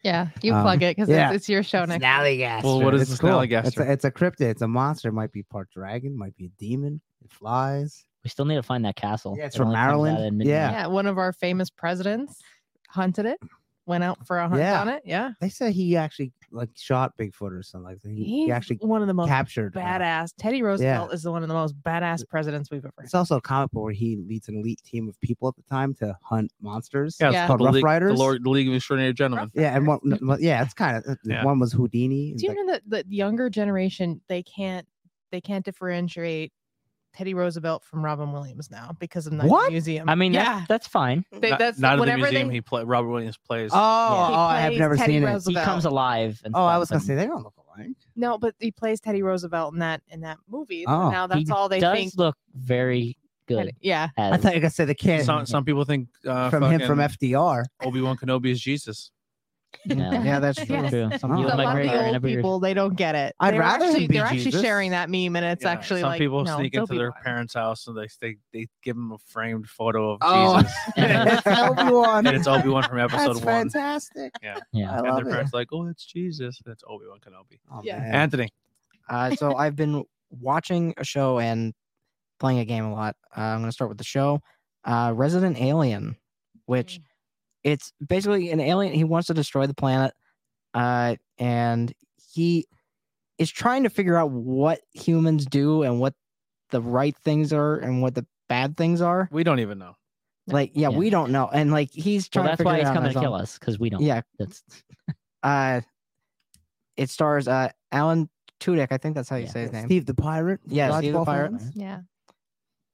D: yeah, you
B: Um,
D: plug it because
B: yeah.
D: it's, it's your show next.
B: Snallygaster.
C: Well, what is
B: it's
C: the Snallygaster?
B: It's a, it's a cryptid. It's a monster. It might be part dragon, might be a demon. It flies.
A: We still need to find that castle.
B: Yeah, it's
A: It
B: from
A: only comes out
B: Maryland.
A: at midnight.
B: Yeah.
D: Yeah, one of our famous presidents hunted it, went out for a hunt
B: Yeah.
D: on it. Yeah,
B: They said he actually like shot Bigfoot or something like that. He,
D: he's
B: he actually
D: one of the most
B: captured. uh,
D: badass. Teddy Roosevelt is the one of the most badass presidents we've ever.
B: It's also a comic book where he leads an elite team of people at the time to hunt monsters.
D: Yeah,
C: it's
D: Yeah.
B: called
C: the
B: Rough
C: League-
B: Riders.
C: the, Lord, the League of Extraordinary Gentlemen.
B: Yeah, and one, n- well, yeah, it's kind of
C: Yeah.
B: one was Houdini.
D: Do you know that the younger generation they can't they can't differentiate Teddy Roosevelt from Robin Williams now because of Night
B: What?
D: Museum?
A: I mean,
D: yeah,
A: that's, that's fine.
D: they,
C: Not-
D: that's
C: not at the
D: whenever
C: museum.
D: they,
C: He play Robert Williams plays.
B: oh,
D: he
B: oh, I have
D: plays
B: never
D: Teddy
B: seen it.
D: Roosevelt.
A: He comes alive. And
B: Oh, I
A: stuff,
B: was gonna
A: but
B: say they don't look alike.
D: No, but he plays Teddy Roosevelt in that in that movie. so
B: Oh.
D: now
A: he
D: that's all they
A: does
D: think.
A: look very good.
D: Teddy- Yeah,
B: I
A: As,
B: thought you were gonna say the kid
C: Some, some people think uh,
B: from him from
C: fucking
B: FDR.
C: Obi Wan Kenobi is Jesus.
A: yeah.
F: yeah, that's true.
D: Yes.
A: True. Some
B: Oh.
A: people
D: So
B: my
D: a
A: might
D: lot of
A: very-
D: the old
A: very-
D: people they don't get it.
B: I'd
D: They were
B: rather him
D: actually,
B: be
D: they're actually
B: Jesus.
D: sharing that meme, and it's
C: Yeah,
D: actually
C: some
D: like
C: people
D: no,
C: sneak
D: don't
C: into
D: be
C: their
D: lying.
C: parents' house and they they, they give them a framed photo of
B: Oh.
C: Jesus.
B: It's Obi-Wan.
C: and it's Obi Wan from
B: That's
C: episode one.
B: fantastic.
A: Yeah.
B: I
C: and
B: love
C: their
B: it.
C: parents are like, oh, it's Jesus. That's Obi Wan Kenobi.
B: Oh,
D: Yeah.
B: man.
C: Anthony,
F: Uh, so I've been watching a show and playing a game a lot. Uh, I'm going to start with the show, uh, Resident Alien,
A: Mm.
F: which it's basically an alien. He wants to destroy the planet, uh, and he is trying to figure out what humans do and what the right things are and what the bad things are.
C: we don't even know.
F: Like, yeah,
A: Yeah.
F: we don't know, and like he's
A: Well,
F: trying.
A: that's
F: to figure
A: why
F: it
A: he's
F: out on
A: coming
F: his
A: to
F: own.
A: kill us because we don't.
F: Yeah,
A: That's
F: uh, it stars uh, Alan Tudyk, I think that's how you
A: Yeah.
F: say his name.
B: Steve the Pirate. for
F: Yeah, Steve the
B: dodgeball
F: Pirate.
B: fans.
E: Yeah.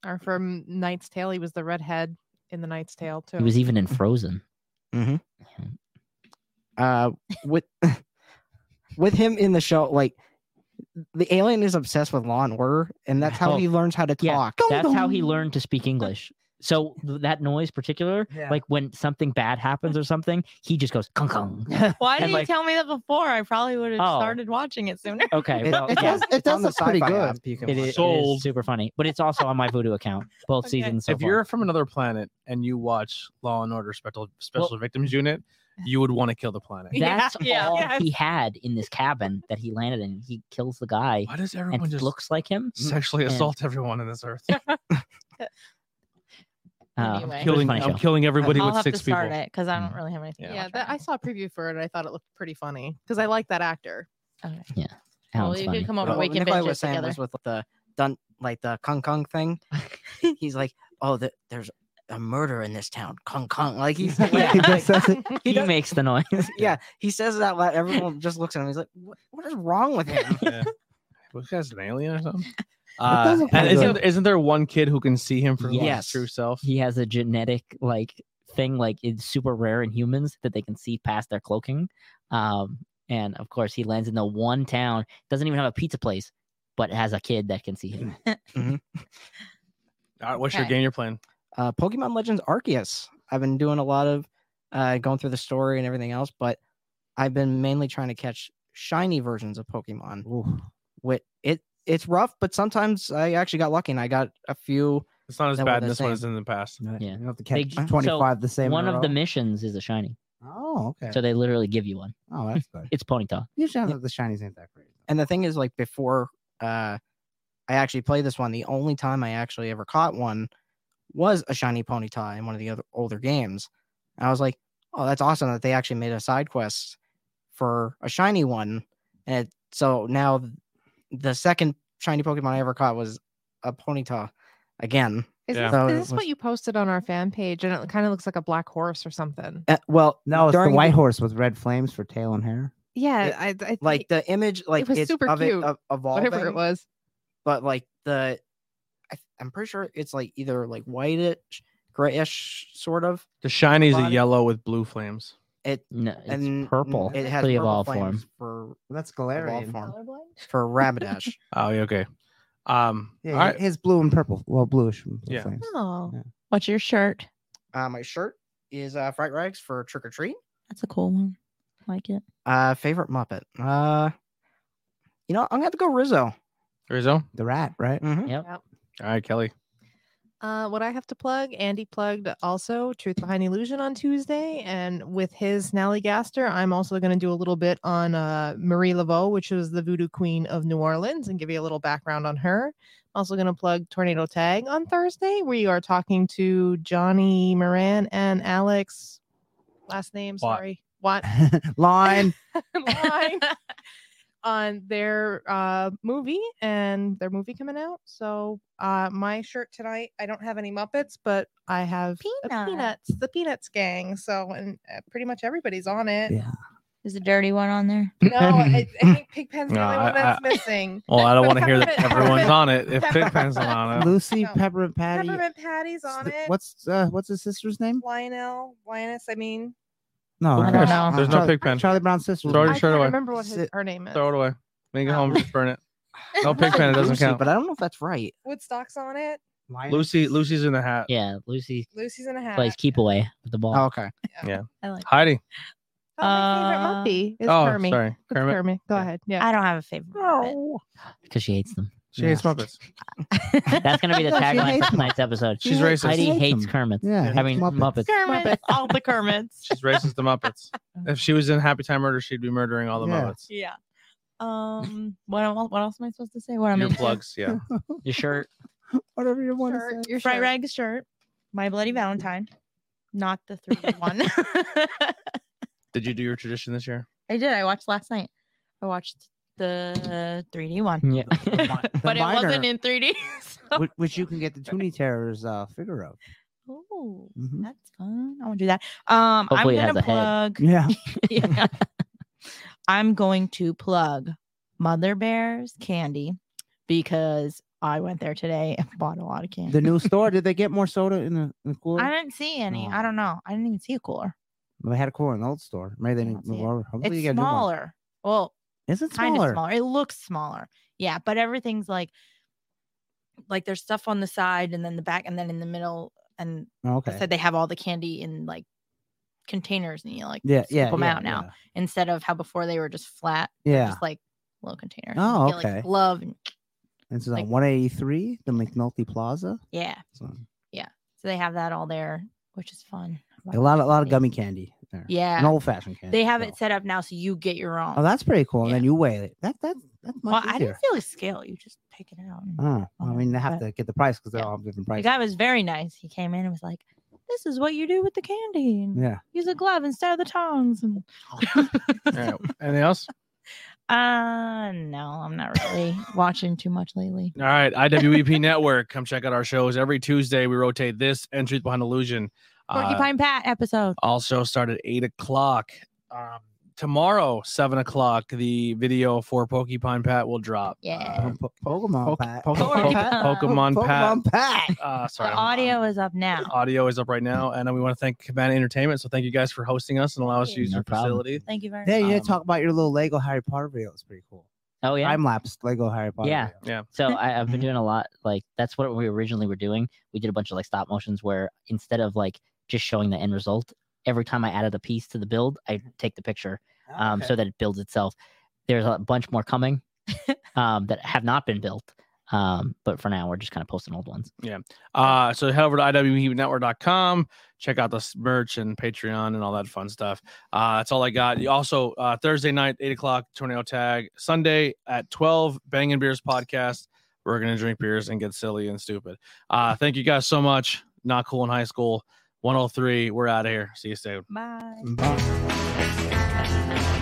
D: Or from Knight's Tale, he was the redhead in the Knight's Tale too.
A: He was even in Frozen.
F: uh with with him in the show like the alien is obsessed with law and order and that's how
A: Oh,
F: he learns how to
A: yeah,
F: talk
A: That's how he learned to speak English. So th- that noise, particular,
B: Yeah.
A: like when something bad happens or something, he just goes kung kung.
E: Why
A: And,
E: didn't
A: like-
E: you tell me that before? I probably would have
A: Oh.
E: started watching it sooner.
A: Okay,
F: It-
A: well,
F: it's
A: yeah,
F: on-
B: does- it
F: it's on
B: does
F: the
B: look pretty
F: sci-fi
B: good.
F: app, you can
A: it,
F: watch
A: is, it is
F: it.
C: Sold.
A: super funny, but it's also on my Voodoo account. Both
E: Okay.
A: seasons so
C: if
A: far.
C: you're from another planet and you watch Law and Order Special Special Victims Unit, you would want to kill the planet.
E: Yeah,
A: That's
E: yeah.
A: all
E: Yes.
A: he had in this cabin that he landed in. He kills the guy
C: Why does
A: and
C: everyone
A: he
C: just
A: looks like him.
C: sexually
A: and-
C: assault everyone on this earth?
A: Uh,
E: Anyway.
A: it was a
C: killing,
A: funny
C: I'm
A: show.
C: killing everybody
E: I'll
C: with
E: have to
C: six people.
E: start it because I don't
A: Mm.
E: really have anything.
C: Yeah.
E: to
D: yeah,
E: watch
D: that, I
E: right
D: saw a preview for it. I thought it looked pretty funny because I like that actor.
E: now. Okay.
A: That
E: Well,
A: one's
E: you
A: funny.
E: could come
F: But
E: over. We
F: what
E: can
F: Nikolai
E: binge it
F: was saying
E: together.
F: was with the dun like the kung kung thing he's like oh the, there's a murder in this town kung kung like he's
A: Yeah.
B: He
F: like-
B: just says it.
A: He,
F: does-
A: makes the noise.
F: yeah he says that loud everyone just looks at him he's like what, what is wrong with him
C: Yeah. Was this guy's an alien or something? Uh,
B: doesn't
C: and
B: look
C: isn't, isn't there one kid who can see him for who
A: Yes.
C: his true self?
A: He has a genetic like thing, like it's super rare in humans that they can see past their cloaking. Um, and of course, he lands in the one town doesn't even have a pizza place, but has a kid that can see him.
C: All right, what's your
E: Okay.
C: game you're playing?
F: uh, Pokemon Legends Arceus. I've been doing a lot of uh, going through the story and everything else, but I've been mainly trying to catch shiny versions of Pokemon.
B: Ooh.
F: With it, it's rough, but sometimes I actually got lucky and I got a few.
C: It's not as
F: That
C: bad
F: one
C: in
F: the
C: this one
F: same.
C: as in the past.
B: Right,
A: Yeah.
B: You have to
A: They-
B: catch
A: so
B: 25 the same. in
A: one
B: a
A: of the
B: row.
A: missions is a shiny,
B: Oh, okay.
A: so they literally give you one.
B: oh, that's good.
A: It's Ponyta.
B: Usually the shinies ain't that great.
F: And the thing is, like before uh, I actually played this one, the only time I actually ever caught one was a shiny Ponyta in one of the other older games. And I was like, oh, that's awesome that they actually made a side quest for a shiny one. And so now th- the second shiny Pokemon I ever caught was a Ponyta again.
D: Is
C: Yeah.
D: this,
F: So
D: is
F: it
D: this what
F: was-
D: you posted on our fan page? And it kind of looks like a black horse or something.
F: Uh, well,
B: No, it's the
F: during
B: white horse with red flames for tail and hair.
D: Yeah,
F: It-
D: I, I think
F: Like the image, like
D: was
F: it's
D: super
F: of it
D: cute,
F: of- evolving,
D: whatever it was.
F: but like the, I, I'm pretty sure it's like either like whitish, grayish, sort of.
C: The shinies are
F: Body-
C: yellow with blue flames.
F: It
A: No, it's
F: and
A: purple.
F: It has
A: Pretty
F: purple
A: evolved
F: flames
A: form.
F: for
B: Well, that's
F: evolved
B: Galarian.
F: form for Rabidash.
C: Oh, yeah, okay. Um,
B: Yeah,
C: all right.
B: his blue and purple. Well, bluish. with
C: Yeah.
B: flames.
E: Oh,
B: Yeah.
E: what's your shirt?
F: uh, my shirt is uh, Fright Rags for Trick or Treat.
E: That's a cool one. Like it.
F: Uh, favorite Muppet. Uh, you know, I'm gonna have to go Rizzo.
C: Rizzo.
B: The rat, right?
F: Mhm.
C: All right, Kelly.
D: Uh, what I have to plug, Andy plugged also Truth Behind Illusion on Tuesday, and with his Snallygaster, I'm also going to do a little bit on uh, Marie Laveau, which was the Voodoo Queen of New Orleans, and give you a little background on her. I'm also going to plug Tornado Tag on Thursday. We are talking to Johnny Moran and Alex, last name,
C: Watt.
D: sorry, what
B: Line.
D: line on their uh, movie and their movie coming out. So uh, my shirt tonight, I don't have any Muppets, but I have a peanuts, the Peanuts gang. So and uh, pretty much everybody's on it.
B: Yeah.
E: Is a dirty one on there?
D: No, I, I think Pigpen's the
C: No,
D: only
C: I-
D: one that's missing.
C: Well, I don't
D: But
C: want to hear that
D: peppermint-
C: everyone's
D: peppermint-
C: on it if Pigpen's not on it.
B: Lucy
D: No.
B: Peppermint Patty.
D: Peppermint Patty's on
B: Th-
D: it.
B: What's uh, what's his sister's name?
D: Lionel, Lioness? I mean,
B: No,
E: I
B: uh,
E: don't know.
C: There's no
B: Charlie,
C: Pigpen.
B: Charlie Brown's sister.
C: Throw your
D: I
C: shirt
D: can't
C: away.
D: remember what his,
F: Sit-
D: her name is.
C: Throw it away. Make it
D: No.
C: home. Just burn it. No Pigpen. It doesn't
F: Lucy,
C: count.
F: But I don't know if that's right.
D: Woodstock's on it.
C: Lucy. Lucy's in the hat.
A: Yeah, Lucy
D: Lucy's in a hat.
A: plays keep away with the ball.
F: Oh, okay.
E: I like.
C: Heidi.
D: Oh, my
E: Uh,
D: favorite Muppy is
C: oh,
D: Kermit.
C: sorry.
D: It's
C: Kermit.
D: Kermit. Go
C: Yeah.
D: ahead. Yeah.
E: I don't have a favorite. Muppet.
A: because she hates them.
C: She hates Muppets.
A: That's gonna be the
B: No, she
A: tagline
B: hates
A: for tonight's episode.
C: She's
B: hates-
C: racist.
A: Heidi
B: hates
A: hates
B: them.
A: Kermit.
B: Yeah,
A: I mean Muppets.
E: Kermit, all the Kermits.
C: She's racist to Muppets. If she was in Happy Time Murder, she'd be murdering all the
B: Yeah.
C: Muppets.
E: Yeah. Um. What else? What else am I supposed to say? What am I?
C: Your plugs, yeah.
A: Your shirt.
B: Whatever you want to
D: Shirt,
B: say.
D: your
E: Fright
D: shirt.
E: Rags shirt. My Bloody Valentine. Not the three to one.
C: Did you do your tradition this year?
E: I did. I watched last night. I watched the 3D one,
A: Yeah.
B: The
E: but it wasn't
B: minor,
E: in 3D. so-
B: whi- which you can get the Toonie Terrors uh, figure of.
E: Oh,
B: Mhm.
E: that's fun. I want to do that. Um,
A: Hopefully it has
E: I'm gonna
A: a head.
E: plug.
B: Yeah.
E: Yeah. I'm going to plug Mother Bear's candy because I went there today and bought a lot of candy.
B: The new store. Did they get more soda in the, in the cooler?
E: I didn't see any. I
B: Oh.
E: don't know. I didn't even see a cooler.
B: They had a cooler in the old store. Maybe they
E: I
B: didn't
E: don't see
B: move
E: it.
B: over. Hopefully
E: It's
B: they get a new one.
E: smaller. Well,
B: Is it
E: kind of
B: smaller?
E: smaller. It looks smaller. Yeah, but everything's like like there's stuff on the side and then the back and then in the middle and
B: Oh,
E: I
B: Okay.
E: said they have all the candy in like containers and you like
B: yeah,
E: scoop
B: yeah.
E: them
B: yeah,
E: out now instead of how before they were just flat
B: Yeah. yeah.
E: just like little containers.
B: Oh,
E: you get, like, a
B: okay.
E: glove and
B: And this is
E: like-
B: on 183, the McNulty Plaza.
E: yeah.
B: So,
E: So they have that all there, which is fun. I
B: a
E: love
B: lot, a lot of
E: things.
B: gummy candy there.
E: Yeah.
B: An old fashioned candy.
E: They have
B: so.
E: it set up now so you get your own.
B: Oh, that's pretty cool.
E: Yeah.
B: And then you weigh it. That that that's
E: well,
B: much
E: I
B: easier.
E: didn't feel a scale. You just pick it out. and-
B: Oh, well, I
E: on it,
B: mean, they have
E: but-
B: to get the price because they're
E: Yeah.
B: all different
E: The
B: prices.
E: guy was very nice. He came in and was like, "This is what you do with the candy. and
B: Yeah.
E: Use a glove instead of the tongs." And
C: All right. Anything else?
E: uh, no, I'm not really watching too much lately.
C: All right, IWEP Network. Come check out our shows every Tuesday. We rotate this and Truth Behind Illusion. Uh,
E: Porcupine Pat episode.
C: also start at eight o'clock. Um, tomorrow, seven o'clock, the video for Pokepine Pat will drop.
E: Yeah.
B: Po- Pokemon
C: Poke-
B: Pat.
C: Poke-
E: Poke-
C: Pokemon Pat.
B: Pokemon Pat.
C: Uh, uh, sorry,
E: The
C: I'm-
E: audio is up now.
C: audio is up right now, and uh, we want to thank Cabana Entertainment. So thank you guys for hosting us and allow us to use
A: No
C: your
A: problem.
C: facility.
E: Thank you very
B: Yeah, you
E: much.
B: didn't
C: Um,
B: talk about your little Lego Harry Potter video. It's pretty cool.
A: Oh yeah.
B: Time lapse Lego Harry Potter.
A: Yeah.
B: video.
A: So I, I've been doing a lot. Like that's what we originally were doing. We did a bunch of like stop motions where instead of like just showing the end result, every time I added a piece to the build, I take the picture
B: Oh,
A: um, so that it builds itself. There's a bunch more coming um, that have not been built. Um, but for now, we're just kind of posting old ones.
C: Uh, so head over to IWEnetwork.com, check out this merch and Patreon and all that fun stuff. Uh, that's all I got. You also, uh, Thursday night, 8 o'clock, Tornado Tag. Sunday at 12, Bang and Beers podcast. We're going to drink beers and get silly and stupid. Uh, thank you guys so much. Not cool in high oh school. 103. We're out of here. See you soon.
E: Bye.
B: Okay. Bye.
A: Bye.